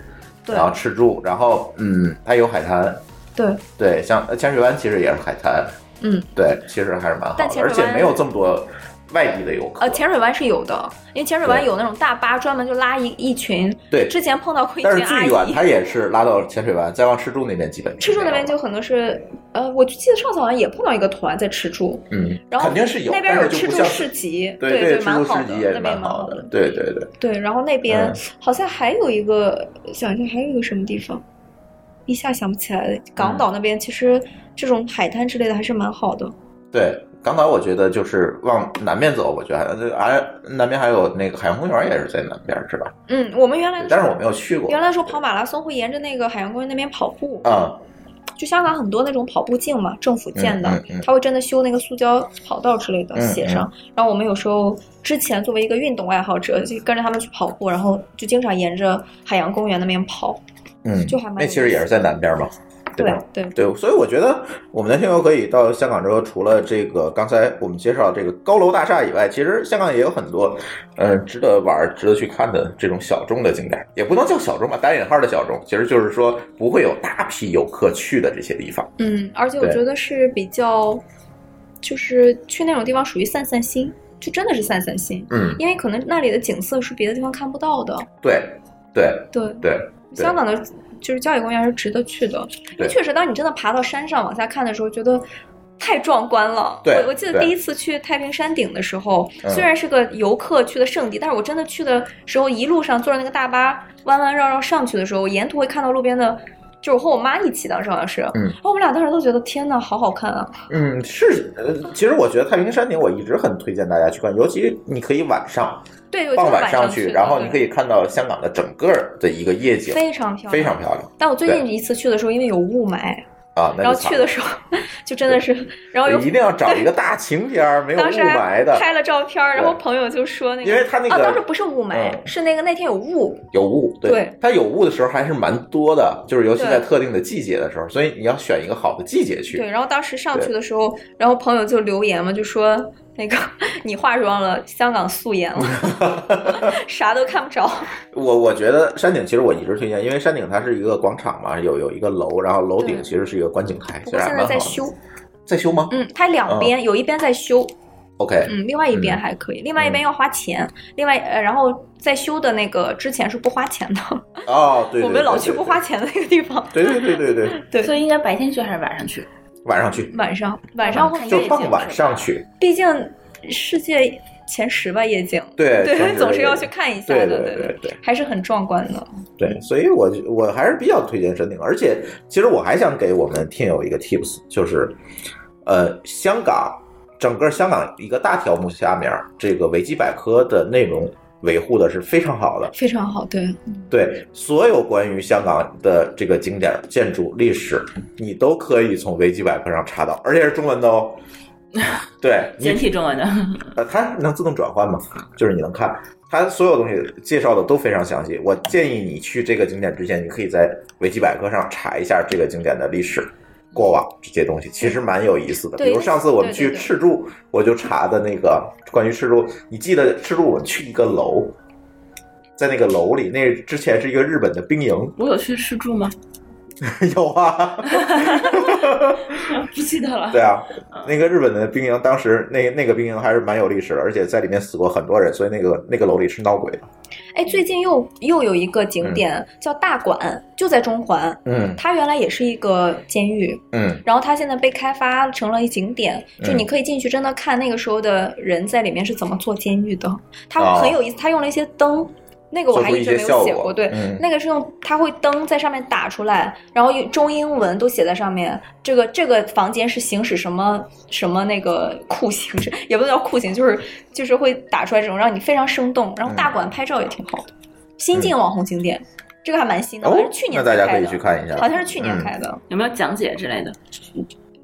[SPEAKER 4] 对
[SPEAKER 3] 然后吃住，然后嗯，它有海滩，
[SPEAKER 4] 对
[SPEAKER 3] 对，像呃浅水湾其实也是海滩，
[SPEAKER 4] 嗯，
[SPEAKER 3] 对，其实还是蛮好
[SPEAKER 4] 但
[SPEAKER 3] 的，
[SPEAKER 4] 浅水
[SPEAKER 3] 而且
[SPEAKER 4] 湾
[SPEAKER 3] 没有这么多外地的游客，
[SPEAKER 4] 呃，浅水湾是有的，因为浅水湾
[SPEAKER 3] 对
[SPEAKER 4] 有那种大巴专门就拉一一群。
[SPEAKER 3] 对
[SPEAKER 4] 之前碰到过一群
[SPEAKER 3] 但是
[SPEAKER 4] 阿
[SPEAKER 3] 最远
[SPEAKER 4] 姨。
[SPEAKER 3] 它也是拉到浅水湾，再往赤柱那边基本
[SPEAKER 4] 赤柱那边
[SPEAKER 3] 没
[SPEAKER 4] 就
[SPEAKER 3] 有了
[SPEAKER 4] 很多是，呃，我记得上次好像也碰到一个团在赤柱，
[SPEAKER 3] 嗯，
[SPEAKER 4] 然后
[SPEAKER 3] 肯定是有，
[SPEAKER 4] 那边
[SPEAKER 3] 但
[SPEAKER 4] 有
[SPEAKER 3] 是就
[SPEAKER 4] 赤
[SPEAKER 3] 不
[SPEAKER 4] 柱
[SPEAKER 3] 像
[SPEAKER 4] 市集，
[SPEAKER 3] 对
[SPEAKER 4] 对，
[SPEAKER 3] 赤
[SPEAKER 4] 蛮
[SPEAKER 3] 柱
[SPEAKER 4] 好
[SPEAKER 3] 市
[SPEAKER 4] 的，
[SPEAKER 3] 集也
[SPEAKER 4] 那
[SPEAKER 3] 是
[SPEAKER 4] 边
[SPEAKER 3] 蛮好
[SPEAKER 4] 的。
[SPEAKER 3] 对对对，
[SPEAKER 4] 对，然后那边
[SPEAKER 3] 嗯
[SPEAKER 4] 好像还有一个，想一下还有一个什么地方，一下想不起来了。
[SPEAKER 3] 嗯
[SPEAKER 4] 港岛那边其实这种海滩之类的还是蛮好的。
[SPEAKER 3] 对，港岛我觉得就是往南边走，我觉得还这还南边还有那个海洋公园也是在南边是吧？
[SPEAKER 4] 嗯，我们原来
[SPEAKER 3] 对但是我没有去过。
[SPEAKER 4] 原来说跑马拉松会沿着那个海洋公园那边跑步，
[SPEAKER 3] 啊，
[SPEAKER 4] 就香港很多那种跑步径嘛，政府建的，
[SPEAKER 3] 嗯嗯嗯
[SPEAKER 4] 他会真的修那个塑胶跑道之类的
[SPEAKER 3] 嗯
[SPEAKER 4] 写上。然后我们有时候之前作为一个运动爱好者，就跟着他们去跑步，然后就经常沿着海洋公园那边跑。
[SPEAKER 3] 嗯，
[SPEAKER 4] 就还蛮
[SPEAKER 3] 那其实也是在南边嘛，对吧？
[SPEAKER 4] 对
[SPEAKER 3] 对，所以我觉得我们的听友可以到香港之后，除了这个刚才我们介绍这个高楼大厦以外，其实香港也有很多，呃，值得玩儿、值得去看的这种小众的景点儿，也不能叫小众吧，打引号的小众，其实就是说不会有大批游客去的这些地方。
[SPEAKER 4] 嗯，而且我
[SPEAKER 3] 对
[SPEAKER 4] 觉得是比较，就是去那种地方属于散散心，就真的是散散心，
[SPEAKER 3] 嗯，
[SPEAKER 4] 因为可能那里的景色是别的地方看不到的。
[SPEAKER 3] 对，对，
[SPEAKER 4] 对，
[SPEAKER 3] 对，对
[SPEAKER 4] 香港的就是郊野公园是值得去的，因为
[SPEAKER 3] 对
[SPEAKER 4] 确实，当你真的爬到山上往下看的时候，觉得。太壮观了！
[SPEAKER 3] 对
[SPEAKER 4] 我我记得
[SPEAKER 3] 对
[SPEAKER 4] 第一次去太平山顶的时候，
[SPEAKER 3] 嗯
[SPEAKER 4] 虽然是个游客去的圣地，但是我真的去的时候，一路上坐着那个大巴弯弯绕绕上去的时候，我沿途会看到路边的，就是我和我妈一起，当时好像是，
[SPEAKER 3] 嗯
[SPEAKER 4] 然后我们俩当时都觉得天呐，好好看啊！
[SPEAKER 3] 嗯，是，呃，其实我觉得太平山顶我一直很推荐大家去看，尤其你可以晚上，
[SPEAKER 4] 对，我就
[SPEAKER 3] 傍
[SPEAKER 4] 是
[SPEAKER 3] 晚
[SPEAKER 4] 上
[SPEAKER 3] 去，
[SPEAKER 4] 的
[SPEAKER 3] 然后你可
[SPEAKER 4] 对
[SPEAKER 3] 以看到香港的整个的一个夜景，
[SPEAKER 4] 非常漂亮，
[SPEAKER 3] 非常。漂亮
[SPEAKER 4] 但我最近
[SPEAKER 3] 对
[SPEAKER 4] 一次去的时候，因为有雾霾，
[SPEAKER 3] 啊。那
[SPEAKER 4] 然后
[SPEAKER 3] 就惨
[SPEAKER 4] 去的时候 就真的是，然后
[SPEAKER 3] 了
[SPEAKER 4] 哦有
[SPEAKER 3] 一定要找一个大晴天儿，没有雾
[SPEAKER 4] 当时
[SPEAKER 3] 霾的，
[SPEAKER 4] 拍了照片儿，然后
[SPEAKER 3] 对
[SPEAKER 4] 朋友就说那个，
[SPEAKER 3] 因为它那个
[SPEAKER 4] 啊，当时不是雾霾
[SPEAKER 3] 嗯，
[SPEAKER 4] 是那个那天有雾，
[SPEAKER 3] 有雾，
[SPEAKER 4] 对
[SPEAKER 3] 它有雾的时候还是蛮多的，就是尤其
[SPEAKER 4] 对
[SPEAKER 3] 在特定的季节的时候，所以你要选一个好的季节去
[SPEAKER 4] 对，。然后当时上
[SPEAKER 3] 对
[SPEAKER 4] 去的时候，然后朋友就留言嘛，就说那个你化妆了，香港素颜了， 啥都看不 着，
[SPEAKER 3] 我我觉得山顶其实我一直推荐，因为山顶它是一个广场嘛，有有一个楼，然后楼顶
[SPEAKER 4] 对
[SPEAKER 3] 其实是一个观景台，其实
[SPEAKER 4] 不过
[SPEAKER 3] 还
[SPEAKER 4] 现
[SPEAKER 3] 蛮
[SPEAKER 4] 在
[SPEAKER 3] 好的。
[SPEAKER 4] 在修，
[SPEAKER 3] 在修吗、
[SPEAKER 4] 嗯，它两边有一边在修，
[SPEAKER 3] o k
[SPEAKER 4] 嗯，另外一边
[SPEAKER 3] 嗯
[SPEAKER 4] 还可以，另外一边要花钱，另外呃，然后在修的那个之前是不花钱的，
[SPEAKER 3] 哦，对，
[SPEAKER 4] 我
[SPEAKER 3] 对
[SPEAKER 4] 们老去
[SPEAKER 3] 对
[SPEAKER 4] 不
[SPEAKER 3] 对
[SPEAKER 4] 花钱的那个地方，
[SPEAKER 3] 对对对对对，
[SPEAKER 4] 对
[SPEAKER 5] 所以应该白天去还是晚上去？
[SPEAKER 3] 晚上去，
[SPEAKER 4] 晚上晚上会
[SPEAKER 5] 看夜
[SPEAKER 3] 就
[SPEAKER 5] 景
[SPEAKER 3] 傍晚上
[SPEAKER 5] 是吧。
[SPEAKER 3] 去，
[SPEAKER 4] 毕竟世界前十吧，夜景。
[SPEAKER 3] 对前
[SPEAKER 4] 对，
[SPEAKER 3] 十
[SPEAKER 4] 总是要去看一下
[SPEAKER 3] 对
[SPEAKER 4] 的，
[SPEAKER 3] 对
[SPEAKER 4] 对
[SPEAKER 3] 对对
[SPEAKER 4] 还是很壮观的。
[SPEAKER 3] 对，所以我就我还是比较推荐申定，而且其实我还想给我们听友一个 tips，就是，呃，香港整个香港一个大条目下面，这个维基百科的内容维护的是非常好的，
[SPEAKER 4] 非常好，对，
[SPEAKER 3] 对所有关于香港的这个景点、建筑、历史，你都可以从维基百科上查到，而且是中文的哦。对，你
[SPEAKER 5] 简体中文的，
[SPEAKER 3] 呃，它能自动转换吗？就是你能看它所有东西介绍的都非常详细。我建议你去这个景点之前，你可以在维基百科上查一下这个景点的历史、过往这些东西，其实蛮有意思的。
[SPEAKER 4] 对
[SPEAKER 3] 比如上次我们
[SPEAKER 4] 对
[SPEAKER 3] 去
[SPEAKER 4] 对对
[SPEAKER 3] 赤柱，我就查的那个关于赤柱，你记得赤柱我们去一个楼，在那个楼里，那之前是一个日本的兵营，
[SPEAKER 5] 我有去试住吗？
[SPEAKER 3] 有啊。
[SPEAKER 5] 不记得了。
[SPEAKER 3] 对啊，那个日本的兵营，当时那那个兵营还是蛮有历史的，而且在里面死过很多人，所以那个那个楼里是闹鬼的。
[SPEAKER 4] 哎，最近又又有一个景点、叫大馆，就在中环。
[SPEAKER 3] 嗯
[SPEAKER 4] 它原来也是一个监狱，
[SPEAKER 3] 嗯，
[SPEAKER 4] 然后它现在被开发成了一景点，
[SPEAKER 3] 嗯
[SPEAKER 4] 就你可以进去真的看那个时候的人在里面是怎么做监狱的。它
[SPEAKER 3] 哦
[SPEAKER 4] 很有意思，它用了一些灯，那个我
[SPEAKER 3] 做
[SPEAKER 4] 还
[SPEAKER 3] 出
[SPEAKER 4] 一
[SPEAKER 3] 一
[SPEAKER 4] 直
[SPEAKER 3] 些
[SPEAKER 4] 没
[SPEAKER 3] 效
[SPEAKER 4] 有写
[SPEAKER 3] 果。
[SPEAKER 4] 过。对，
[SPEAKER 3] 嗯，
[SPEAKER 4] 那个是用它会灯在上面打出来，然后用中英文都写在上面。这个这个房间是行使什么什么那个酷刑，也不能叫酷刑，就是就是会打出来这种让你非常生动。然后
[SPEAKER 3] 嗯
[SPEAKER 4] 大馆拍照也挺好的，新晋网红景点，这个还蛮新的，好像
[SPEAKER 3] 哦
[SPEAKER 4] 是，去
[SPEAKER 3] 那
[SPEAKER 4] 年
[SPEAKER 3] 大
[SPEAKER 4] 才
[SPEAKER 3] 家
[SPEAKER 4] 开
[SPEAKER 3] 可
[SPEAKER 4] 的
[SPEAKER 3] 以去看一下，嗯
[SPEAKER 4] 好像是去年开的。
[SPEAKER 5] 有没有讲解之类的？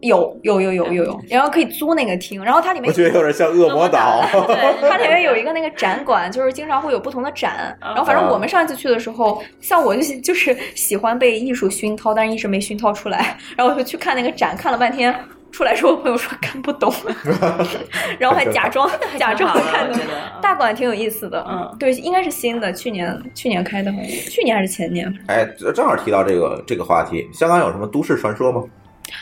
[SPEAKER 4] 有有有有有有，然后可以租那个厅，然后它里
[SPEAKER 3] 嗯。
[SPEAKER 4] 面
[SPEAKER 3] 我觉得有点像恶魔岛，
[SPEAKER 4] 它里面有一个那个展馆，就是经常会有不同的展。然后反正我们上一次去的时候，像我就是就是喜欢被艺术熏陶，但是一直没熏陶出来。然后我就去看那个展，看了半天，出来之后朋友说看不懂，然后还假装假装看
[SPEAKER 5] 我
[SPEAKER 4] 懂
[SPEAKER 5] 觉。得
[SPEAKER 4] 大馆挺有意思的，
[SPEAKER 5] 嗯
[SPEAKER 4] 对，应该是新的，去年去年开的，好像去年还是前年，
[SPEAKER 3] 哎，正好提到这个这个话题，香港有什么都市传说吗？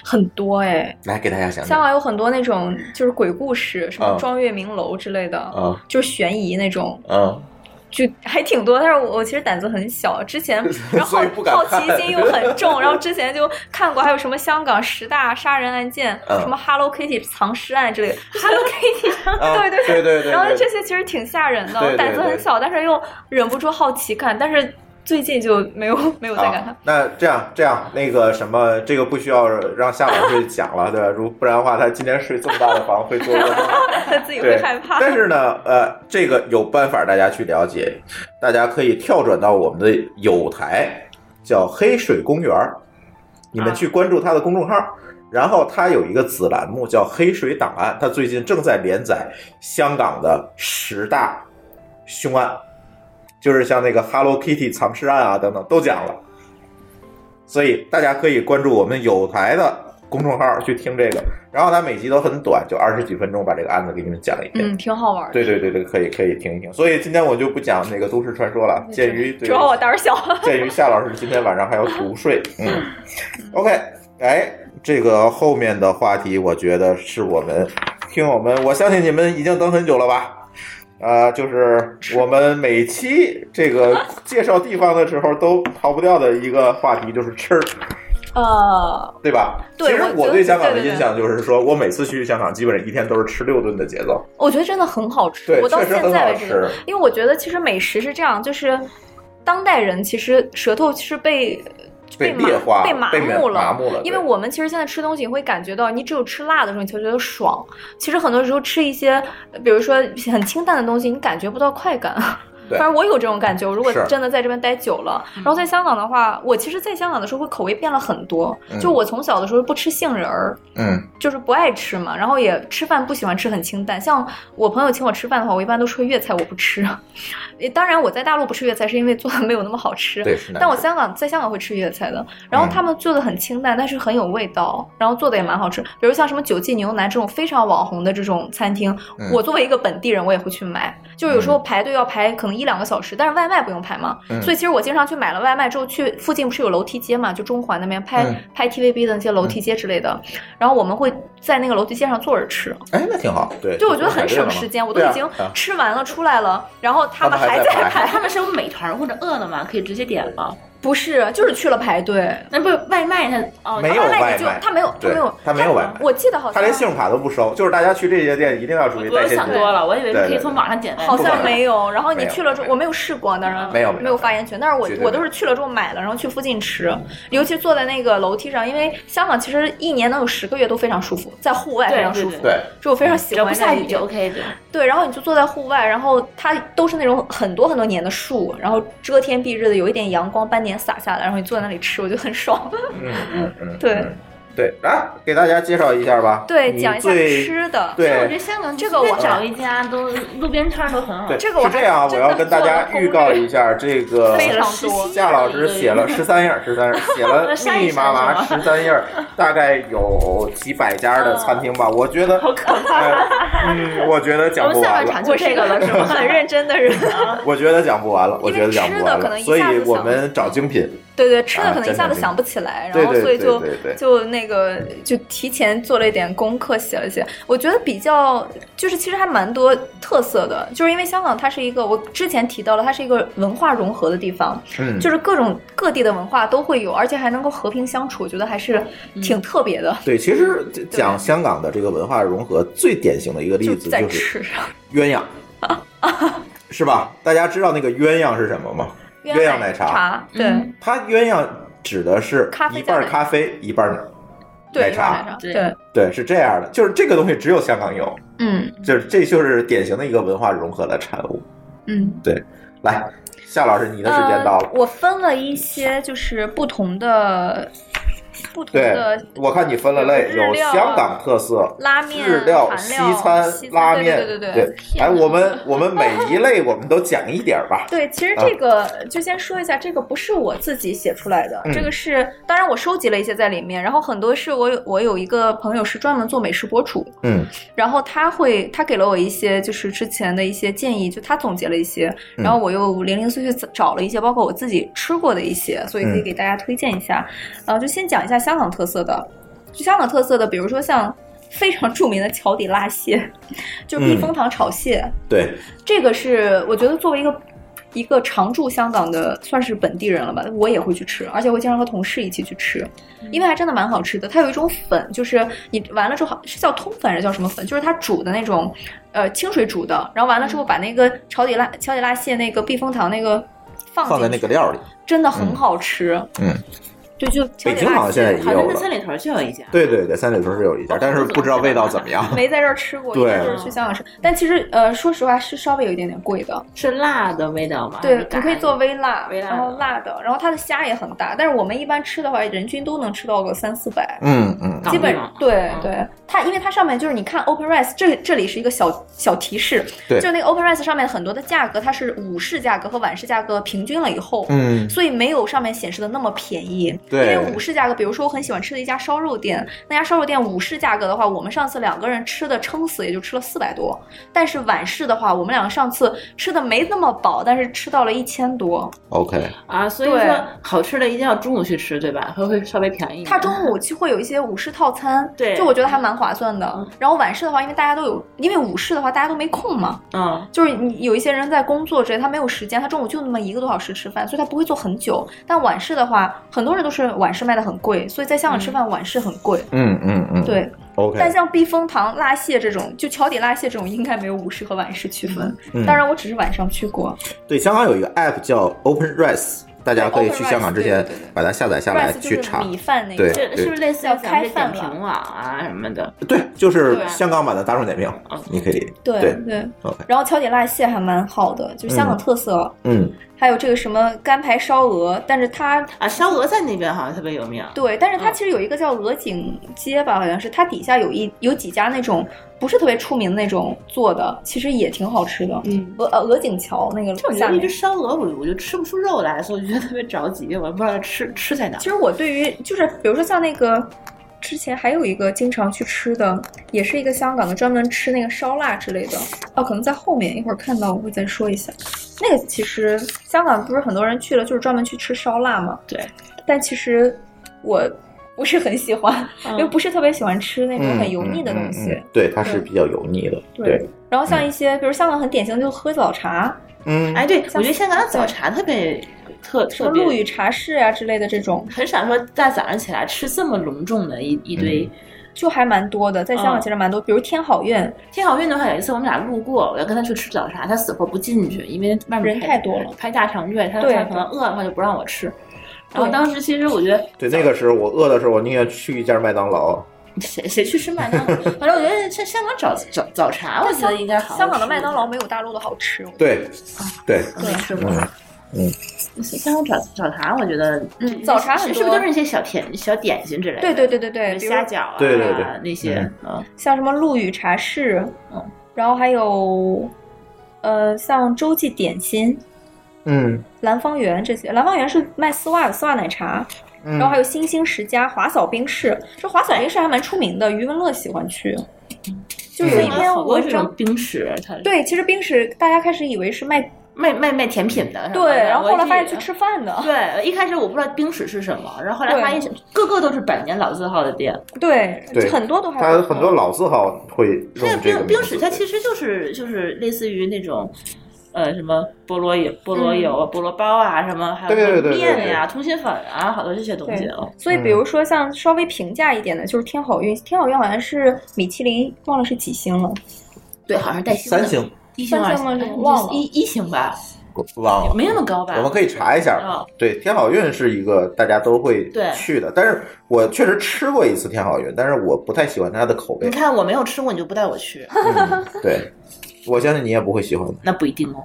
[SPEAKER 4] 很多哎。
[SPEAKER 3] 来给大家讲
[SPEAKER 4] 香
[SPEAKER 3] 讲
[SPEAKER 4] 港有很多那种就是鬼故事，什
[SPEAKER 3] 嗯
[SPEAKER 4] 么庄月明楼之类的，
[SPEAKER 3] 啊
[SPEAKER 4] 就是悬疑那种。
[SPEAKER 3] 啊！
[SPEAKER 4] 就还挺多，但是我我其实胆子很小，之前然后
[SPEAKER 3] 所以不敢
[SPEAKER 4] 好
[SPEAKER 3] 看
[SPEAKER 4] 奇心又很重，然后之前就看过还有什么香港十大杀人案件，
[SPEAKER 3] 嗯
[SPEAKER 4] 什么 Hello Kitty 藏尸案之类的，Hello Kitty，
[SPEAKER 3] 啊
[SPEAKER 4] 对对
[SPEAKER 3] 对对对，
[SPEAKER 4] 然后
[SPEAKER 3] 对
[SPEAKER 4] 这些其实挺吓人的，
[SPEAKER 3] 对
[SPEAKER 4] 我胆子
[SPEAKER 3] 对对
[SPEAKER 4] 很小，但是又忍不住好奇看，但是最近就没有没有再敢看
[SPEAKER 3] 啊。，那这样这样，那个什么，这个不需要让夏老师讲了，对吧？如不然的话，他今天睡这么大的房，会做噩梦。
[SPEAKER 4] 他 自己会
[SPEAKER 3] 对，
[SPEAKER 4] 害怕。
[SPEAKER 3] 但是呢，呃，这个有办法大家去了解，大家可以跳转到我们的有台，叫黑水公园儿，你们
[SPEAKER 5] 啊
[SPEAKER 3] 去关注它的公众号。然后它有一个子栏目叫《黑水档案》，它最近正在连载香港的十大凶案，就是像那个 Hello Kitty 藏尸案啊等等都讲了。所以大家可以关注我们有台的公众号去听这个，然后它每集都很短，就二十几分钟，把这个案子给你们讲一遍。
[SPEAKER 4] 嗯，挺好玩的。
[SPEAKER 3] 对对对对，可以可以听一听。所以今天我就不讲那个都市传说了，鉴于对
[SPEAKER 4] 主要我胆儿小。
[SPEAKER 3] 鉴于夏老师今天晚上还要熟睡，嗯，OK，哎，这个后面的话题，我觉得是我们听友们，我相信你们已经等很久了吧。啊、就是我们每期这个介绍地方的时候都逃不掉的一个话题，就是吃。
[SPEAKER 4] 呃，
[SPEAKER 3] 对吧？
[SPEAKER 4] 对
[SPEAKER 3] 其实
[SPEAKER 4] 我觉
[SPEAKER 3] 我
[SPEAKER 4] 得
[SPEAKER 3] 对香港的
[SPEAKER 4] 对对对
[SPEAKER 3] 印象就是说，我每次去香港，基本上一天都是吃六顿的节奏。
[SPEAKER 4] 我觉得真的很好吃，
[SPEAKER 3] 对，
[SPEAKER 4] 我到
[SPEAKER 3] 确
[SPEAKER 4] 现
[SPEAKER 3] 实很
[SPEAKER 4] 在
[SPEAKER 3] 好
[SPEAKER 4] 为止
[SPEAKER 3] 吃。
[SPEAKER 4] 因为我觉得其实美食是这样，就是当代人其实舌头是被
[SPEAKER 3] 被
[SPEAKER 4] 麻
[SPEAKER 3] 劣化
[SPEAKER 4] 被
[SPEAKER 3] 了
[SPEAKER 4] 麻
[SPEAKER 3] 被麻
[SPEAKER 4] 木了，
[SPEAKER 3] 麻木了
[SPEAKER 4] 因
[SPEAKER 3] 对
[SPEAKER 4] 为我们其实现在吃东西，你会感觉到你只有吃辣的时候，你才觉得爽。其实很多时候吃一些，比如说很清淡的东西，你感觉不到快感。
[SPEAKER 3] 对
[SPEAKER 4] 反正我有这种感觉，如果
[SPEAKER 3] 是
[SPEAKER 4] 真的在这边待久了，然后在香港的话，我其实，在香港的时候会口味变了很多。
[SPEAKER 3] 嗯
[SPEAKER 4] 就我从小的时候不吃杏仁儿，
[SPEAKER 3] 嗯
[SPEAKER 4] 就是不爱吃嘛，然后也吃饭不喜欢吃很清淡。像我朋友请我吃饭的话，我一般都说粤菜我不吃。 也当然我在大陆不吃粤菜，是因为做的没有那么好吃。
[SPEAKER 3] 对是难嗯
[SPEAKER 4] 但我香港在香港会吃粤菜的，然后他们做的很清淡，但是很有味道，然后做的也蛮好吃。比如像什么九记牛腩这种非常网红的这种餐厅，
[SPEAKER 3] 嗯
[SPEAKER 4] 我作为一个本地人，我也会去买。就是有时候排队要排可能一两个小时，但是外卖不用排嘛，
[SPEAKER 3] 嗯
[SPEAKER 4] 所以其实我经常去买了外卖之后，去附近不是有楼梯街嘛，就中环那边拍、
[SPEAKER 3] 嗯
[SPEAKER 4] 拍 TVB 的那些楼梯街之类的，然后我们会在那个楼梯街上坐着吃，
[SPEAKER 3] 哎，那挺好。对，
[SPEAKER 4] 就我觉得很省时间，我都已经
[SPEAKER 3] 对啊啊
[SPEAKER 4] 吃完了出来了，然后他们
[SPEAKER 3] 他们还
[SPEAKER 4] 还
[SPEAKER 3] 在
[SPEAKER 4] 在
[SPEAKER 3] 排
[SPEAKER 4] 排。
[SPEAKER 5] 他们是有美团或者饿了么可以直接点吗？
[SPEAKER 4] 不是，就是去了排队。
[SPEAKER 5] 那不是外卖它哦，
[SPEAKER 3] 没有
[SPEAKER 4] 外卖
[SPEAKER 3] 外
[SPEAKER 4] 就
[SPEAKER 3] 卖，
[SPEAKER 4] 他没有，他
[SPEAKER 3] 对
[SPEAKER 4] 没有，
[SPEAKER 3] 他没有外卖
[SPEAKER 4] 我记得好
[SPEAKER 3] 他
[SPEAKER 4] 像
[SPEAKER 3] 连信用卡都不收，就是大家去这些店一定要注意
[SPEAKER 5] 我
[SPEAKER 3] 带
[SPEAKER 5] 又
[SPEAKER 3] 现
[SPEAKER 5] 想
[SPEAKER 3] 金。
[SPEAKER 5] 多了，我以为是
[SPEAKER 3] 对
[SPEAKER 5] 可以
[SPEAKER 3] 对
[SPEAKER 5] 从网上点外卖。
[SPEAKER 4] 好
[SPEAKER 3] 不管
[SPEAKER 4] 像没有。然后你去了之
[SPEAKER 3] 没
[SPEAKER 4] 后，
[SPEAKER 3] 有
[SPEAKER 4] 我没有试过，当然
[SPEAKER 3] 没有没有
[SPEAKER 4] 没有发言权。但是我
[SPEAKER 3] 绝对没有
[SPEAKER 4] 我都是去了之后买了，然后去附近吃，尤其坐在那个楼梯上，因为香港其实一年能有十个月都非常舒服，在户外非常舒服
[SPEAKER 5] 对。嗯
[SPEAKER 3] 对，
[SPEAKER 4] 就我非常喜
[SPEAKER 5] 只要
[SPEAKER 4] 欢
[SPEAKER 5] 不下
[SPEAKER 4] 这
[SPEAKER 5] 雨
[SPEAKER 4] 一
[SPEAKER 5] 就
[SPEAKER 4] 点
[SPEAKER 5] OK 的。
[SPEAKER 4] 对，然后你就坐在户外，然后它都是那种很多很多年的树，然后遮天蔽日的，有一点阳光斑点洒下来，然后你坐在那里吃，我就很爽。
[SPEAKER 3] 嗯嗯嗯，
[SPEAKER 4] 对
[SPEAKER 3] 嗯对啊，给大家介绍一下吧。
[SPEAKER 4] 对，
[SPEAKER 3] 你
[SPEAKER 4] 讲一下
[SPEAKER 3] 最
[SPEAKER 4] 吃的。
[SPEAKER 5] 其实我觉得
[SPEAKER 3] 对，
[SPEAKER 5] 香港
[SPEAKER 4] 这个
[SPEAKER 5] 随便
[SPEAKER 4] 我
[SPEAKER 5] 找一家都路边摊儿都很好
[SPEAKER 3] 对，。
[SPEAKER 4] 这个我
[SPEAKER 3] 是这样啊，
[SPEAKER 4] 还
[SPEAKER 3] 我
[SPEAKER 4] 真
[SPEAKER 3] 要
[SPEAKER 4] 的
[SPEAKER 3] 跟大
[SPEAKER 5] 做
[SPEAKER 3] 家
[SPEAKER 5] 了攻
[SPEAKER 3] 预告
[SPEAKER 5] 略
[SPEAKER 3] 一下这个
[SPEAKER 4] 非常
[SPEAKER 5] 实
[SPEAKER 4] 多
[SPEAKER 5] 心
[SPEAKER 3] 夏老师写了
[SPEAKER 5] 一个
[SPEAKER 3] 十三页儿，十三页儿，写了
[SPEAKER 5] 删
[SPEAKER 3] 密
[SPEAKER 5] 一
[SPEAKER 3] 密麻麻
[SPEAKER 5] 删
[SPEAKER 3] 十三页儿，大概有几百家的餐厅吧。我觉得
[SPEAKER 5] 好可怕
[SPEAKER 3] 呃嗯，我觉得
[SPEAKER 5] 我
[SPEAKER 3] 讲不
[SPEAKER 5] 们下
[SPEAKER 3] 完
[SPEAKER 5] 半场
[SPEAKER 3] 了。
[SPEAKER 5] 就这个了，是吗？
[SPEAKER 4] 很认真的人，
[SPEAKER 5] 啊
[SPEAKER 3] 我觉得讲不完了，我
[SPEAKER 4] 因为
[SPEAKER 3] 觉得讲
[SPEAKER 4] 吃
[SPEAKER 3] 不
[SPEAKER 4] 的
[SPEAKER 3] 完
[SPEAKER 4] 可能
[SPEAKER 3] 了，
[SPEAKER 4] 一
[SPEAKER 3] 所以
[SPEAKER 4] 下子
[SPEAKER 3] 我
[SPEAKER 4] 想
[SPEAKER 3] 们找精品。
[SPEAKER 4] 对对，吃的
[SPEAKER 3] 啊
[SPEAKER 4] 可能一
[SPEAKER 3] 真的
[SPEAKER 4] 下子
[SPEAKER 3] 真的
[SPEAKER 4] 想不起来，
[SPEAKER 3] 对
[SPEAKER 4] 然后
[SPEAKER 3] 对
[SPEAKER 4] 所以
[SPEAKER 3] 对
[SPEAKER 4] 就
[SPEAKER 3] 对对
[SPEAKER 4] 就那个就提前做了一点功课，写了写。我觉得比较就是其实还蛮多特色的，就是因为香港它是一个我之前提到了，它是一个文化融合的地方，
[SPEAKER 3] 嗯，
[SPEAKER 4] 就是各种各地的文化都会有，而且还能够和平相处，我觉得还是挺特别的。
[SPEAKER 3] 对，其实讲香港的这个文化融合，最典型的一个例
[SPEAKER 4] 就
[SPEAKER 3] 子
[SPEAKER 4] 在
[SPEAKER 3] 就是
[SPEAKER 4] 吃上
[SPEAKER 3] 鸳 鸯，是吧？大家知道那个鸳鸯是什么吗？鸳鸯奶茶，
[SPEAKER 4] 茶，对
[SPEAKER 5] 嗯
[SPEAKER 3] 它鸳�鸯指的是
[SPEAKER 4] 咖啡
[SPEAKER 3] 一半儿
[SPEAKER 4] 加奶
[SPEAKER 3] 咖啡，一半儿
[SPEAKER 4] 对，
[SPEAKER 3] 奶
[SPEAKER 4] 一碗奶
[SPEAKER 3] 茶。
[SPEAKER 4] 茶，
[SPEAKER 5] 对
[SPEAKER 4] 对，
[SPEAKER 3] 对，是这样的，就是这个东西只有香港有，
[SPEAKER 4] 嗯
[SPEAKER 3] 就是这就是典型的一个文化融合的产物。
[SPEAKER 4] 嗯。
[SPEAKER 3] 来，夏老师，你的时间到了
[SPEAKER 4] 呃。。我分了一些就是不同的不同
[SPEAKER 3] 对
[SPEAKER 4] 的，
[SPEAKER 3] 我看你分了类，
[SPEAKER 4] 呃有日
[SPEAKER 3] 有
[SPEAKER 4] 料啊
[SPEAKER 3] 香港特色、
[SPEAKER 4] 拉面、
[SPEAKER 3] 日料、
[SPEAKER 4] 韩
[SPEAKER 3] 西
[SPEAKER 4] 料、
[SPEAKER 3] 餐、拉面，
[SPEAKER 4] 对对对对对。
[SPEAKER 3] 哎，我们我们每一类我们都讲一点儿吧。
[SPEAKER 4] 对，其实
[SPEAKER 3] 啊
[SPEAKER 4] 这个、就先说一下，这个不是我自己写出来的，
[SPEAKER 3] 嗯
[SPEAKER 4] 这个是当然我收集了一些在里面，然后很多是我有我有一个朋友是专门做美食博主，
[SPEAKER 3] 嗯，
[SPEAKER 4] 然后他会，他给了我一些就是之前的一些建议，就他总结了一些，
[SPEAKER 3] 嗯
[SPEAKER 4] 然后我又零零碎碎找了一些，包括我自己吃过的一些，所以可以
[SPEAKER 3] 嗯
[SPEAKER 4] 给大家推荐一下。呃，就先讲一下香港特色的，就香港特色的，比如说像非常著名的桥底辣蟹，就
[SPEAKER 3] 嗯
[SPEAKER 4] 避风塘炒蟹，
[SPEAKER 3] 对，
[SPEAKER 4] 这个是我觉得作为一个。一个常驻香港的，算是本地人了吧，我也会去吃，而且我会经常和同事一起去吃，因为还真的蛮好吃的。它有一种粉，就是你完了之后好是叫通粉还是叫什么粉？就是它煮的那种，呃，清水煮的，然后完了之后把那个炒底辣桥底辣蟹那个避风塘那个放
[SPEAKER 3] 放在
[SPEAKER 4] 进
[SPEAKER 3] 那
[SPEAKER 4] 去
[SPEAKER 3] 个料里。
[SPEAKER 4] 真的很好吃。
[SPEAKER 3] 嗯，
[SPEAKER 4] 对，就桥
[SPEAKER 3] 北
[SPEAKER 4] 底
[SPEAKER 3] 京好像
[SPEAKER 4] 辣
[SPEAKER 3] 现在也
[SPEAKER 4] 蟹
[SPEAKER 5] 好
[SPEAKER 3] 有
[SPEAKER 5] 像在三
[SPEAKER 3] 了。
[SPEAKER 5] 里屯就有一家。
[SPEAKER 3] 对对对，三里屯是有一家，但是不知道味道怎么样。
[SPEAKER 4] 没在这儿吃过，
[SPEAKER 3] 对
[SPEAKER 4] 一般都是去香港吃。但其实呃，说实话是稍微有一点点贵的。
[SPEAKER 5] 是辣的味道吗？
[SPEAKER 4] 对
[SPEAKER 5] 还，是
[SPEAKER 4] 你可以做微辣，
[SPEAKER 5] 微辣
[SPEAKER 4] 然后
[SPEAKER 5] 的
[SPEAKER 4] 辣的，然后它的虾也很大，但是我们一般吃的话，人均都能吃到个三四百。
[SPEAKER 3] 嗯嗯，
[SPEAKER 5] 港
[SPEAKER 4] 基本
[SPEAKER 5] 币吗
[SPEAKER 4] 对
[SPEAKER 5] 嗯
[SPEAKER 4] 对，它因为它上面就是你看 OpenRice 这这里是一个小小提示，
[SPEAKER 3] 对
[SPEAKER 4] 就那个 OpenRice 上面很多的价格它是午市价格和晚市价格平均了以后，
[SPEAKER 3] 嗯
[SPEAKER 4] 所以没有上面显示的那么便宜。
[SPEAKER 3] 对
[SPEAKER 4] 因为午市价格，比如说我很喜欢吃的一家烧肉店，那家烧肉店午市价格的话，我们上次两个人吃的撑死也就吃了四百多，但是晚市的话，我们两个上次吃的没那么饱，但是吃到了一千多。
[SPEAKER 3] ，OK，
[SPEAKER 5] 啊，所以
[SPEAKER 4] 对
[SPEAKER 5] 说好吃的一定要中午去吃，对吧？会会稍微便宜一点。
[SPEAKER 4] 它中午就会有一些午市套餐，
[SPEAKER 5] 对
[SPEAKER 4] 就我觉得还蛮划算的
[SPEAKER 5] 嗯。
[SPEAKER 4] 然后晚市的话，因为大家都有，因为午市的话大家都没空嘛，
[SPEAKER 5] 嗯，
[SPEAKER 4] 就是你有一些人在工作之类，他没有时间，他中午就那么一个多小时吃饭，所以他不会做很久。但晚市的话，很多人都是晚市卖的很贵，所以在香港吃饭晚市很贵。
[SPEAKER 3] 嗯嗯嗯，
[SPEAKER 4] 对，
[SPEAKER 3] ，OK，
[SPEAKER 4] 但像避风塘辣蟹这种，就桥底辣蟹这种，应该没有午市和晚市区分。
[SPEAKER 3] 嗯
[SPEAKER 4] 当然，我只是晚上去过，
[SPEAKER 3] 对，香港有一个 app 叫 OpenRice，大家可以去香港之前把它下载下来
[SPEAKER 4] rice
[SPEAKER 3] 去
[SPEAKER 4] 就是
[SPEAKER 3] 查。
[SPEAKER 4] 米饭那
[SPEAKER 3] 对
[SPEAKER 4] 个。
[SPEAKER 5] 这是不是类似于
[SPEAKER 4] 要
[SPEAKER 5] 咱们这
[SPEAKER 4] 开饭
[SPEAKER 5] 点
[SPEAKER 4] 了
[SPEAKER 5] 评网啊什么的？
[SPEAKER 3] 对，就是
[SPEAKER 4] 对啊
[SPEAKER 3] 香港版的大众点评，你可以
[SPEAKER 4] 对
[SPEAKER 3] 对
[SPEAKER 4] 对，
[SPEAKER 3] OK，
[SPEAKER 4] 然后桥底辣蟹还蛮好的，就是香港特色。
[SPEAKER 3] 嗯，
[SPEAKER 4] 还有这个什么干排烧鹅，但是它
[SPEAKER 5] 啊，烧鹅在那边好像特别有名。
[SPEAKER 4] 对，但是它
[SPEAKER 5] 嗯
[SPEAKER 4] 其实有一个叫鹅颈街吧，好像是它底下有一有几家那种不是特别出名的那种做的，其实也挺好吃的。
[SPEAKER 5] 嗯，
[SPEAKER 4] 鹅呃鹅颈桥那个
[SPEAKER 5] 就我觉
[SPEAKER 4] 下
[SPEAKER 5] 得一
[SPEAKER 4] 面
[SPEAKER 5] 只。烧鹅，我我就吃不出肉来，所以我觉得特别着急，我也不知道吃吃在哪
[SPEAKER 4] 其。实我对于就是比如说像那个之前还有一个经常去吃的，也是一个香港的，专门吃那个烧腊之类的。哦，可能在后面一会儿看到我会再说一下。那个其实香港不是很多人去了，就是专门去吃烧腊嘛。
[SPEAKER 5] 对，
[SPEAKER 4] 但其实我不是很喜欢，因为
[SPEAKER 5] 嗯
[SPEAKER 4] 不是特别喜欢吃那种
[SPEAKER 3] 嗯
[SPEAKER 4] 很油腻的东西。
[SPEAKER 3] 嗯嗯嗯对，它是比较油腻的，对，
[SPEAKER 4] 然后
[SPEAKER 5] 嗯
[SPEAKER 4] 像一些，比如香港很典型，就喝早茶，
[SPEAKER 3] 嗯，
[SPEAKER 5] 哎，对，我觉得香港的早茶特别特
[SPEAKER 4] 什
[SPEAKER 5] 特
[SPEAKER 4] 么
[SPEAKER 5] 别
[SPEAKER 4] 陆羽茶室啊之类的这种，
[SPEAKER 5] 很少说大早上起来吃这么隆重的一一堆。
[SPEAKER 4] 嗯就还蛮多的，在香港
[SPEAKER 5] 嗯哦
[SPEAKER 4] 其实蛮多，比如天好苑，
[SPEAKER 5] 天好运的话，有一次我们俩路过，我要跟他去吃早茶，他死活不进去，因为外面
[SPEAKER 4] 人太多了
[SPEAKER 5] 排大长队，他
[SPEAKER 4] 对
[SPEAKER 5] 他可能饿的话就不让我吃。然后
[SPEAKER 4] 对
[SPEAKER 5] 当时其实我觉得
[SPEAKER 3] 对，那个时候我饿的时候，我宁愿去一家麦当劳。
[SPEAKER 5] 谁谁去吃麦当劳？反正我觉得像香港早早早茶，我觉得应该好好吃。
[SPEAKER 4] 香港的麦当劳没有大陆的好吃，
[SPEAKER 3] 对，
[SPEAKER 5] 啊
[SPEAKER 3] 对，
[SPEAKER 5] 我没吃过。
[SPEAKER 3] 嗯
[SPEAKER 5] 香港早早茶，我觉得
[SPEAKER 4] 嗯早茶很多
[SPEAKER 5] 是是不是都是那些小甜小点心之类的？
[SPEAKER 4] 对对对对对，比如
[SPEAKER 5] 虾饺啊，
[SPEAKER 3] 对对对
[SPEAKER 5] 那些嗯，
[SPEAKER 4] 像什么陆羽茶室，
[SPEAKER 5] 嗯，
[SPEAKER 4] 然后还有，呃，像周记点心、
[SPEAKER 3] 嗯
[SPEAKER 4] 兰芳园这些，兰芳园是卖丝袜的丝袜奶茶，
[SPEAKER 3] 嗯
[SPEAKER 4] 然后还有新兴十佳、华嫂冰室，这华嫂冰室还蛮出名的，余文乐喜欢去，
[SPEAKER 5] 嗯
[SPEAKER 4] 就有一篇
[SPEAKER 5] 好多
[SPEAKER 4] 文
[SPEAKER 5] 这
[SPEAKER 4] 章
[SPEAKER 5] 种，冰室，它是
[SPEAKER 4] 对，其实冰室大家开始以为是卖
[SPEAKER 5] 卖卖卖甜品的，是吧
[SPEAKER 4] 对，然后后来发现。
[SPEAKER 5] 我
[SPEAKER 4] 去
[SPEAKER 5] 记
[SPEAKER 4] 吃饭的，
[SPEAKER 5] 对，一开始我不知道冰室是什么，然后后来
[SPEAKER 4] 对
[SPEAKER 5] 发现是个个都是百年老字号的店。
[SPEAKER 4] 对，
[SPEAKER 3] 对
[SPEAKER 4] 很多都还
[SPEAKER 3] 他
[SPEAKER 4] 不错
[SPEAKER 3] 很多嗯老字号会用
[SPEAKER 5] 那个
[SPEAKER 3] 这个
[SPEAKER 5] 冰冰
[SPEAKER 3] 名
[SPEAKER 5] 室
[SPEAKER 3] 字
[SPEAKER 5] 它其实就是就是类似于那种，呃，什么菠萝油、菠
[SPEAKER 4] 嗯
[SPEAKER 5] 萝油、啊、菠萝包啊，什么还有
[SPEAKER 3] 对对对对
[SPEAKER 5] 面
[SPEAKER 3] 对
[SPEAKER 5] 呀、通心粉啊，好多这些东西
[SPEAKER 4] 对
[SPEAKER 5] 哦。
[SPEAKER 4] 所以，比如说像稍微平价一点的，就是天好运，天好运好像是米其林，忘了是几星了。
[SPEAKER 5] 对，好像是带星的。
[SPEAKER 3] 三星，
[SPEAKER 5] 一星二
[SPEAKER 4] 三星吗
[SPEAKER 5] 哎
[SPEAKER 4] 忘了
[SPEAKER 5] 一一星吧，
[SPEAKER 3] 我忘了。
[SPEAKER 5] 没那么高吧？
[SPEAKER 3] 哦我们可以查一下，
[SPEAKER 5] 嗯
[SPEAKER 3] 对，天好运是一个大家都会
[SPEAKER 5] 对
[SPEAKER 3] 去的，但是我确实吃过一次天好运，但是我不太喜欢它的口味
[SPEAKER 5] 你。看我没有吃过，你就不带我 去，
[SPEAKER 3] 嗯， 对，我相信你也不会喜欢的。
[SPEAKER 5] 那不一定哦。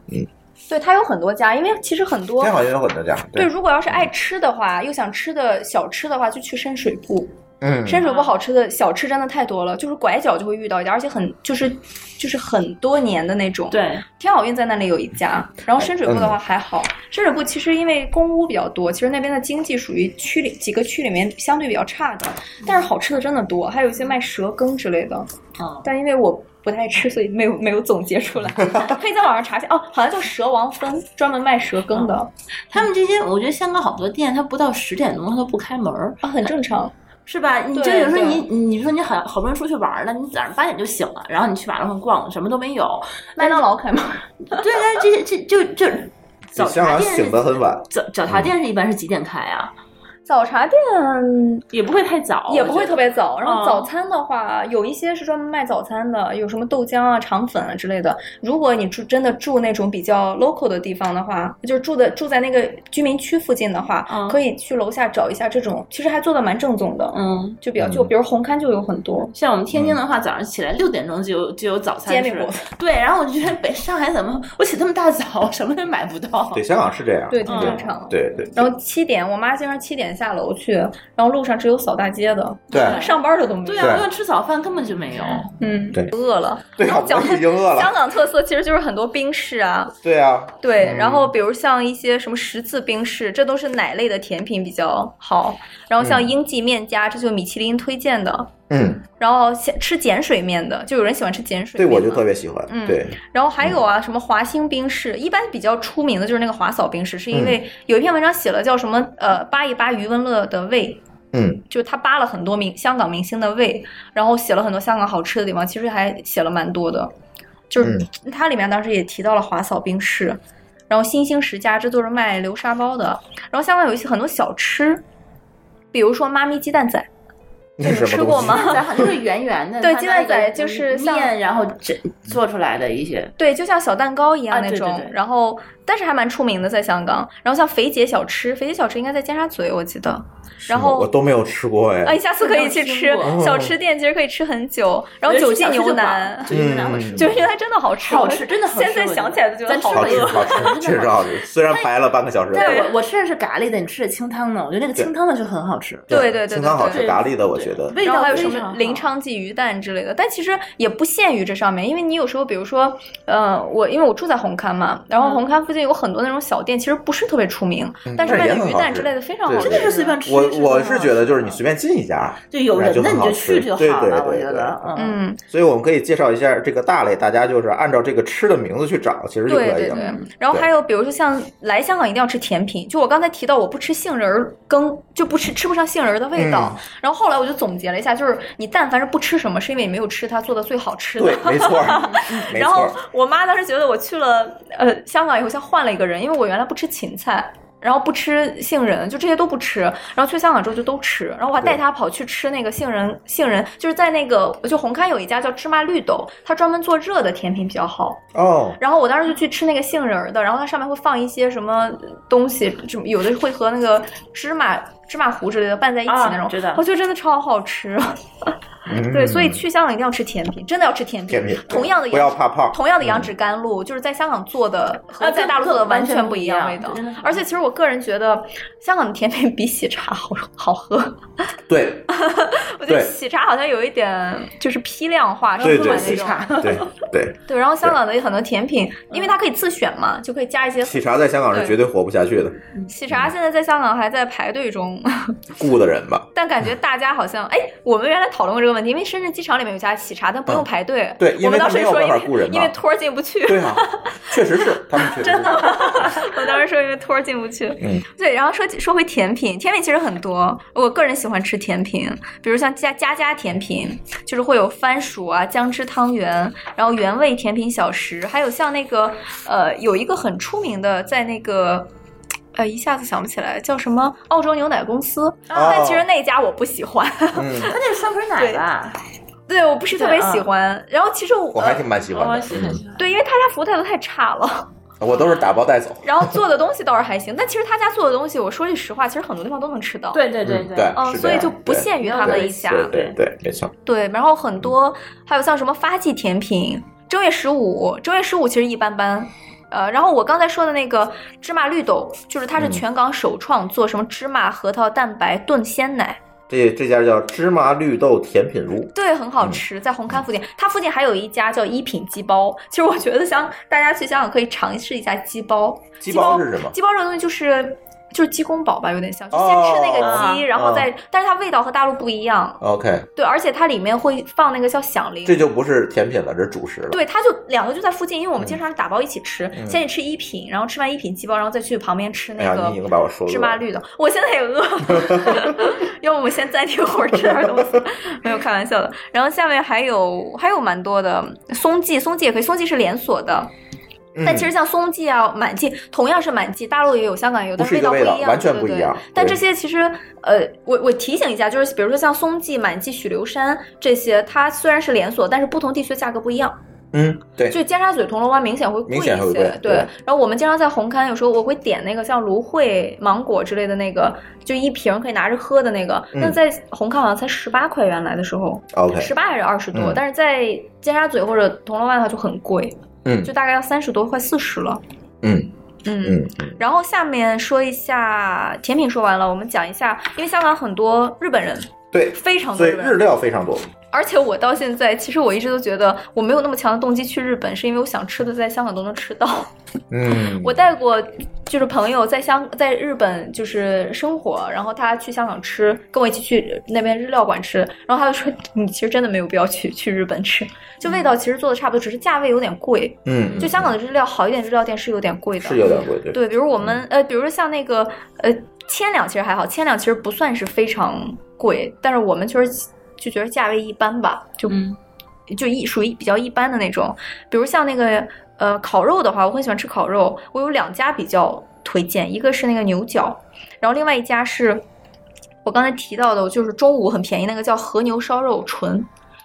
[SPEAKER 4] 对，它有很多家，因为其实很多
[SPEAKER 3] 天好运有很多家，
[SPEAKER 4] 对，如果要是爱吃的话，又想吃的小吃的话，就去深水埗。
[SPEAKER 3] 嗯，
[SPEAKER 4] 深水埗好吃的小吃真的太多了，就是拐角就会遇到一家，而且很就是就是很多年的那种。，
[SPEAKER 5] 对，
[SPEAKER 4] 天好运在那里有一家，然后深水埗的话还好。深水埗其实因为公屋比较多，其实那边的经济属于区里几个区里面相对比较差的，但是好吃的真的多，还有一些卖蛇羹之类的。
[SPEAKER 5] 嗯，
[SPEAKER 4] 但因为我不太吃，所以没有没有总结出来。可以在网上查一下哦，好像叫蛇王芬，专门卖蛇羹的啊、
[SPEAKER 5] 他们这些，我觉得香港好多店，它不到十点钟它都不开门儿，
[SPEAKER 4] 啊很正常。
[SPEAKER 5] 是吧？你
[SPEAKER 4] 对
[SPEAKER 5] 就有时候你
[SPEAKER 4] 对
[SPEAKER 5] 你说你好好不容易出去玩儿了，你早上八点就醒了，然后你去马路上逛，什么都没有。
[SPEAKER 4] 麦当劳开门，
[SPEAKER 5] 对，但是这些这就就早
[SPEAKER 3] 香
[SPEAKER 5] 茶
[SPEAKER 3] 港
[SPEAKER 5] 店是
[SPEAKER 3] 醒得很晚，
[SPEAKER 5] 早早茶店是一般是几点开啊？
[SPEAKER 4] 早茶店
[SPEAKER 5] 也不会太早，
[SPEAKER 4] 也不会特
[SPEAKER 5] 别
[SPEAKER 4] 别早。然后
[SPEAKER 5] 嗯
[SPEAKER 4] 早餐的话，有一些是专门卖早餐的，有什么豆浆啊、肠粉啊之类的。如果你住真的住那种比较 local 的地方的话，就是住的住在那个居民区附近的话，
[SPEAKER 5] 嗯
[SPEAKER 4] 可以去楼下找一下这种，其实还做的蛮正宗的。
[SPEAKER 5] 嗯。
[SPEAKER 4] 就比较就
[SPEAKER 3] 嗯
[SPEAKER 4] 比如红磡就有很多，
[SPEAKER 5] 像我们天津的话，早上起来六点钟就有就有早餐
[SPEAKER 4] 煎
[SPEAKER 5] 吃
[SPEAKER 4] 饼果子，
[SPEAKER 5] 对，然后我就觉得北上海怎么我起这么大早，什么也买不到。
[SPEAKER 3] 对，香港是这样，
[SPEAKER 4] 对，挺
[SPEAKER 5] 嗯
[SPEAKER 4] 正常的。
[SPEAKER 3] 对 对
[SPEAKER 4] 然后七点，我妈经常七点下楼去，然后路上只有扫大街的，
[SPEAKER 3] 对
[SPEAKER 4] 上班的都没有。
[SPEAKER 5] 对啊，因为吃早饭根本就没有。
[SPEAKER 4] 嗯，
[SPEAKER 3] 对
[SPEAKER 4] 饿了。
[SPEAKER 3] 对
[SPEAKER 4] 然
[SPEAKER 3] 啊
[SPEAKER 4] 后讲
[SPEAKER 3] 我已经饿了
[SPEAKER 4] 香港特色其实就是很多冰室啊，
[SPEAKER 3] 对啊，
[SPEAKER 4] 对，
[SPEAKER 3] 嗯
[SPEAKER 4] 然后比如像一些什么十字冰室，这都是奶类的甜品比较好。然后像
[SPEAKER 3] 嗯
[SPEAKER 4] 英记面家，这就是米其林推荐的。
[SPEAKER 3] 嗯，
[SPEAKER 4] 然后咸吃碱水面的，就有人喜欢吃碱水
[SPEAKER 3] 对
[SPEAKER 4] 面嘛。
[SPEAKER 3] 我就特别喜欢，
[SPEAKER 4] 嗯
[SPEAKER 3] 对，
[SPEAKER 4] 然后还有啊，什么华兴冰室，一般比较出名的就是那个华嫂冰室，是
[SPEAKER 3] 嗯
[SPEAKER 4] 因为有一篇文章写了叫什么呃扒一扒余文乐的胃，
[SPEAKER 3] 嗯
[SPEAKER 4] 就是他扒了很多明香港明星的胃，然后写了很多香港好吃的地方，其实还写了蛮多的。就是
[SPEAKER 3] 嗯
[SPEAKER 4] 它里面当时也提到了华嫂冰室，然后新兴十佳，这都是卖流沙包的。然后香港有一些很多小吃，比如说妈咪鸡蛋仔，
[SPEAKER 3] 那是什
[SPEAKER 4] 吃
[SPEAKER 3] 么
[SPEAKER 4] 过
[SPEAKER 3] 东西？
[SPEAKER 4] 吗？
[SPEAKER 5] 蛋仔好像就是圆圆的，
[SPEAKER 4] 对
[SPEAKER 5] 它
[SPEAKER 4] 鸡
[SPEAKER 5] 拿
[SPEAKER 4] 蛋
[SPEAKER 5] 一个
[SPEAKER 4] 仔就是像
[SPEAKER 5] 面，然后整做出来的一些，
[SPEAKER 4] 对，就像小蛋糕一
[SPEAKER 5] 啊
[SPEAKER 4] 样那
[SPEAKER 5] 对对
[SPEAKER 4] 种，
[SPEAKER 5] 对
[SPEAKER 4] 然后但是还蛮出名的，在香港。然后像肥姐小吃，肥姐小吃应该在尖沙咀，我记得。然
[SPEAKER 3] 什么我
[SPEAKER 4] 后
[SPEAKER 3] 都没有吃过
[SPEAKER 4] 哎，
[SPEAKER 3] 哎，
[SPEAKER 4] 下次可以去吃
[SPEAKER 5] 我没有
[SPEAKER 3] 听过
[SPEAKER 4] 小吃店，其实可以吃很久。然后九记牛腩，
[SPEAKER 5] 九记牛腩我
[SPEAKER 3] 嗯
[SPEAKER 5] 吃过
[SPEAKER 4] 九记牛腩真的好吃，
[SPEAKER 5] 好吃真的好吃
[SPEAKER 4] 现在想起来就觉得
[SPEAKER 5] 咱吃
[SPEAKER 3] 好
[SPEAKER 5] 过一
[SPEAKER 3] 吃
[SPEAKER 5] 次
[SPEAKER 3] 好吃，确实好 吃，虽然排了半个小时，
[SPEAKER 5] 但
[SPEAKER 4] 对
[SPEAKER 5] 是我我吃的是咖喱的，你吃的清汤的，我觉得那个清汤的就很好吃，
[SPEAKER 4] 对对对对
[SPEAKER 3] 清汤好
[SPEAKER 4] 对
[SPEAKER 3] 吃，咖喱的我觉得，
[SPEAKER 5] 味
[SPEAKER 4] 然后
[SPEAKER 5] 道
[SPEAKER 4] 还有
[SPEAKER 5] 非
[SPEAKER 4] 什
[SPEAKER 5] 常
[SPEAKER 4] 么
[SPEAKER 5] 好
[SPEAKER 4] 临昌记鱼蛋之类的，但其实也不限于这上面，因为你有时候，比如说，呃，我因为我住在红磡嘛，然后
[SPEAKER 5] 嗯
[SPEAKER 4] 红磡附近有很多那种小店，其实不是特别出名，
[SPEAKER 3] 嗯
[SPEAKER 4] 但是
[SPEAKER 3] 但
[SPEAKER 4] 卖
[SPEAKER 3] 也
[SPEAKER 4] 的
[SPEAKER 3] 很
[SPEAKER 4] 鱼
[SPEAKER 3] 好
[SPEAKER 4] 蛋
[SPEAKER 3] 吃
[SPEAKER 4] 之类的非常好
[SPEAKER 3] 对
[SPEAKER 4] 吃。
[SPEAKER 3] 对
[SPEAKER 5] 真的是随便吃，
[SPEAKER 3] 我
[SPEAKER 5] 是很好
[SPEAKER 3] 我
[SPEAKER 5] 吃
[SPEAKER 3] 是觉得就是你随便进一家，
[SPEAKER 5] 就有人
[SPEAKER 3] 那
[SPEAKER 5] 那
[SPEAKER 3] 就很
[SPEAKER 5] 你
[SPEAKER 3] 好
[SPEAKER 5] 就
[SPEAKER 3] 吃
[SPEAKER 5] 去就
[SPEAKER 3] 对
[SPEAKER 5] 好
[SPEAKER 3] 对
[SPEAKER 5] 了，我
[SPEAKER 3] 对
[SPEAKER 5] 觉
[SPEAKER 3] 对
[SPEAKER 5] 得，嗯。
[SPEAKER 4] 嗯，
[SPEAKER 3] 所以我们可以介绍一下这个大类，大家就是按照这个吃的名字去找，其实就可
[SPEAKER 4] 对
[SPEAKER 3] 以
[SPEAKER 4] 对
[SPEAKER 3] 了。嗯
[SPEAKER 4] 嗯对，然后还有比如说像来香港一定要吃甜品，就我刚才提到我不吃杏仁儿羹，就不吃吃不上杏仁儿的味道。然后后来我就总结了一下，就是你但凡是不吃什么，是因为你没有吃它做的最好吃的。
[SPEAKER 3] 对，没错 儿，没
[SPEAKER 4] 然
[SPEAKER 3] 错
[SPEAKER 4] 后
[SPEAKER 3] 儿。
[SPEAKER 4] 我妈当时觉得我去了呃香港以后像换了一个人，因为我原来不吃芹菜，然后不吃杏仁，就这些都不吃。然后去香港之后就都吃，然后我还带他跑去吃那个杏仁，杏仁就是在那个就红磡有一家叫芝麻绿豆，它专门做热的甜品比较好。
[SPEAKER 3] 哦，
[SPEAKER 4] 然后我当时就去吃那个杏仁儿的，然后它上面会放一些什么东西，就有的会和那个芝麻芝麻糊之类的拌在一起
[SPEAKER 5] 啊
[SPEAKER 4] 那种，
[SPEAKER 5] 知道
[SPEAKER 4] 我觉得真的超好吃。
[SPEAKER 3] 嗯
[SPEAKER 4] 对，所以去香港一定要吃甜品，真的要吃甜品。
[SPEAKER 3] 甜品
[SPEAKER 4] 同样的
[SPEAKER 3] 不
[SPEAKER 4] 杨
[SPEAKER 3] 要
[SPEAKER 4] 枝
[SPEAKER 3] 怕胖
[SPEAKER 4] 同样的杨枝甘
[SPEAKER 3] 嗯
[SPEAKER 4] 露，就是在香港做的和
[SPEAKER 5] 啊
[SPEAKER 4] 在
[SPEAKER 5] 对
[SPEAKER 4] 大陆做的完全不一样味
[SPEAKER 5] 完全
[SPEAKER 4] 道
[SPEAKER 5] 不一样真的是。
[SPEAKER 4] 而且其实我个人觉得，香港的甜品比喜茶好 好喝。
[SPEAKER 3] 对
[SPEAKER 4] 我觉
[SPEAKER 3] 对
[SPEAKER 4] 得
[SPEAKER 3] 嗯
[SPEAKER 4] 喜茶好像有一点就是批量化生
[SPEAKER 3] 对
[SPEAKER 4] 产
[SPEAKER 3] 对
[SPEAKER 4] 那
[SPEAKER 3] 喜
[SPEAKER 4] 种。
[SPEAKER 5] 茶
[SPEAKER 3] 对 对，嗯
[SPEAKER 4] 对，然后香港的很多甜品，因为它可以自选嘛，就可以加一些。嗯
[SPEAKER 3] 喜茶在香港是绝对活不下去的，
[SPEAKER 4] 喜茶现在在香港还在排队中，
[SPEAKER 3] 雇的人吧。
[SPEAKER 4] 但感觉大家好像哎，我们原来讨论过这个问题，因为深圳机场里面有家喜茶，但不用
[SPEAKER 3] 嗯
[SPEAKER 4] 排队。
[SPEAKER 3] 对因
[SPEAKER 4] 我
[SPEAKER 3] 为
[SPEAKER 4] 们当
[SPEAKER 3] 它
[SPEAKER 4] 时
[SPEAKER 3] 没有
[SPEAKER 4] 说
[SPEAKER 3] 办
[SPEAKER 4] 因
[SPEAKER 3] 法
[SPEAKER 4] 为
[SPEAKER 3] 雇人嘛
[SPEAKER 4] 因为托儿进不去。
[SPEAKER 3] 对啊，确实是，他们确实是。
[SPEAKER 4] 我当时说因为托儿进不去。
[SPEAKER 3] 嗯，
[SPEAKER 4] 对，然后说起说回甜品，甜品其实很多，我个人喜欢吃甜品，比如像家家家甜品，就是会有番薯啊、姜汁汤圆，然后原味甜品小食，还有像那个呃，有一个很出名的，在那个。呃，一下子想不起来叫什么澳洲牛奶公司，
[SPEAKER 3] 哦
[SPEAKER 4] 但其实那家我不喜欢，
[SPEAKER 3] 嗯，
[SPEAKER 5] 它那是酸梅奶吧？
[SPEAKER 4] 对我不是特别喜欢。然后其实我
[SPEAKER 3] 我还挺蛮喜欢
[SPEAKER 5] 我
[SPEAKER 4] 哦
[SPEAKER 3] 的，
[SPEAKER 5] 喜欢
[SPEAKER 3] 嗯
[SPEAKER 5] 喜欢。
[SPEAKER 4] 对，因为他家服务态度太差了。
[SPEAKER 3] 我都是打包带走。
[SPEAKER 4] 然后做的东西倒是还行，但其实他家做的东西，我说句实话，其实很多地方都能吃到。，
[SPEAKER 5] 对对哦对
[SPEAKER 3] 嗯对
[SPEAKER 4] 嗯，
[SPEAKER 3] 是
[SPEAKER 4] 所
[SPEAKER 3] 这
[SPEAKER 4] 以
[SPEAKER 3] 样
[SPEAKER 4] 就不限于他们一家。
[SPEAKER 3] 对对对，没错。
[SPEAKER 4] 对然后
[SPEAKER 3] 嗯
[SPEAKER 4] 很多还有像什么发迹甜品，正月十五，正月十五其实一般般。呃，然后我刚才说的那个芝麻绿豆，就是它是
[SPEAKER 3] 嗯
[SPEAKER 4] 全港首创做什么芝麻核桃蛋白炖鲜奶，
[SPEAKER 3] 这这家叫芝麻绿豆甜品屋，
[SPEAKER 4] 对，很
[SPEAKER 3] 嗯
[SPEAKER 4] 好吃，在红磡附近。它附近还有一家叫一品鸡包，其实我觉得像大家去香港可以尝试一下鸡包。
[SPEAKER 3] 鸡
[SPEAKER 4] 包
[SPEAKER 3] 包是什么
[SPEAKER 4] 鸡包这个东西就是。就是鸡公煲吧，有点像，就先吃那个鸡，
[SPEAKER 5] 哦
[SPEAKER 4] 然后再，但是它味道和大陆不一样，
[SPEAKER 3] OK，
[SPEAKER 4] 对，而且它里面会放那个叫响铃，
[SPEAKER 3] 这就不是甜品了，这是主食了。
[SPEAKER 4] 对，它就两个就在附近，因为我们经常是打包一起吃，
[SPEAKER 3] 嗯
[SPEAKER 4] 先去吃一品，然后吃完一品鸡包，然后再去旁边吃
[SPEAKER 3] 哎
[SPEAKER 4] 那
[SPEAKER 3] 呀，
[SPEAKER 4] 个
[SPEAKER 3] 你已经把我说饿了
[SPEAKER 4] 芝麻绿的，我现在也饿了， 要不我们先暂停会儿吃点东西， 没有开玩笑的。然后下面还有还有蛮多的松记，松记也可以，松记是连锁的，
[SPEAKER 3] 嗯
[SPEAKER 4] 但其实像松记啊、满记，同样是满记，大陆也有，香港也有，
[SPEAKER 3] 不
[SPEAKER 4] 但
[SPEAKER 3] 是一
[SPEAKER 4] 味
[SPEAKER 3] 个
[SPEAKER 4] 道不一
[SPEAKER 3] 味道
[SPEAKER 4] 样，
[SPEAKER 3] 完全
[SPEAKER 4] 对
[SPEAKER 3] 不
[SPEAKER 4] 对
[SPEAKER 3] 一样
[SPEAKER 4] 但
[SPEAKER 3] 对
[SPEAKER 4] 这些其实，呃，我我提醒一下，就是比如说像松记、满记、许留山这些，它虽然是连锁，但是不同地区的价格不一样。
[SPEAKER 3] 嗯，对，
[SPEAKER 4] 就尖沙咀铜锣湾明显会贵一
[SPEAKER 3] 明
[SPEAKER 4] 些，
[SPEAKER 3] 显会贵
[SPEAKER 4] 对
[SPEAKER 3] 对。
[SPEAKER 4] 然后我们经常在红磡，有时候我会点那个像芦荟、芒果之类的那个，就一瓶可以拿着喝的那个。
[SPEAKER 3] 嗯
[SPEAKER 4] 那在红磡好像才十八块，原来的时候
[SPEAKER 3] OK
[SPEAKER 4] 十八还是二十多，
[SPEAKER 3] 嗯
[SPEAKER 4] 但是在尖沙咀或者铜锣湾的话就很贵，
[SPEAKER 3] 嗯
[SPEAKER 4] 就大概要三十多，快四十了。
[SPEAKER 3] 嗯
[SPEAKER 4] 嗯，
[SPEAKER 3] 嗯嗯
[SPEAKER 4] 然后下面说一下甜品，说完了，我们讲一下，因为香港很多日本人，
[SPEAKER 3] 对，
[SPEAKER 4] 非常多
[SPEAKER 3] 所以
[SPEAKER 4] 日本
[SPEAKER 3] 日
[SPEAKER 4] 人，
[SPEAKER 3] 料非常多。
[SPEAKER 4] 而且我到现在，其实我一直都觉得我没有那么强的动机去日本，是因为我想吃的在香港都能吃到。
[SPEAKER 3] 嗯，
[SPEAKER 4] 我带过就是朋友在香在日本就是生活，然后他去香港吃，跟我一起去那边日料馆吃，然后他就说你其实真的没有必要去去日本吃，就味道其实做的差不多，只是价位有点贵。
[SPEAKER 3] 嗯，
[SPEAKER 4] 就香港的日料好一点，日料店是有点贵的，
[SPEAKER 3] 是有点贵，对，嗯
[SPEAKER 4] 对，比如我们呃，比如像那个呃，千两其实还好，千两其实不算是非常贵，但是我们确实就觉得价位一般吧，就、
[SPEAKER 5] 嗯
[SPEAKER 4] 就一属于比较一般的那种。比如像那个呃烤肉的话，我很喜欢吃烤肉，我有两家比较推荐，一个是那个牛角，然后另外一家是。我刚才提到的，就是中午很便宜那个叫和牛烧肉纯，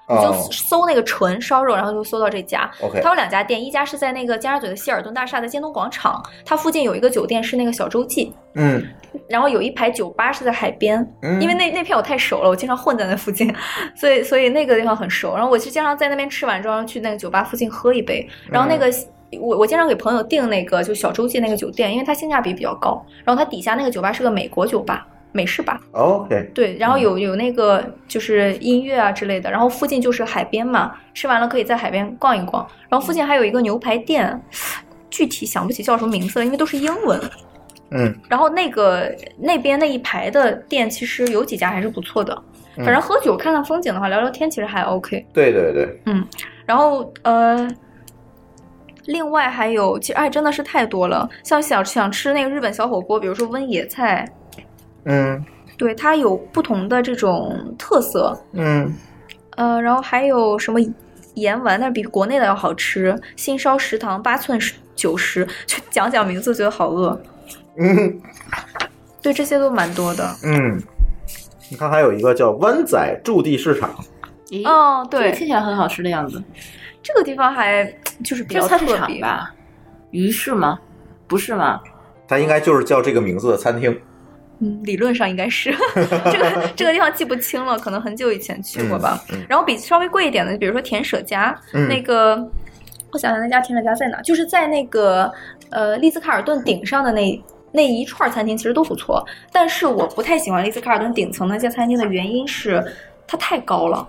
[SPEAKER 4] 你就
[SPEAKER 3] 哦
[SPEAKER 4] 搜那个纯烧肉，然后就搜到这家。
[SPEAKER 3] ，OK，
[SPEAKER 4] 它有两家店，一家是在那个尖沙咀的希尔顿大厦的尖东广场，它附近有一个酒店是那个小洲际，
[SPEAKER 3] 嗯
[SPEAKER 4] 然后有一排酒吧是在海边，
[SPEAKER 3] 嗯，
[SPEAKER 4] 因为那那片我太熟了，我经常混在那附近，所以所以那个地方很熟。然后我是经常在那边吃完之后，然后去那个酒吧附近喝一杯。然后那个、我我经常给朋友订那个就小洲际那个酒店，因为它性价比比较高。然后它底下那个酒吧是个美国酒吧，美式吧。
[SPEAKER 3] OK，
[SPEAKER 4] 对，然后有有那个就是音乐啊之类的，然后附近就是海边嘛，吃完了可以在海边逛一逛，然后附近还有一个牛排店，具体想不起叫什么名字了，因为都是英文。
[SPEAKER 3] 嗯，
[SPEAKER 4] 然后那个那边那一排的店，其实有几家还是不错的，反正喝酒看看风景的话，聊聊天其实还 OK。
[SPEAKER 3] 对对对，
[SPEAKER 4] 然后呃，另外还有，其实哎真的是太多了，像想想吃那个日本小火锅，比如说温野菜，
[SPEAKER 3] 嗯
[SPEAKER 4] 对它有不同的这种特色，
[SPEAKER 3] 嗯
[SPEAKER 4] 呃，然后还有什么盐丸，但是比国内的要好吃。新烧食堂八寸九十，就讲讲名字觉得好饿。
[SPEAKER 3] 嗯
[SPEAKER 4] 对，这些都蛮多的。
[SPEAKER 5] 哎
[SPEAKER 3] 嗯，你看还有一个叫湾仔驻地市场，
[SPEAKER 5] 咦，
[SPEAKER 4] 哦，
[SPEAKER 5] 这
[SPEAKER 4] 对
[SPEAKER 5] 个，听起来很好吃的样子，
[SPEAKER 4] 这个地方还就是比
[SPEAKER 5] 这
[SPEAKER 4] 较
[SPEAKER 5] 是菜市
[SPEAKER 4] 特
[SPEAKER 5] 场
[SPEAKER 4] 别？
[SPEAKER 5] 吧？鱼市吗？不是吗？
[SPEAKER 3] 它应该就是叫这个名字的餐厅。
[SPEAKER 4] 嗯，理论上应该是 这个这个地方记不清了，可能很久以前去过吧。
[SPEAKER 3] 嗯嗯
[SPEAKER 4] 然后比稍微贵一点的，比如说田舍家、
[SPEAKER 3] 嗯
[SPEAKER 4] 那个，我想想那家田舍家在哪？就是在那个呃丽兹卡尔顿顶上的那。那一串餐厅其实都不错，但是我不太喜欢丽兹卡尔顿顶层那些餐厅的原因是它太高了，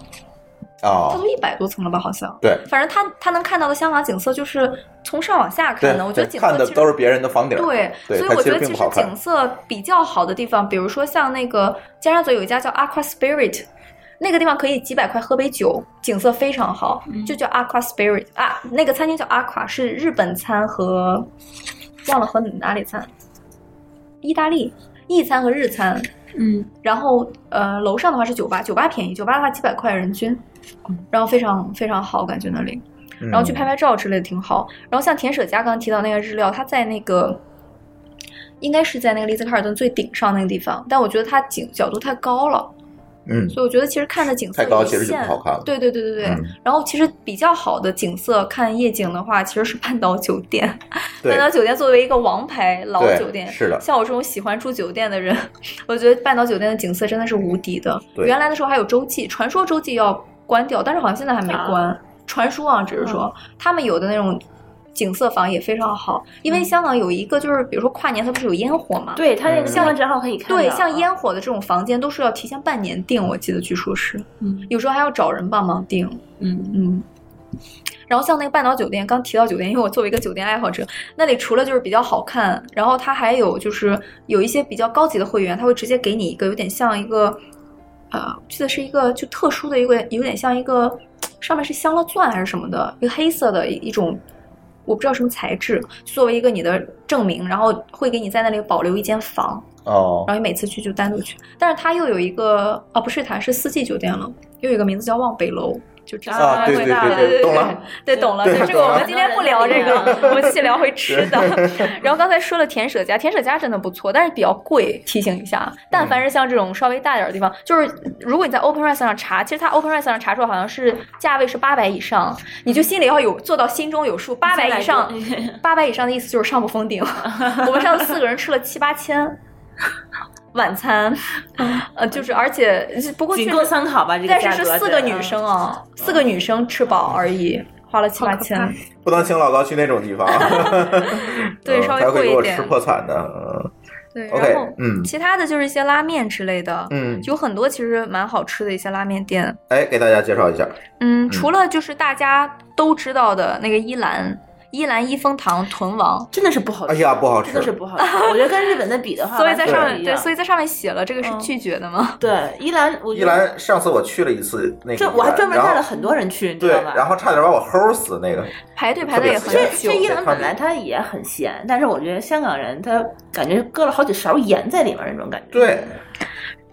[SPEAKER 4] 它
[SPEAKER 3] 哦
[SPEAKER 4] 都，一百多层了吧，好像。
[SPEAKER 3] 对
[SPEAKER 4] 反正它它能看到的香港景色就是从上往下
[SPEAKER 3] 对
[SPEAKER 4] 看的，我觉得
[SPEAKER 3] 对
[SPEAKER 4] 景色
[SPEAKER 3] 看的
[SPEAKER 4] 其实
[SPEAKER 3] 都是别人的房顶儿，
[SPEAKER 4] 对，
[SPEAKER 3] 对
[SPEAKER 4] 所以
[SPEAKER 3] 它
[SPEAKER 4] 我
[SPEAKER 3] 其
[SPEAKER 4] 觉
[SPEAKER 3] 实
[SPEAKER 4] 得
[SPEAKER 3] 并
[SPEAKER 4] 其
[SPEAKER 3] 不
[SPEAKER 4] 实
[SPEAKER 3] 好看
[SPEAKER 4] 景。色比较好的地方，比如说像那个尖沙咀有一家叫 Aqua Spirit，那个地方可以几百块喝杯酒，景色非常好，
[SPEAKER 3] 嗯
[SPEAKER 4] 就叫 Aqua Spirit 啊。那个餐厅叫 Aqua，是日本餐和忘了和哪里餐，意大利意餐和日餐。
[SPEAKER 5] 嗯，
[SPEAKER 4] 然后呃，楼上的话是酒吧，酒吧便宜，酒吧的话几百块人均，然后非常非常好，感觉那里。
[SPEAKER 3] 嗯
[SPEAKER 4] 然后去拍拍照之类的挺好。然后像田舍家刚刚提到那个日料，它在那个应该是在那个丽兹卡尔顿最顶上那个地方，但我觉得它景角度太高了，
[SPEAKER 3] 嗯，
[SPEAKER 4] 所以我觉得其实看的景色
[SPEAKER 3] 太高
[SPEAKER 4] 有
[SPEAKER 3] 其实就
[SPEAKER 4] 限
[SPEAKER 3] 不好看了
[SPEAKER 4] 对对对对对。
[SPEAKER 3] 嗯
[SPEAKER 4] 然后其实比较好的景色看夜景的话，其实是半岛酒店。
[SPEAKER 3] 对
[SPEAKER 4] 半岛酒店作为一个王牌老
[SPEAKER 3] 对
[SPEAKER 4] 酒店，
[SPEAKER 3] 是的
[SPEAKER 4] 像我这种喜欢住酒店的人，我觉得半岛酒店的景色真的是无敌的。
[SPEAKER 3] 对
[SPEAKER 4] 原来的时候还有洲际，传说洲际要关掉，但是好像现在还没
[SPEAKER 5] 啊
[SPEAKER 4] 关。传说啊，只是说、
[SPEAKER 5] 嗯
[SPEAKER 4] 他们有的那种景色房也非常好，因为香港有一个就是，比如说跨年它不是有烟火嘛？
[SPEAKER 5] 嗯对，它那个
[SPEAKER 3] 嗯
[SPEAKER 5] 新闻账号可以看到。啊
[SPEAKER 4] 对，像烟火的这种房间都是要提前半年订，我记得据说是，
[SPEAKER 5] 嗯
[SPEAKER 4] 有时候还要找人帮忙订。
[SPEAKER 5] 嗯，
[SPEAKER 4] 嗯。然后像那个半岛酒店，刚提到酒店，因为我作为一个酒店爱好者，那里除了就是比较好看，然后它还有就是有一些比较高级的会员，他会直接给你一个有点像一个，呃，我记得是一个就特殊的一个，有点像一个上面是镶了钻还是什么的，一个黑色的一一种，我不知道什么材质，作为一个你的证明，然后会给你在那里保留一间房，
[SPEAKER 3] 哦
[SPEAKER 4] 然后你每次去就单独去，但是它又有一个啊，不是它是四季酒店了，又有一个名字叫望北楼，就这样
[SPEAKER 3] 啊，
[SPEAKER 5] 啊
[SPEAKER 3] 对
[SPEAKER 5] 会
[SPEAKER 3] 对
[SPEAKER 5] 大
[SPEAKER 3] 对
[SPEAKER 5] 的
[SPEAKER 3] 对，懂了。
[SPEAKER 4] 对，懂了。
[SPEAKER 3] 对
[SPEAKER 4] 对，这个
[SPEAKER 3] 懂了
[SPEAKER 4] 我们今天不聊这个，我们先聊回吃的。 然后刚才说了田舍家，田舍家真的不错，但是比较贵。提醒一下，但
[SPEAKER 3] 嗯
[SPEAKER 4] 凡是像这种稍微大点儿的地方，就是如果你在 OpenRice 上查，其实它 OpenRice 上查出来好像是价位是八百以上，
[SPEAKER 3] 嗯
[SPEAKER 4] 你就心里要有做到心中有数，八百以上，八百以上的意思就是上不 封顶。我们上次四个人吃了七八千。 晚餐，
[SPEAKER 3] 嗯
[SPEAKER 4] 呃，就是而且不过
[SPEAKER 5] 仅
[SPEAKER 4] 确
[SPEAKER 5] 供
[SPEAKER 4] 实
[SPEAKER 5] 参考吧。这个哦
[SPEAKER 4] 但
[SPEAKER 5] 价
[SPEAKER 4] 是
[SPEAKER 5] 格
[SPEAKER 4] 是四个
[SPEAKER 5] 对嗯
[SPEAKER 4] 女生啊，四个女生吃饱而已，花了七八千。
[SPEAKER 3] 不能请老高去那种地方，
[SPEAKER 4] 对
[SPEAKER 3] 嗯
[SPEAKER 4] 稍微
[SPEAKER 3] 他会给
[SPEAKER 4] 贵一
[SPEAKER 3] 我
[SPEAKER 4] 点
[SPEAKER 3] 吃破产的。
[SPEAKER 4] 对，然
[SPEAKER 3] OK，
[SPEAKER 4] 后
[SPEAKER 3] 嗯
[SPEAKER 4] 其他的就是一些拉面之类的，
[SPEAKER 3] 嗯，
[SPEAKER 4] 有很多其实蛮好吃的一些拉面店。
[SPEAKER 3] 哎，给大家介绍一下，
[SPEAKER 4] 嗯，除了就是大家都知道的那个一兰。一兰一风堂豚王，
[SPEAKER 5] 真的是不好吃。
[SPEAKER 3] 哎呀不好吃
[SPEAKER 5] 真的是不好吃。我觉得跟日本的比 的话，
[SPEAKER 4] 所以在上
[SPEAKER 5] 完
[SPEAKER 4] 面
[SPEAKER 5] 全啊不一
[SPEAKER 4] 对，
[SPEAKER 5] 样
[SPEAKER 4] 所以在上面写了这个是
[SPEAKER 5] 嗯
[SPEAKER 4] 拒绝的吗？
[SPEAKER 5] 对依兰，我觉
[SPEAKER 3] 一
[SPEAKER 5] 得
[SPEAKER 3] 兰上次我去了一次那个宜
[SPEAKER 5] 这
[SPEAKER 3] 兰，
[SPEAKER 5] 我还专门
[SPEAKER 3] 然后
[SPEAKER 5] 带了很多人去，你知
[SPEAKER 3] 对
[SPEAKER 5] 道吧？，
[SPEAKER 3] 然后差点把我齁死那个。
[SPEAKER 4] 排队排的也很
[SPEAKER 3] 特别
[SPEAKER 5] 这
[SPEAKER 4] 久
[SPEAKER 5] 这，一兰
[SPEAKER 3] 在上
[SPEAKER 5] 本
[SPEAKER 3] 面
[SPEAKER 5] 来它也很咸，但是我觉得香港人他感觉搁了好几勺盐在里面那种感觉。
[SPEAKER 3] 对，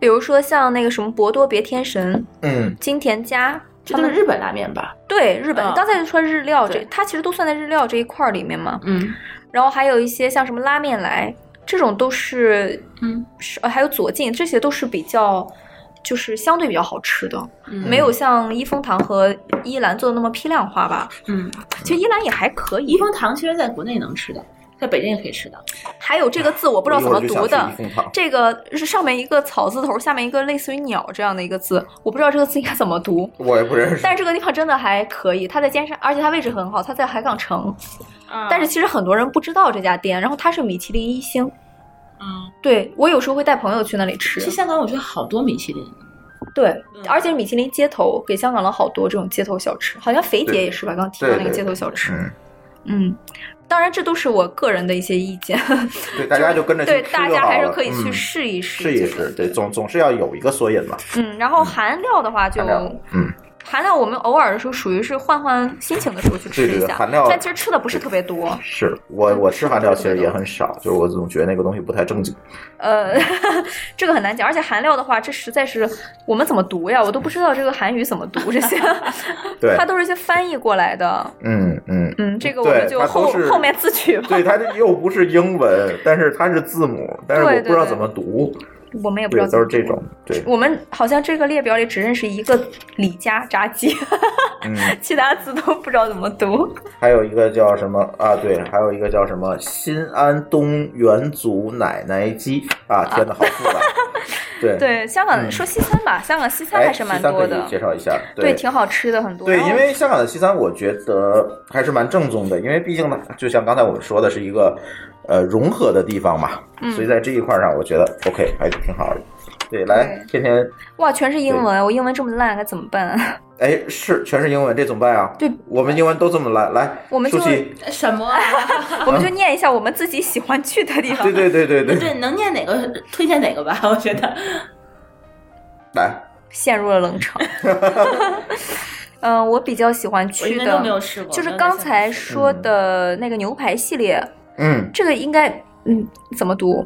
[SPEAKER 4] 比如说像那个什么博多别天神、
[SPEAKER 3] 嗯，
[SPEAKER 4] 金田家，
[SPEAKER 5] 这都是日本拉面吧？
[SPEAKER 4] 对日本
[SPEAKER 5] 嗯，
[SPEAKER 4] 刚才就说日料这
[SPEAKER 5] 对，
[SPEAKER 4] 它其实都算在日料这一块儿里面嘛。
[SPEAKER 5] 嗯，
[SPEAKER 4] 然后还有一些像什么拉面来这种都是，
[SPEAKER 5] 嗯
[SPEAKER 4] 是，呃还有左近这些都是比较。就是相对比较好吃的，
[SPEAKER 5] 嗯
[SPEAKER 4] 没有像一风堂和一兰做的那么批量化吧。
[SPEAKER 5] 嗯，
[SPEAKER 4] 其实一兰也还可以
[SPEAKER 5] 怡。丰堂其实在国内能吃到，在北京也可以吃到。
[SPEAKER 4] 还有这个字我不知道怎么读
[SPEAKER 3] 一会儿就
[SPEAKER 4] 的，
[SPEAKER 3] 想去一凤堂
[SPEAKER 4] 这个是上面一个草字头，下面一个类似于鸟这样的一个字，我不知道这个字应该怎么读。
[SPEAKER 3] 我也不认识。
[SPEAKER 4] 但是这个地方真的还可以，它在尖沙，而且它位置很好，它在海港城。
[SPEAKER 5] 嗯
[SPEAKER 4] 但是其实很多人不知道这家店，然后它是米其林一星。
[SPEAKER 5] 嗯，
[SPEAKER 4] 对我有时候会带朋友去那里吃
[SPEAKER 5] 其实，香港我觉得好多米其林，
[SPEAKER 4] 对，
[SPEAKER 5] 嗯
[SPEAKER 4] 而且米其林街头给香港了好多这种街头小吃，好像肥姐也是吧？刚提到那个街头小吃，
[SPEAKER 3] 嗯，
[SPEAKER 4] 嗯，当然这都是我个人的一些意见，
[SPEAKER 3] 对，大家就跟着去
[SPEAKER 4] 对
[SPEAKER 3] 吃
[SPEAKER 4] 大
[SPEAKER 3] 就
[SPEAKER 4] 家
[SPEAKER 3] 好
[SPEAKER 4] 还是
[SPEAKER 3] 了
[SPEAKER 4] 可以去
[SPEAKER 3] 嗯
[SPEAKER 4] 试一试，
[SPEAKER 3] 试一试。对，总总是要有一个索引嘛。
[SPEAKER 4] 嗯，然后韩料的话就
[SPEAKER 3] 嗯韩料嗯，
[SPEAKER 4] 韩料我们偶尔的时候属于是换换心情的时候去吃
[SPEAKER 3] 对对
[SPEAKER 4] 一
[SPEAKER 3] 对
[SPEAKER 4] 下，
[SPEAKER 3] 韩料
[SPEAKER 4] 但其实吃的不是特别多。
[SPEAKER 3] 是我我吃韩料其实也很少，就是我总觉得那个东西不太正经。
[SPEAKER 4] 呃， 这个很难讲，而且韩料的话，这实在是我们怎么读呀？我都不知道这个韩语怎么读这些，
[SPEAKER 3] 对
[SPEAKER 4] 它，都是一些翻译过来的。
[SPEAKER 3] 嗯嗯，
[SPEAKER 4] 嗯，这个我
[SPEAKER 3] 对
[SPEAKER 4] 们就
[SPEAKER 3] 它都
[SPEAKER 4] 后
[SPEAKER 3] 是
[SPEAKER 4] 后面自取吧。
[SPEAKER 3] 对，它这又不是英文，但是它是字母，但是
[SPEAKER 4] 对
[SPEAKER 3] 我不知道
[SPEAKER 4] 对对
[SPEAKER 3] 怎么读，
[SPEAKER 4] 我们也不知
[SPEAKER 3] 对
[SPEAKER 4] 道，
[SPEAKER 3] 都是这。种，对，
[SPEAKER 4] 我们好像这个列表里只认识一个李家炸鸡，
[SPEAKER 3] 嗯，
[SPEAKER 4] 其他字都不知道怎么读。
[SPEAKER 3] 还有一个叫什么啊？对，还有一个叫什么新安东元祖奶奶鸡啊！天哪，好复 杂。对，
[SPEAKER 4] 对，香港
[SPEAKER 3] 嗯
[SPEAKER 4] 说西餐吧，香港西餐
[SPEAKER 3] 哎，
[SPEAKER 4] 还是蛮多
[SPEAKER 3] 西餐
[SPEAKER 4] 的
[SPEAKER 3] 可以，介绍一下，
[SPEAKER 4] 对，挺好吃的，很多。
[SPEAKER 3] 对，
[SPEAKER 4] 然后
[SPEAKER 3] 因为香港的西餐，我觉得还是蛮正宗的，因为毕竟呢，就像刚才我们说的，是一个呃融合的地方嘛，
[SPEAKER 4] 嗯
[SPEAKER 3] 所以在这一块上，我觉得 OK 还挺好的。对，来，天天，
[SPEAKER 4] 哇，全是英文，我英文这么烂，该怎么办、啊？
[SPEAKER 3] 哎，是全是英文，这怎么办啊？
[SPEAKER 4] 对，
[SPEAKER 3] 我们英文都这么烂，来，
[SPEAKER 4] 我们
[SPEAKER 3] 舒
[SPEAKER 4] 就
[SPEAKER 3] 淇，
[SPEAKER 5] 什么、 啊？
[SPEAKER 4] 我们就念一下我们自己喜欢去的地方。
[SPEAKER 3] 对对对对对，
[SPEAKER 5] 对，能念哪个推荐哪个吧？我觉得
[SPEAKER 3] 来，
[SPEAKER 4] 陷入了冷场。嗯、我比较喜欢
[SPEAKER 5] 我
[SPEAKER 4] 去
[SPEAKER 5] 应该都没有
[SPEAKER 4] 的，
[SPEAKER 5] 吃过。
[SPEAKER 4] 就是
[SPEAKER 5] 没有在
[SPEAKER 4] 刚
[SPEAKER 5] 香港
[SPEAKER 4] 才说的那个牛排系列，
[SPEAKER 3] 嗯，
[SPEAKER 4] 这个应该嗯怎么读？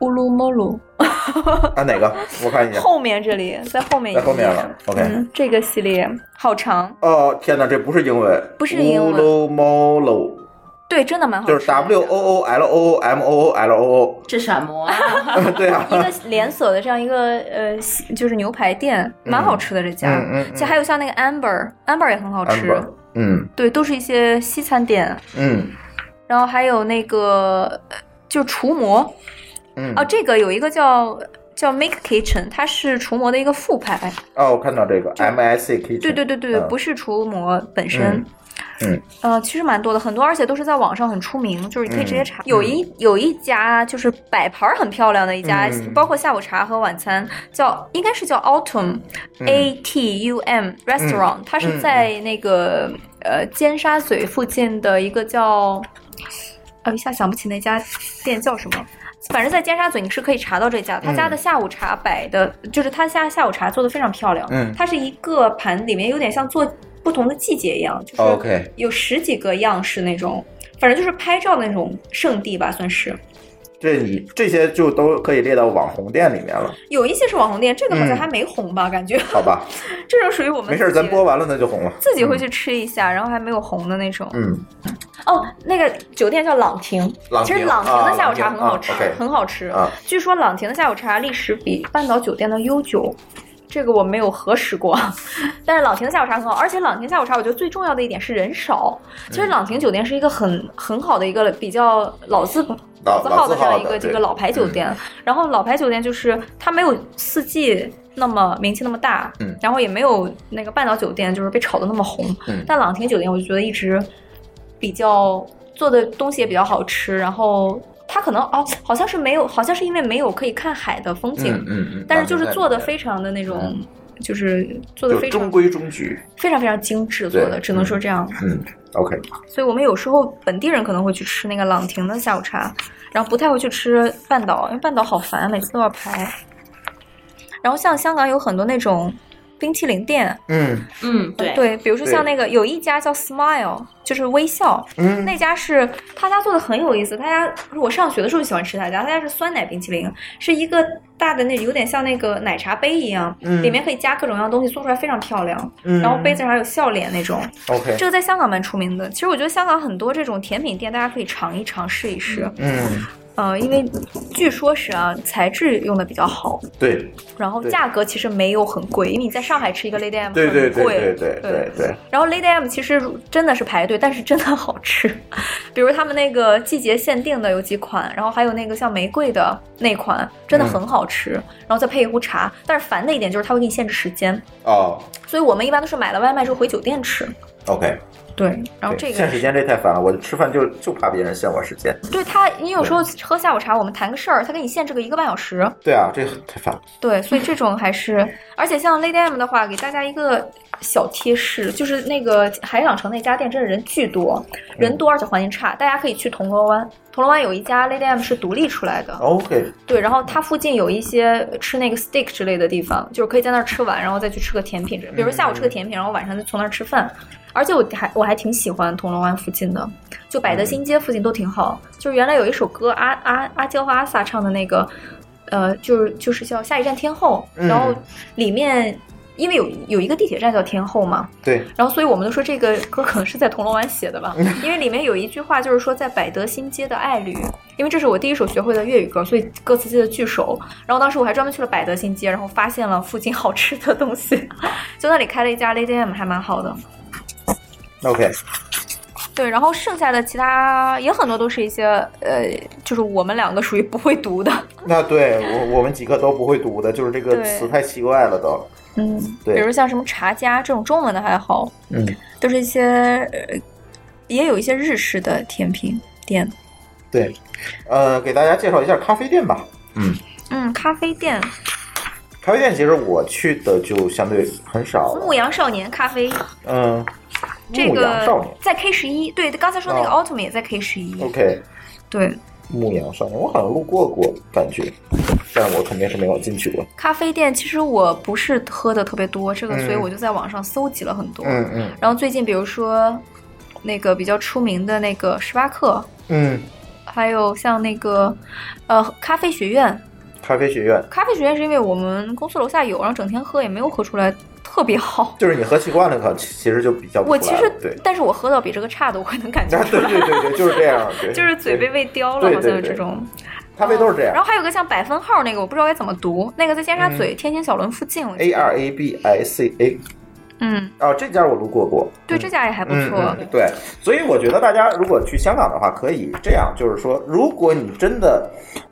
[SPEAKER 4] 乌鲁莫鲁
[SPEAKER 3] 啊哪个？我看一下，
[SPEAKER 4] 后面这里，在后面一
[SPEAKER 3] 在
[SPEAKER 4] 个
[SPEAKER 3] 后面了。OK，、
[SPEAKER 4] 嗯，这个系列好长，
[SPEAKER 3] 哦，天哪，这不是英文，
[SPEAKER 4] 不是英文
[SPEAKER 3] o m o l o
[SPEAKER 4] 对，真的蛮好吃
[SPEAKER 3] 就
[SPEAKER 4] 的。
[SPEAKER 3] 是 W O O L O O M O O L O
[SPEAKER 5] 这什么、啊？
[SPEAKER 3] O，对啊，
[SPEAKER 4] 一个连锁的这样一个呃，西就是牛排店，蛮好吃的这家。
[SPEAKER 3] 嗯嗯嗯
[SPEAKER 4] 其实还有像那个 Amber，Amber 也很好吃。
[SPEAKER 3] Amber，嗯
[SPEAKER 4] 对，都是一些西餐店。
[SPEAKER 3] 嗯
[SPEAKER 4] 然后还有那个呃就厨魔
[SPEAKER 3] 嗯，
[SPEAKER 4] 哦、这个有一个叫叫 Make Kitchen，它是厨魔的一个副牌。
[SPEAKER 3] 哦，我看到这个 M S C K，
[SPEAKER 4] 对对对对，
[SPEAKER 3] 嗯
[SPEAKER 4] 不是厨魔本身。
[SPEAKER 3] 嗯
[SPEAKER 4] 呃，其实蛮多的，很多，而且都是在网上很出名，就是你可以直接查。
[SPEAKER 3] 嗯
[SPEAKER 4] 有一有一家就是摆盘儿很漂亮的一家，
[SPEAKER 3] 嗯
[SPEAKER 4] 包括下午茶和晚餐，叫应该是叫 Autumn、
[SPEAKER 3] 嗯
[SPEAKER 4] A T U M Restaurant，、它是在那个、呃尖沙咀附近的一个叫，呃一下想不起那家店叫什么。反正，在尖沙咀你是可以查到这家，
[SPEAKER 3] 嗯
[SPEAKER 4] 他家的下午茶摆的，就是他家下午茶做的非常漂亮。
[SPEAKER 3] 嗯
[SPEAKER 4] 它是一个盘，里面有点像做不同的季节一样，就是
[SPEAKER 3] 哦 OK
[SPEAKER 4] 有十几个样式那种，反正就是拍照那种圣地吧，算是。
[SPEAKER 3] 这你这些就都可以列到网红店里面 了，
[SPEAKER 4] 有一些是网红店，这个好像
[SPEAKER 3] 嗯
[SPEAKER 4] 还没红吧，感觉
[SPEAKER 3] 好吧？
[SPEAKER 4] 这种属于我们
[SPEAKER 3] 没事儿，
[SPEAKER 4] 自己
[SPEAKER 3] 咱播完了那就红了。
[SPEAKER 4] 自己会去吃一下，然后还没有红的那种。
[SPEAKER 3] 嗯，
[SPEAKER 4] 哦，那个酒店叫朗廷，
[SPEAKER 3] 朗
[SPEAKER 4] 其实
[SPEAKER 3] 廷
[SPEAKER 4] 朗廷
[SPEAKER 3] 啊
[SPEAKER 4] 的下午茶
[SPEAKER 3] 朗
[SPEAKER 4] 很
[SPEAKER 3] 廷
[SPEAKER 4] 好
[SPEAKER 3] 啊
[SPEAKER 4] 吃，
[SPEAKER 3] ，OK
[SPEAKER 4] 很好吃。
[SPEAKER 3] 啊
[SPEAKER 4] 据说朗廷的下午茶历史比半岛酒店的悠久，这个我没有核实过， 但是朗廷的下午茶很好，而且朗廷下午茶我觉得最重要的一点是人少。
[SPEAKER 3] 嗯
[SPEAKER 4] 其实朗廷酒店是一个很很好的一个比较老字
[SPEAKER 3] 老
[SPEAKER 4] 字
[SPEAKER 3] 老
[SPEAKER 4] 号
[SPEAKER 3] 字
[SPEAKER 4] 的这样
[SPEAKER 3] 号
[SPEAKER 4] 一
[SPEAKER 3] 的
[SPEAKER 4] 个这
[SPEAKER 3] 对嗯
[SPEAKER 4] 个老牌酒店，然后老牌酒店就是它没有四季。那么名气那么大，
[SPEAKER 3] 嗯
[SPEAKER 4] 然后也没有那个半岛酒店就是被炒的那么红，
[SPEAKER 3] 嗯
[SPEAKER 4] 但朗廷酒店我就觉得一直比较做的东西也比较好吃，然后它可能哦，好像是没有，好像是因为没有可以看海的风景，
[SPEAKER 3] 嗯嗯嗯，
[SPEAKER 4] 但是就是做的
[SPEAKER 3] 非
[SPEAKER 4] 非常的那种，就是做
[SPEAKER 3] 嗯
[SPEAKER 4] 的
[SPEAKER 3] 就
[SPEAKER 4] 非
[SPEAKER 3] 中
[SPEAKER 4] 常
[SPEAKER 3] 规中矩。
[SPEAKER 4] 非常非常精致做的，
[SPEAKER 3] 对
[SPEAKER 4] 只能说这样。
[SPEAKER 3] 嗯，OK，
[SPEAKER 4] 所以我们有时候本地人可能会去吃那个朗廷的下午茶，然后不太会去吃半岛，因为半岛好烦，啊每次都要排。然后像香港有很多那种冰淇淋店，
[SPEAKER 3] 嗯
[SPEAKER 5] 嗯，对，
[SPEAKER 4] 对，比如说像
[SPEAKER 3] 对
[SPEAKER 4] 那个有一家叫 Smile，就是微笑，
[SPEAKER 3] 嗯，
[SPEAKER 4] 那家是他家做的很有意思，他家我上学的时候就喜欢吃他家，他家是酸奶冰淇淋，是一个大的那有点像那个奶茶杯一样，
[SPEAKER 3] 嗯
[SPEAKER 4] 里面可以加各种各样的东西，做出来非常漂亮，
[SPEAKER 3] 嗯
[SPEAKER 4] 然后杯子上还有笑脸那种，
[SPEAKER 3] OK，
[SPEAKER 4] 这个在香港蛮出名的。其实我觉得香港很多这种甜品店，大家可以尝一尝试一试，
[SPEAKER 3] 嗯，
[SPEAKER 4] 呃，因为据说是啊，材质用的比较好，
[SPEAKER 3] 对
[SPEAKER 4] 然后
[SPEAKER 3] 对
[SPEAKER 4] 价格其实没有很贵，因为你在上海吃一个 Lady M
[SPEAKER 3] 对对
[SPEAKER 4] 很
[SPEAKER 3] 对
[SPEAKER 4] 贵，
[SPEAKER 3] 对对对对，
[SPEAKER 4] 然后 Lady M 其实真的是排队，但是真的好吃。 比如他们那个季节限定的有几款，然后还有那个像玫瑰的那款，真的很好吃。
[SPEAKER 3] 嗯
[SPEAKER 4] 然后再配一壶茶，但是烦的一点就是它会给你限制时间，
[SPEAKER 3] 哦
[SPEAKER 4] 所以我们一般都是买了外卖之后回酒店吃。
[SPEAKER 3] ，OK，
[SPEAKER 4] 对，然
[SPEAKER 3] 对
[SPEAKER 4] 后这个
[SPEAKER 3] 限时间这太烦了，我吃饭就就怕别人限我时间。
[SPEAKER 4] 对他，你有时候喝下午茶，我们谈个事儿，他给你限制个一个半小时。
[SPEAKER 3] 对啊，这太烦了。
[SPEAKER 4] 对，所以这种还是，而且像 Lady M 的话，给大家一个小贴士，就是那个海港城那家店真的人巨多，人多而且环境差，大家可以去铜锣湾。铜锣湾有一家 Lady M 是独立出来的，
[SPEAKER 3] OK，
[SPEAKER 4] 对，然后它附近有一些吃那个 steak 之类的地方，就是可以在那儿吃完，然后再去吃个甜品之类的。比如说下午吃个甜品，然后晚上再从那儿吃饭。而且我还我还挺喜欢铜锣湾附近的，就百德新街附近都挺好。就是原来有一首歌，阿阿阿娇和阿 sa 唱的那个，呃，就是就是叫《下一站天后》，然后里面因为有有一个地铁站叫天后嘛，
[SPEAKER 3] 对，
[SPEAKER 4] 然后，所以我们都说这个歌可能是在铜锣湾写的吧，因为里面有一句话就是说在百德新街的爱侣，因为这是我第一首学会的粤语歌，所以歌词记得巨熟。然后当时我还专门去了百德新街，然后发现了附近好吃的东西， 就那里开了一家 Lady M，还蛮好的。
[SPEAKER 3] OK，
[SPEAKER 4] 对，然后剩下的其他也很多都是一些呃，就是我们两个属于不会读的，
[SPEAKER 3] 那对我我们几个都不会读的，就是这个
[SPEAKER 4] 对
[SPEAKER 3] 词太奇怪了都。
[SPEAKER 4] 嗯，
[SPEAKER 3] 对
[SPEAKER 4] 比如像什么茶家这种中文的还好，
[SPEAKER 3] 嗯，
[SPEAKER 4] 都是一些呃，也有一些日式的甜品店。
[SPEAKER 3] 对，呃，给大家介绍一下咖啡店吧。
[SPEAKER 4] 嗯，咖啡店，
[SPEAKER 3] 咖啡店其实我去的就相对很少了，
[SPEAKER 4] 牧羊少年咖啡，
[SPEAKER 3] 嗯，
[SPEAKER 4] 这
[SPEAKER 3] 牧羊少
[SPEAKER 4] 个
[SPEAKER 3] 年
[SPEAKER 4] 在 K 十一，对，刚才说那个
[SPEAKER 3] 哦
[SPEAKER 4] Autumn 也在 K 十一，
[SPEAKER 3] ，OK，
[SPEAKER 4] 对，
[SPEAKER 3] 牧羊少年，我好像路过过，感觉，但我肯定是没有进去过。
[SPEAKER 4] 咖啡店其实我不是喝的特别多，这个，
[SPEAKER 3] 嗯
[SPEAKER 4] 所以我就在网上搜集了很多。
[SPEAKER 3] 嗯嗯
[SPEAKER 4] 然后最近比如说那个比较出名的那个星巴克，
[SPEAKER 3] 嗯，
[SPEAKER 4] 还有像那个呃咖啡学院，
[SPEAKER 3] 咖啡学院
[SPEAKER 4] 咖啡学院是因为我们公司楼下有，然后整天喝也没有喝出来特别好。
[SPEAKER 3] 就是你喝习惯了，可其其实就比较不
[SPEAKER 4] 我
[SPEAKER 3] 出
[SPEAKER 4] 其
[SPEAKER 3] 来
[SPEAKER 4] 实
[SPEAKER 3] 了对，，
[SPEAKER 4] 但是我喝到比这个差的，我能感觉
[SPEAKER 3] 啊
[SPEAKER 4] 出
[SPEAKER 3] 对
[SPEAKER 4] 来，
[SPEAKER 3] 对对对，就是这 样，对，
[SPEAKER 4] 就是嘴被
[SPEAKER 3] 对
[SPEAKER 4] 喂刁了，
[SPEAKER 3] 对
[SPEAKER 4] 好像
[SPEAKER 3] 对
[SPEAKER 4] 有这
[SPEAKER 3] 对
[SPEAKER 4] 种。
[SPEAKER 3] 咖啡都是这
[SPEAKER 4] 然
[SPEAKER 3] 样
[SPEAKER 4] 后还有个像百分号那个，我不知道该怎么读，那个在尖沙
[SPEAKER 3] 嗯
[SPEAKER 4] 咀、天星小轮附近，我记
[SPEAKER 3] ，A
[SPEAKER 4] 得。
[SPEAKER 3] R A B I C A。
[SPEAKER 4] 嗯，
[SPEAKER 3] 哦，这家我路过过，
[SPEAKER 4] 对，这家也还不
[SPEAKER 3] 嗯
[SPEAKER 4] 错。
[SPEAKER 3] 嗯。对，所以我觉得大家如果去香港的话，可以这样，就是说，如果你真的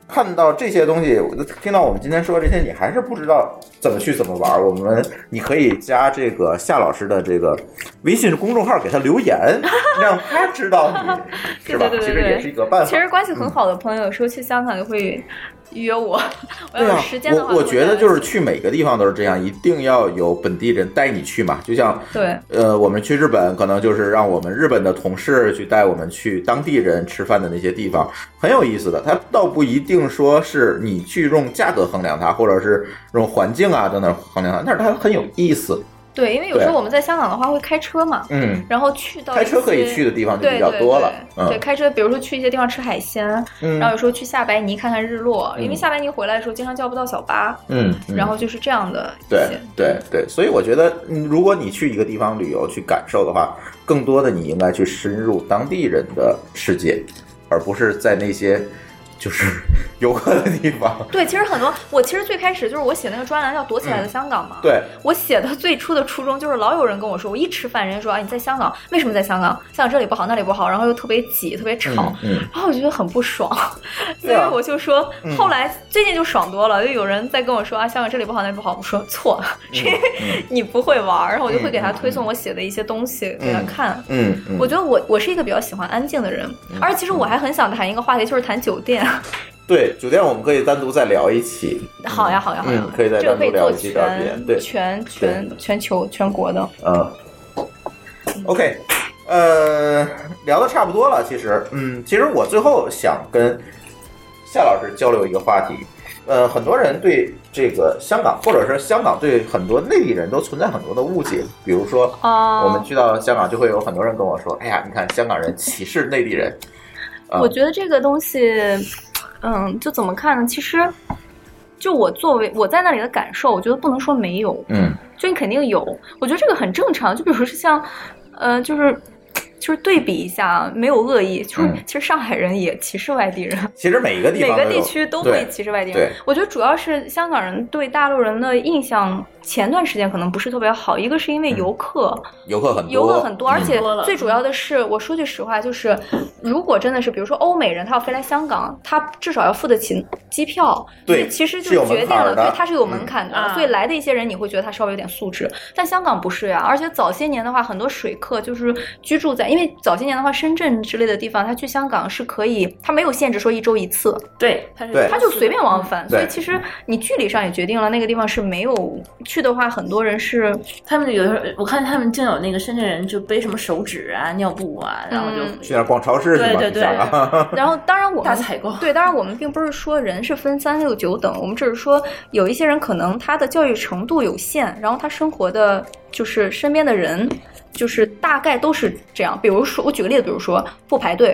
[SPEAKER 3] 看到这些东西，我就听到我们今天说的这些，你还是不知道怎么去怎么玩，我们你可以加这个夏老师的这个微信公众号给他留言，让他知道你，是吧？
[SPEAKER 4] 对对对对
[SPEAKER 3] 其实也是一个办法。
[SPEAKER 4] 其实关系很好的朋友，有时候去香港就会约我， 我要
[SPEAKER 3] 对
[SPEAKER 4] 有
[SPEAKER 3] 啊
[SPEAKER 4] 呃时间的，话，
[SPEAKER 3] 我我
[SPEAKER 4] 会
[SPEAKER 3] 觉得
[SPEAKER 4] 来
[SPEAKER 3] 就是去每个地方都是这样，一定要有本地人带你去嘛。就像
[SPEAKER 4] 对
[SPEAKER 3] 呃，我们去日本可能就是让我们日本的同事去带我们去当地人吃饭的那些地方，很有意思的。它倒不一定说是你去用价格衡量它，或者是用环境啊等等衡量它，但是它很有意思。
[SPEAKER 4] 对，因为有时候
[SPEAKER 3] 对
[SPEAKER 4] 我们在香港的话会开车嘛，
[SPEAKER 3] 嗯，
[SPEAKER 4] 然后去到
[SPEAKER 3] 开车可以去
[SPEAKER 4] 的
[SPEAKER 3] 的地方就
[SPEAKER 4] 对
[SPEAKER 3] 比较
[SPEAKER 4] 对
[SPEAKER 3] 多了。
[SPEAKER 4] 对对，开车比如说去一些地方吃海鲜，
[SPEAKER 3] 嗯
[SPEAKER 4] 然后有时候去下白泥看看日落，因为
[SPEAKER 3] 嗯
[SPEAKER 4] 下白泥回来的时候经常叫不到小巴，
[SPEAKER 3] 嗯，嗯
[SPEAKER 4] 然后就是这样的一
[SPEAKER 3] 对
[SPEAKER 4] 些。
[SPEAKER 3] 对对，所以我觉得，嗯如果你去一个地方旅游去感受的话，更多的你应该去深入当地人的世界，而不是在那些就是 游客的地方。
[SPEAKER 4] 对，其实很多，我其实最开始就是我写那个专栏叫《躲起来的香港》嘛，
[SPEAKER 3] 嗯对，
[SPEAKER 4] 我写的最初的初衷就是，老有人跟我说，我一吃饭，人家说啊，你在香港，为什么在香港？香港这里不好，那里不好，然后又特别挤，特别吵，
[SPEAKER 3] 嗯嗯，
[SPEAKER 4] 然后我觉得很不爽，所
[SPEAKER 3] 对
[SPEAKER 4] 以
[SPEAKER 3] 啊
[SPEAKER 4] 我就说，
[SPEAKER 3] 嗯
[SPEAKER 4] 后来最近就爽多了，就有人在跟我说啊，香港这里不好，那里不好，我说错，
[SPEAKER 3] 嗯
[SPEAKER 4] 是因为你不会玩儿，然后我就会给他推送我写的一些东西给他看。
[SPEAKER 3] 嗯嗯，
[SPEAKER 4] 我觉得我我是一个比较喜欢安静的人，而且其实我还很想谈一个话题，就是谈酒店。
[SPEAKER 3] 嗯对酒店我们可以单独再聊一期。
[SPEAKER 4] 好呀，好呀，好呀
[SPEAKER 3] 嗯，可以再
[SPEAKER 4] 这个
[SPEAKER 3] 单
[SPEAKER 4] 可
[SPEAKER 3] 独
[SPEAKER 4] 以
[SPEAKER 3] 聊
[SPEAKER 4] 做
[SPEAKER 3] 一期照片。对
[SPEAKER 4] 全，全全全球全国的。
[SPEAKER 3] 嗯，OK，呃，聊的差不多了，其实，嗯，其实我最后想跟夏老师交流一个话题，呃，很多人对这个香港，或者是香港对很多内地人都存在很多的误解，比如说。
[SPEAKER 4] 哦
[SPEAKER 3] 我们去到香港，就会有很多人跟我说：“哎呀，你看香港人歧视内地人。啊
[SPEAKER 4] 我觉得这个东西，嗯，就怎么看呢？其实，就我作为我在那里的感受，我觉得不能说没有，”
[SPEAKER 3] 嗯
[SPEAKER 4] 就你肯定有。我觉得这个很正常。就比如说像，呃，就是。就是对比一下，啊没有恶意。就是、
[SPEAKER 3] 嗯
[SPEAKER 4] 其实上海人也歧视外地人，
[SPEAKER 3] 其实每一个地
[SPEAKER 4] 每
[SPEAKER 3] 方
[SPEAKER 4] 个
[SPEAKER 3] 有
[SPEAKER 4] 地区都会
[SPEAKER 3] 对
[SPEAKER 4] 歧视外地人
[SPEAKER 3] 对。
[SPEAKER 4] 我觉得主要是香港人对大陆人的印象，前段时间可能不是特别好。一个是因
[SPEAKER 3] 嗯
[SPEAKER 4] 为游客，
[SPEAKER 3] 游客很多，嗯
[SPEAKER 4] 游客很多，而且
[SPEAKER 5] 多了
[SPEAKER 4] 最主要的是，我说句实话，就是如果真的是，比如说欧美人，他要飞来香港，他至少要付得起机票，
[SPEAKER 3] 对
[SPEAKER 4] 所以其实
[SPEAKER 3] 是有
[SPEAKER 4] 就
[SPEAKER 3] 门
[SPEAKER 4] 决定
[SPEAKER 3] 槛
[SPEAKER 4] 了，
[SPEAKER 3] 的
[SPEAKER 4] 对，他是有门槛的，
[SPEAKER 5] 嗯
[SPEAKER 4] 所以来的一些人，你会觉得他稍微有点素质，但香港不是呀，而且早些年的话，很多水客就是居住在，因因为早些年的话，深圳之类的地方，他去香港是可以，他没有限制说一周一次，
[SPEAKER 5] 对，他
[SPEAKER 3] 对
[SPEAKER 4] 他就随便往返。
[SPEAKER 3] 对
[SPEAKER 4] 所以其实你距离上也决定了那个地方是没有去的话，很多 人是
[SPEAKER 5] 他们有时候我看他们竟有那个深圳人就背什么手纸啊、尿布啊，然后就
[SPEAKER 4] 嗯
[SPEAKER 3] 去那儿逛超市去吧，
[SPEAKER 5] 对对
[SPEAKER 3] 你想啊，
[SPEAKER 4] 然后，当然我们
[SPEAKER 5] 大采购
[SPEAKER 4] 对，当然我们并不是说人是分三六九等，我们只是说有一些人可能他的教育程度有限，然后他生活的就是身边的人，就是大概都是这样。比如说，我举个例子，比如说不排队。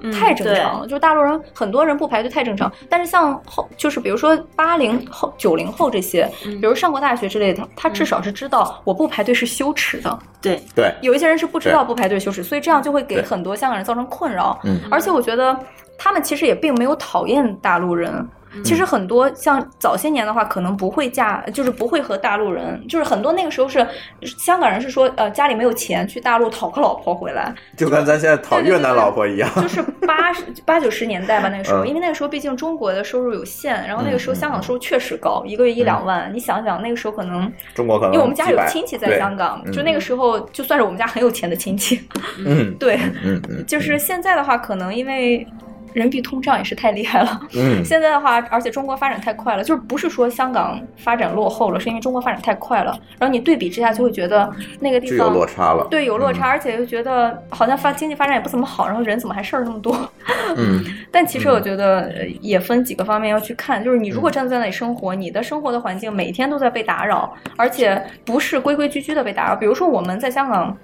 [SPEAKER 5] 嗯
[SPEAKER 4] 太正常了，就是大陆人很多人不排队太正常，但是像后就是比如说八零后、九零后这些，
[SPEAKER 5] 嗯
[SPEAKER 4] 比如上过大学之类的，他至少是知道我不排队是羞耻的，
[SPEAKER 5] 对
[SPEAKER 3] 对，
[SPEAKER 4] 有一些人是不知
[SPEAKER 3] 对
[SPEAKER 4] 道不排队羞耻，所以这样就会给
[SPEAKER 3] 对
[SPEAKER 4] 很多香港人造成困扰。
[SPEAKER 3] 嗯
[SPEAKER 4] 而且我觉得他们其实也并没有讨厌大陆人。其实很多像早些年的话，可能不会嫁，就是不会和大陆人，就是很多那个时候是香港人是说，呃，家里没有钱，去大陆讨个老婆 回来，
[SPEAKER 3] 就跟咱现在讨越南老婆一样，
[SPEAKER 4] 就是八十八九十年代吧，那个时候，
[SPEAKER 3] 嗯
[SPEAKER 4] 因为那个时候毕竟中国的收入有限，然后那个时
[SPEAKER 3] 嗯
[SPEAKER 4] 候
[SPEAKER 3] 嗯嗯
[SPEAKER 4] 香港收入确实高，一个月一两万，你想想那个时候可能，
[SPEAKER 3] 中国可能
[SPEAKER 4] 因为我们家
[SPEAKER 3] 几
[SPEAKER 4] 有
[SPEAKER 3] 百嗯
[SPEAKER 4] 亲戚在香，港，就那个时候就算是我们家很有钱的亲戚，
[SPEAKER 3] 对嗯
[SPEAKER 4] 对，
[SPEAKER 3] 嗯嗯
[SPEAKER 4] 就是现在的话，可能因为人民币通胀也是太厉害了。
[SPEAKER 3] 嗯，
[SPEAKER 4] 现在的话，而且中国发展太快了，就是不是说香港发展落后了，是因为中国发展太快了。然后你对比之下，就会觉得那个地
[SPEAKER 3] 就有
[SPEAKER 4] 方
[SPEAKER 3] 落嗯差了，
[SPEAKER 4] 对有落差，而且又觉得好像发经济发展也不怎么好，然后人怎么还事儿那么多？
[SPEAKER 3] 嗯，
[SPEAKER 4] 但其实我觉得呃也分几个方面要去看，就是你如
[SPEAKER 5] 嗯
[SPEAKER 4] 果真的在那里生活，你的生活的环境每天都在被打扰，而且不是规规矩矩的被打扰。比如说我们在香港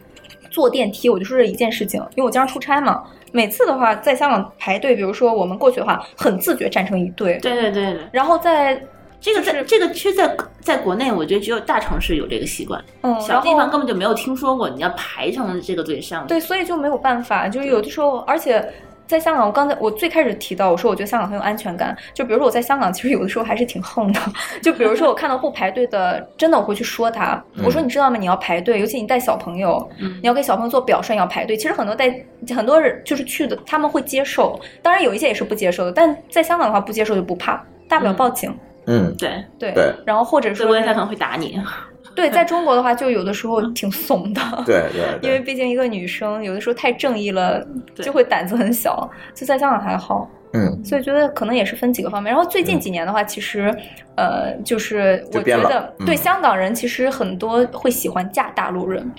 [SPEAKER 4] 坐电梯，我就说这一件事情，因为我经常出差嘛，每次的话在香港排队，比如说我们过去的话，很自觉站成一队，
[SPEAKER 5] 对对对对，
[SPEAKER 4] 然后在
[SPEAKER 5] 这个在这个其实在在国内，我觉得只有大城市有这个习惯，
[SPEAKER 4] 嗯，
[SPEAKER 5] 小
[SPEAKER 4] 然后
[SPEAKER 5] 地方根本就没有听说过你要排成这个队上。
[SPEAKER 4] 对，所以就没有办法，就是有的时候，而且在香港，我刚才我最开始提到，我说我觉得香港很有安全感。就比如说我在香港，其实有的时候还是挺横的。就比如说我看到不排队的，真的我会去说他，我说你知道吗？你要排队，尤其你带小朋友，
[SPEAKER 5] 嗯
[SPEAKER 4] 你要给小朋友做表率，你要排队。其实很多带很多人就是去的，他们会接受，当然有一些也是不接受的，但在香港的话不接受就不怕，大不了
[SPEAKER 5] 嗯
[SPEAKER 4] 报警。
[SPEAKER 3] 嗯
[SPEAKER 5] 对，
[SPEAKER 4] 对，
[SPEAKER 3] 对
[SPEAKER 4] 然后或者
[SPEAKER 5] 所
[SPEAKER 4] 说
[SPEAKER 5] 以他
[SPEAKER 4] 是
[SPEAKER 5] 可能会打你。
[SPEAKER 4] 对，在中国的话，就有的时候挺怂的。
[SPEAKER 5] 嗯
[SPEAKER 3] 对对，
[SPEAKER 4] 因
[SPEAKER 3] 对
[SPEAKER 4] 为毕竟一个女生有的时候太正义了，
[SPEAKER 5] 对
[SPEAKER 4] 就会胆子很小。就在香港还好，
[SPEAKER 3] 嗯
[SPEAKER 4] 所以觉得可能也是分几个方面。然后最近几年的话，其实呃，就是
[SPEAKER 3] 就
[SPEAKER 4] 我觉
[SPEAKER 3] 变
[SPEAKER 4] 得
[SPEAKER 3] 了嗯
[SPEAKER 4] 对香港人其实很多会喜欢嫁大陆人。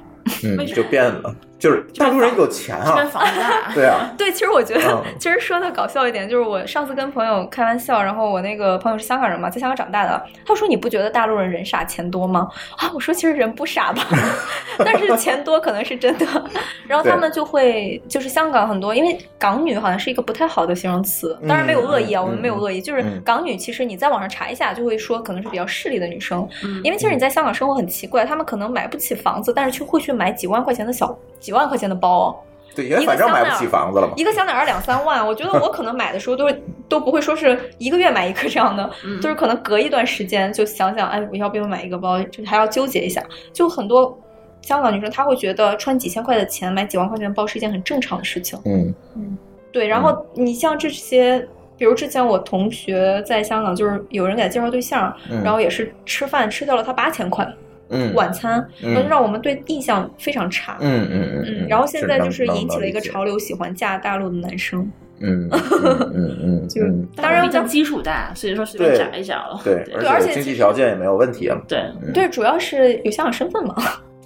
[SPEAKER 3] 嗯就变了，就是大陆人有钱
[SPEAKER 5] 这边
[SPEAKER 3] 啊，
[SPEAKER 5] 房子大，
[SPEAKER 3] 对啊，
[SPEAKER 4] 对，其实我觉得，
[SPEAKER 3] 嗯
[SPEAKER 4] 其实说的搞笑一点，就是我上次跟朋友开玩笑，然后我那个朋友是香港人嘛，在香港长大的，他说你不觉得大陆人人傻钱多吗？啊，我说其实人不 傻吧，但是钱多可能是真的。 然后他们就会，就是香港很多，因为港女好像是一个不太好的形容词，当然没有恶意啊，
[SPEAKER 3] 嗯
[SPEAKER 4] 我们没有恶意，就是
[SPEAKER 3] 嗯
[SPEAKER 4] 港女，其实你在网上查一下，就会说可能是比较势利的女生，
[SPEAKER 5] 嗯
[SPEAKER 4] 因为其实你在香港生活很奇怪，他们可能买不起房子，但是却会去买几万块钱的小几万块钱的包、哦。
[SPEAKER 3] 对，因为反正买不起房子了嘛，
[SPEAKER 4] 一个香奈儿两三万，我觉得我可能买的时候都是都不会说是一个月买一个这样的，
[SPEAKER 5] 嗯
[SPEAKER 4] 就是可能隔一段时间就想想，哎，我要不要买一个包，就是还要纠结一下。就很多香港女生她会觉得穿几千块的钱买几万块钱的包是一件很正常的事情，
[SPEAKER 3] 嗯
[SPEAKER 4] 对。然后你像这些。比如之前我同学在香港，就是有人给他介绍对象，
[SPEAKER 3] 嗯
[SPEAKER 4] 然后也是吃饭吃掉了他八千块
[SPEAKER 3] 嗯
[SPEAKER 4] 晚餐，
[SPEAKER 3] 嗯
[SPEAKER 4] 然后就让我们对印象非常差。
[SPEAKER 3] 嗯嗯
[SPEAKER 4] 嗯，然后现在就是引起了一个潮，流，喜欢嫁大陆的男生。
[SPEAKER 3] 嗯嗯嗯
[SPEAKER 4] 就是
[SPEAKER 3] 嗯，
[SPEAKER 4] 当然
[SPEAKER 5] 毕竟基数大，所以说随便
[SPEAKER 3] 对
[SPEAKER 5] 找一找了。
[SPEAKER 3] 对，
[SPEAKER 5] 对
[SPEAKER 3] 而且经济条件也没有问题啊，
[SPEAKER 5] 对，
[SPEAKER 4] 对，主要是有香港身份嘛。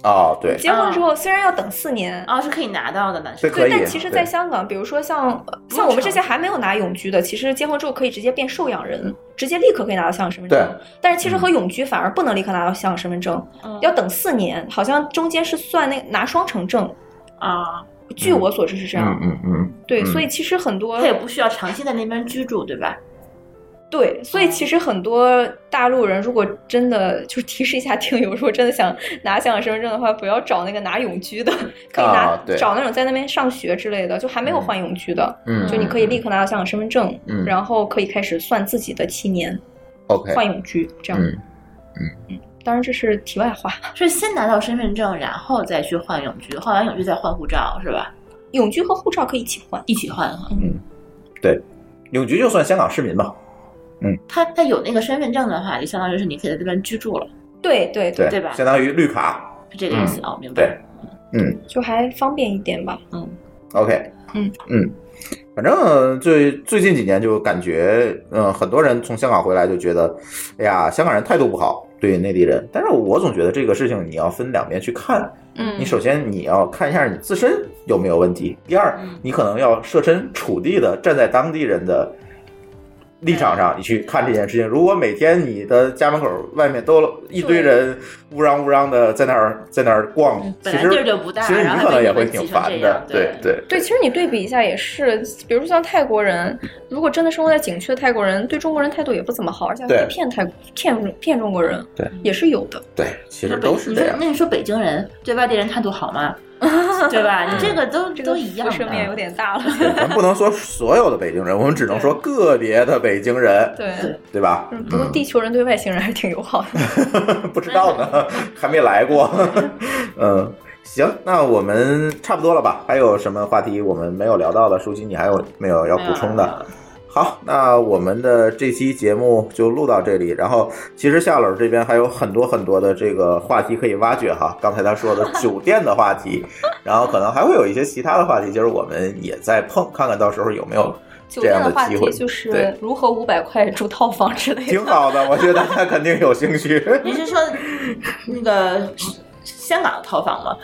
[SPEAKER 3] 啊对，
[SPEAKER 4] 结婚之后虽然要等四年，
[SPEAKER 5] 嗯啊是可以拿到的男
[SPEAKER 3] 这
[SPEAKER 5] 生。
[SPEAKER 3] 可
[SPEAKER 4] 对，
[SPEAKER 3] 以，啊
[SPEAKER 4] 但其实，在香港，比如说像呃
[SPEAKER 5] 不用
[SPEAKER 4] 像我们这些
[SPEAKER 5] 长
[SPEAKER 4] 还没有拿永居的，其实结婚之后可以直接变受养人，直接立刻可以拿到香港身份证。
[SPEAKER 3] 对，嗯
[SPEAKER 4] 但是其实和永居反而不能立刻拿到香港身份证，
[SPEAKER 5] 嗯
[SPEAKER 4] 要等四年，好像中间是算那拿双程证。
[SPEAKER 5] 啊，
[SPEAKER 4] 据我所知是这样，
[SPEAKER 3] 嗯嗯
[SPEAKER 4] 对，
[SPEAKER 3] 嗯
[SPEAKER 4] 所以其实很多
[SPEAKER 5] 他也不需要长期在那边居住，对吧？
[SPEAKER 4] 对，所以
[SPEAKER 3] 嗯
[SPEAKER 4] 其实很多大陆人，如果真的就是提示一下听友，如果真的想拿香港身份证的话，不要找那个拿永居的，可以拿、
[SPEAKER 3] 啊对
[SPEAKER 4] 找那种在那边上学之类的，就还没有换永居的，
[SPEAKER 3] 嗯，
[SPEAKER 4] 就你可以立刻拿到香港身份证，
[SPEAKER 3] 嗯
[SPEAKER 4] 然后可以开始算自己的七年
[SPEAKER 3] OK，
[SPEAKER 4] 换永居，这样。
[SPEAKER 3] 嗯
[SPEAKER 4] 当然这是题外话，
[SPEAKER 5] 是先拿到身份证，然后再去换永居，换完永居再换护照，是吧？
[SPEAKER 4] 永居和护照可以一起换。
[SPEAKER 5] 一起换哈。
[SPEAKER 3] 永居就算香港市民吧，
[SPEAKER 5] 他他有那个身份证的话，就相当于是你可以在这边居住了，
[SPEAKER 4] 对对对
[SPEAKER 3] 对
[SPEAKER 5] 对吧
[SPEAKER 3] 相当于绿卡，
[SPEAKER 5] 是这个意思啊？我明白。
[SPEAKER 3] 对嗯
[SPEAKER 4] 就还方便一点吧。嗯，
[SPEAKER 3] ，OK，
[SPEAKER 4] 嗯
[SPEAKER 3] 嗯，反正最最近几年就感觉，嗯、很多人从香港回来就觉得，哎呀，香港人态度不好对内地人，但是我总觉得这个事情你要分两边去看，
[SPEAKER 4] 嗯
[SPEAKER 3] 你首先你要看一下你自身有没有问题，第二，
[SPEAKER 5] 嗯
[SPEAKER 3] 你可能要设身处地的站在当地人的立场上，你去看这件事情。如果每天你的家门口外面都一堆人乌嚷乌嚷的在那儿在那儿逛，
[SPEAKER 5] 嗯本
[SPEAKER 3] 其
[SPEAKER 5] 来
[SPEAKER 3] 实
[SPEAKER 5] 地儿就不大
[SPEAKER 3] 其实你
[SPEAKER 5] 然后
[SPEAKER 3] 可能也
[SPEAKER 5] 被
[SPEAKER 3] 会
[SPEAKER 5] 你们
[SPEAKER 3] 挺
[SPEAKER 5] 挤成
[SPEAKER 3] 烦
[SPEAKER 5] 这
[SPEAKER 3] 的
[SPEAKER 5] 样，
[SPEAKER 3] 对对。
[SPEAKER 6] 对，其实你对比一下也是，比如说像泰国人，如果真的生活在景区的泰国人，对中国人态度也不怎么好，而且还
[SPEAKER 3] 对
[SPEAKER 6] 会骗泰骗骗中国人，
[SPEAKER 3] 对，
[SPEAKER 6] 也是有的。
[SPEAKER 3] 对，其实都是这样
[SPEAKER 5] 那。你说北京人对外地人态度 好吗？对吧？你这个都
[SPEAKER 6] 这个
[SPEAKER 5] 都一样
[SPEAKER 6] 辐射面有
[SPEAKER 5] 的。
[SPEAKER 6] 点大 了。
[SPEAKER 3] 对咱不能说所有的北京人，我们只能说个别的北京人，
[SPEAKER 6] 对，
[SPEAKER 3] 对吧？
[SPEAKER 6] 嗯，不过地球人对外星人还是挺友好的。
[SPEAKER 3] 嗯 不知道 呢，还没来过。嗯，行，那我们差不多了吧？还有什么话题我们没有聊到的？舒淇，你还有没有要补充的？好，那我们的这期节目就录到这里。然后，其实夏老师这边还有很多很多的这个话题可以挖掘哈。 刚才他说的 酒店的话题，然后可能还会有一些其他的话题，就是我们也在碰，看看到时候有没有
[SPEAKER 6] 酒
[SPEAKER 3] 这
[SPEAKER 6] 店
[SPEAKER 3] 样
[SPEAKER 6] 的话
[SPEAKER 3] 机
[SPEAKER 6] 题
[SPEAKER 3] 会。
[SPEAKER 6] 就是
[SPEAKER 3] 对
[SPEAKER 6] 如何五百块住套房之类的
[SPEAKER 3] 挺。好的，我觉得他肯定有兴趣。
[SPEAKER 5] 你是说 那个香港的套房吗？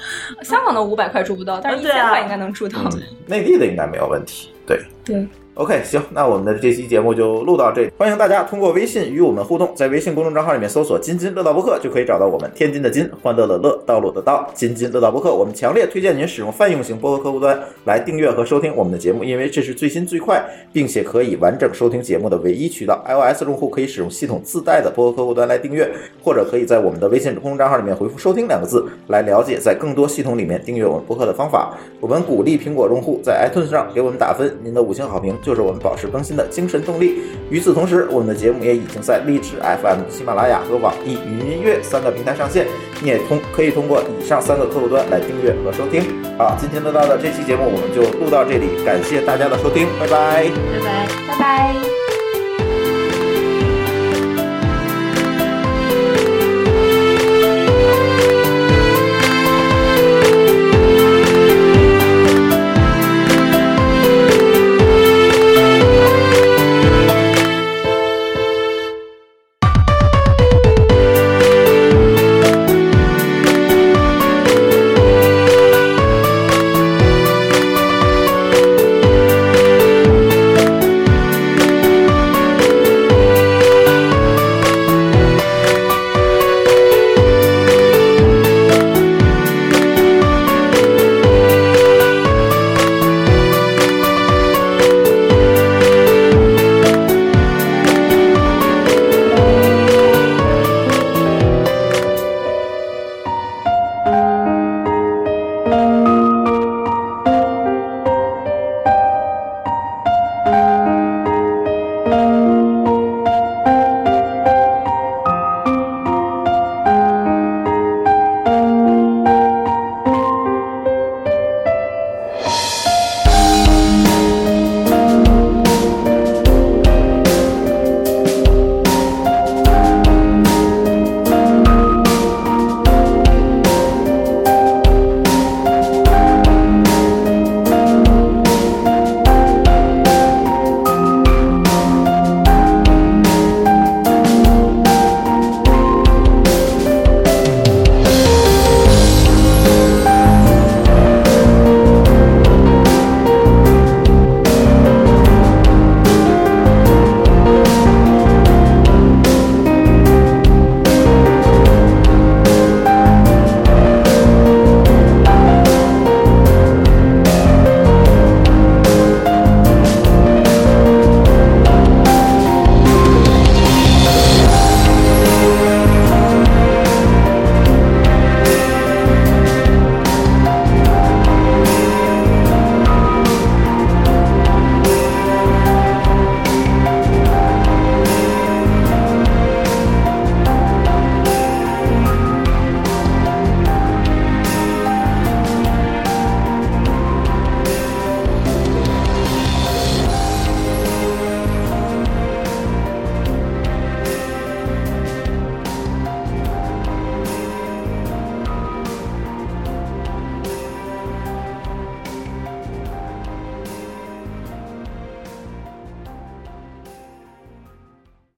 [SPEAKER 6] 香港的五百块住不到，但是
[SPEAKER 5] 嗯
[SPEAKER 6] 一
[SPEAKER 5] 对
[SPEAKER 6] 千
[SPEAKER 5] 啊
[SPEAKER 6] 块应该能住到。
[SPEAKER 3] 嗯内地的应该没有问题。对
[SPEAKER 6] 对。
[SPEAKER 3] OK，行，那我们的这期节目就录到这里。欢迎大家通过微信与我们互动，在微信公众账号里面搜索“津津乐道播客”就可以找到我们。天津的津，欢乐的乐，道路的道，津津乐道播客。我们强烈推荐您使用泛用型播客客户端来订阅和收听我们的节目，因为这是最新最快，并且可以完整收听节目的唯一渠道。iOS 用户可以使用系统自带的播客客户端来订阅，或者可以在我们的微信公众账号里面回复“收听”两个字来了解在更多系统里面订阅我们播客的方法。我们鼓励苹果用户在 iTunes 上给我们打分，您的五星好评就是我们保持更新的精神动力。与此同时，我们的节目也已经在荔枝 FM、喜马拉雅和网易云音乐三个平台上线，你也通可以通过以上三个客户端来订阅和收听。好，今天的到的这期节目我们就录到这里，感谢大家的收听，拜拜。
[SPEAKER 5] 拜拜。
[SPEAKER 4] 拜拜。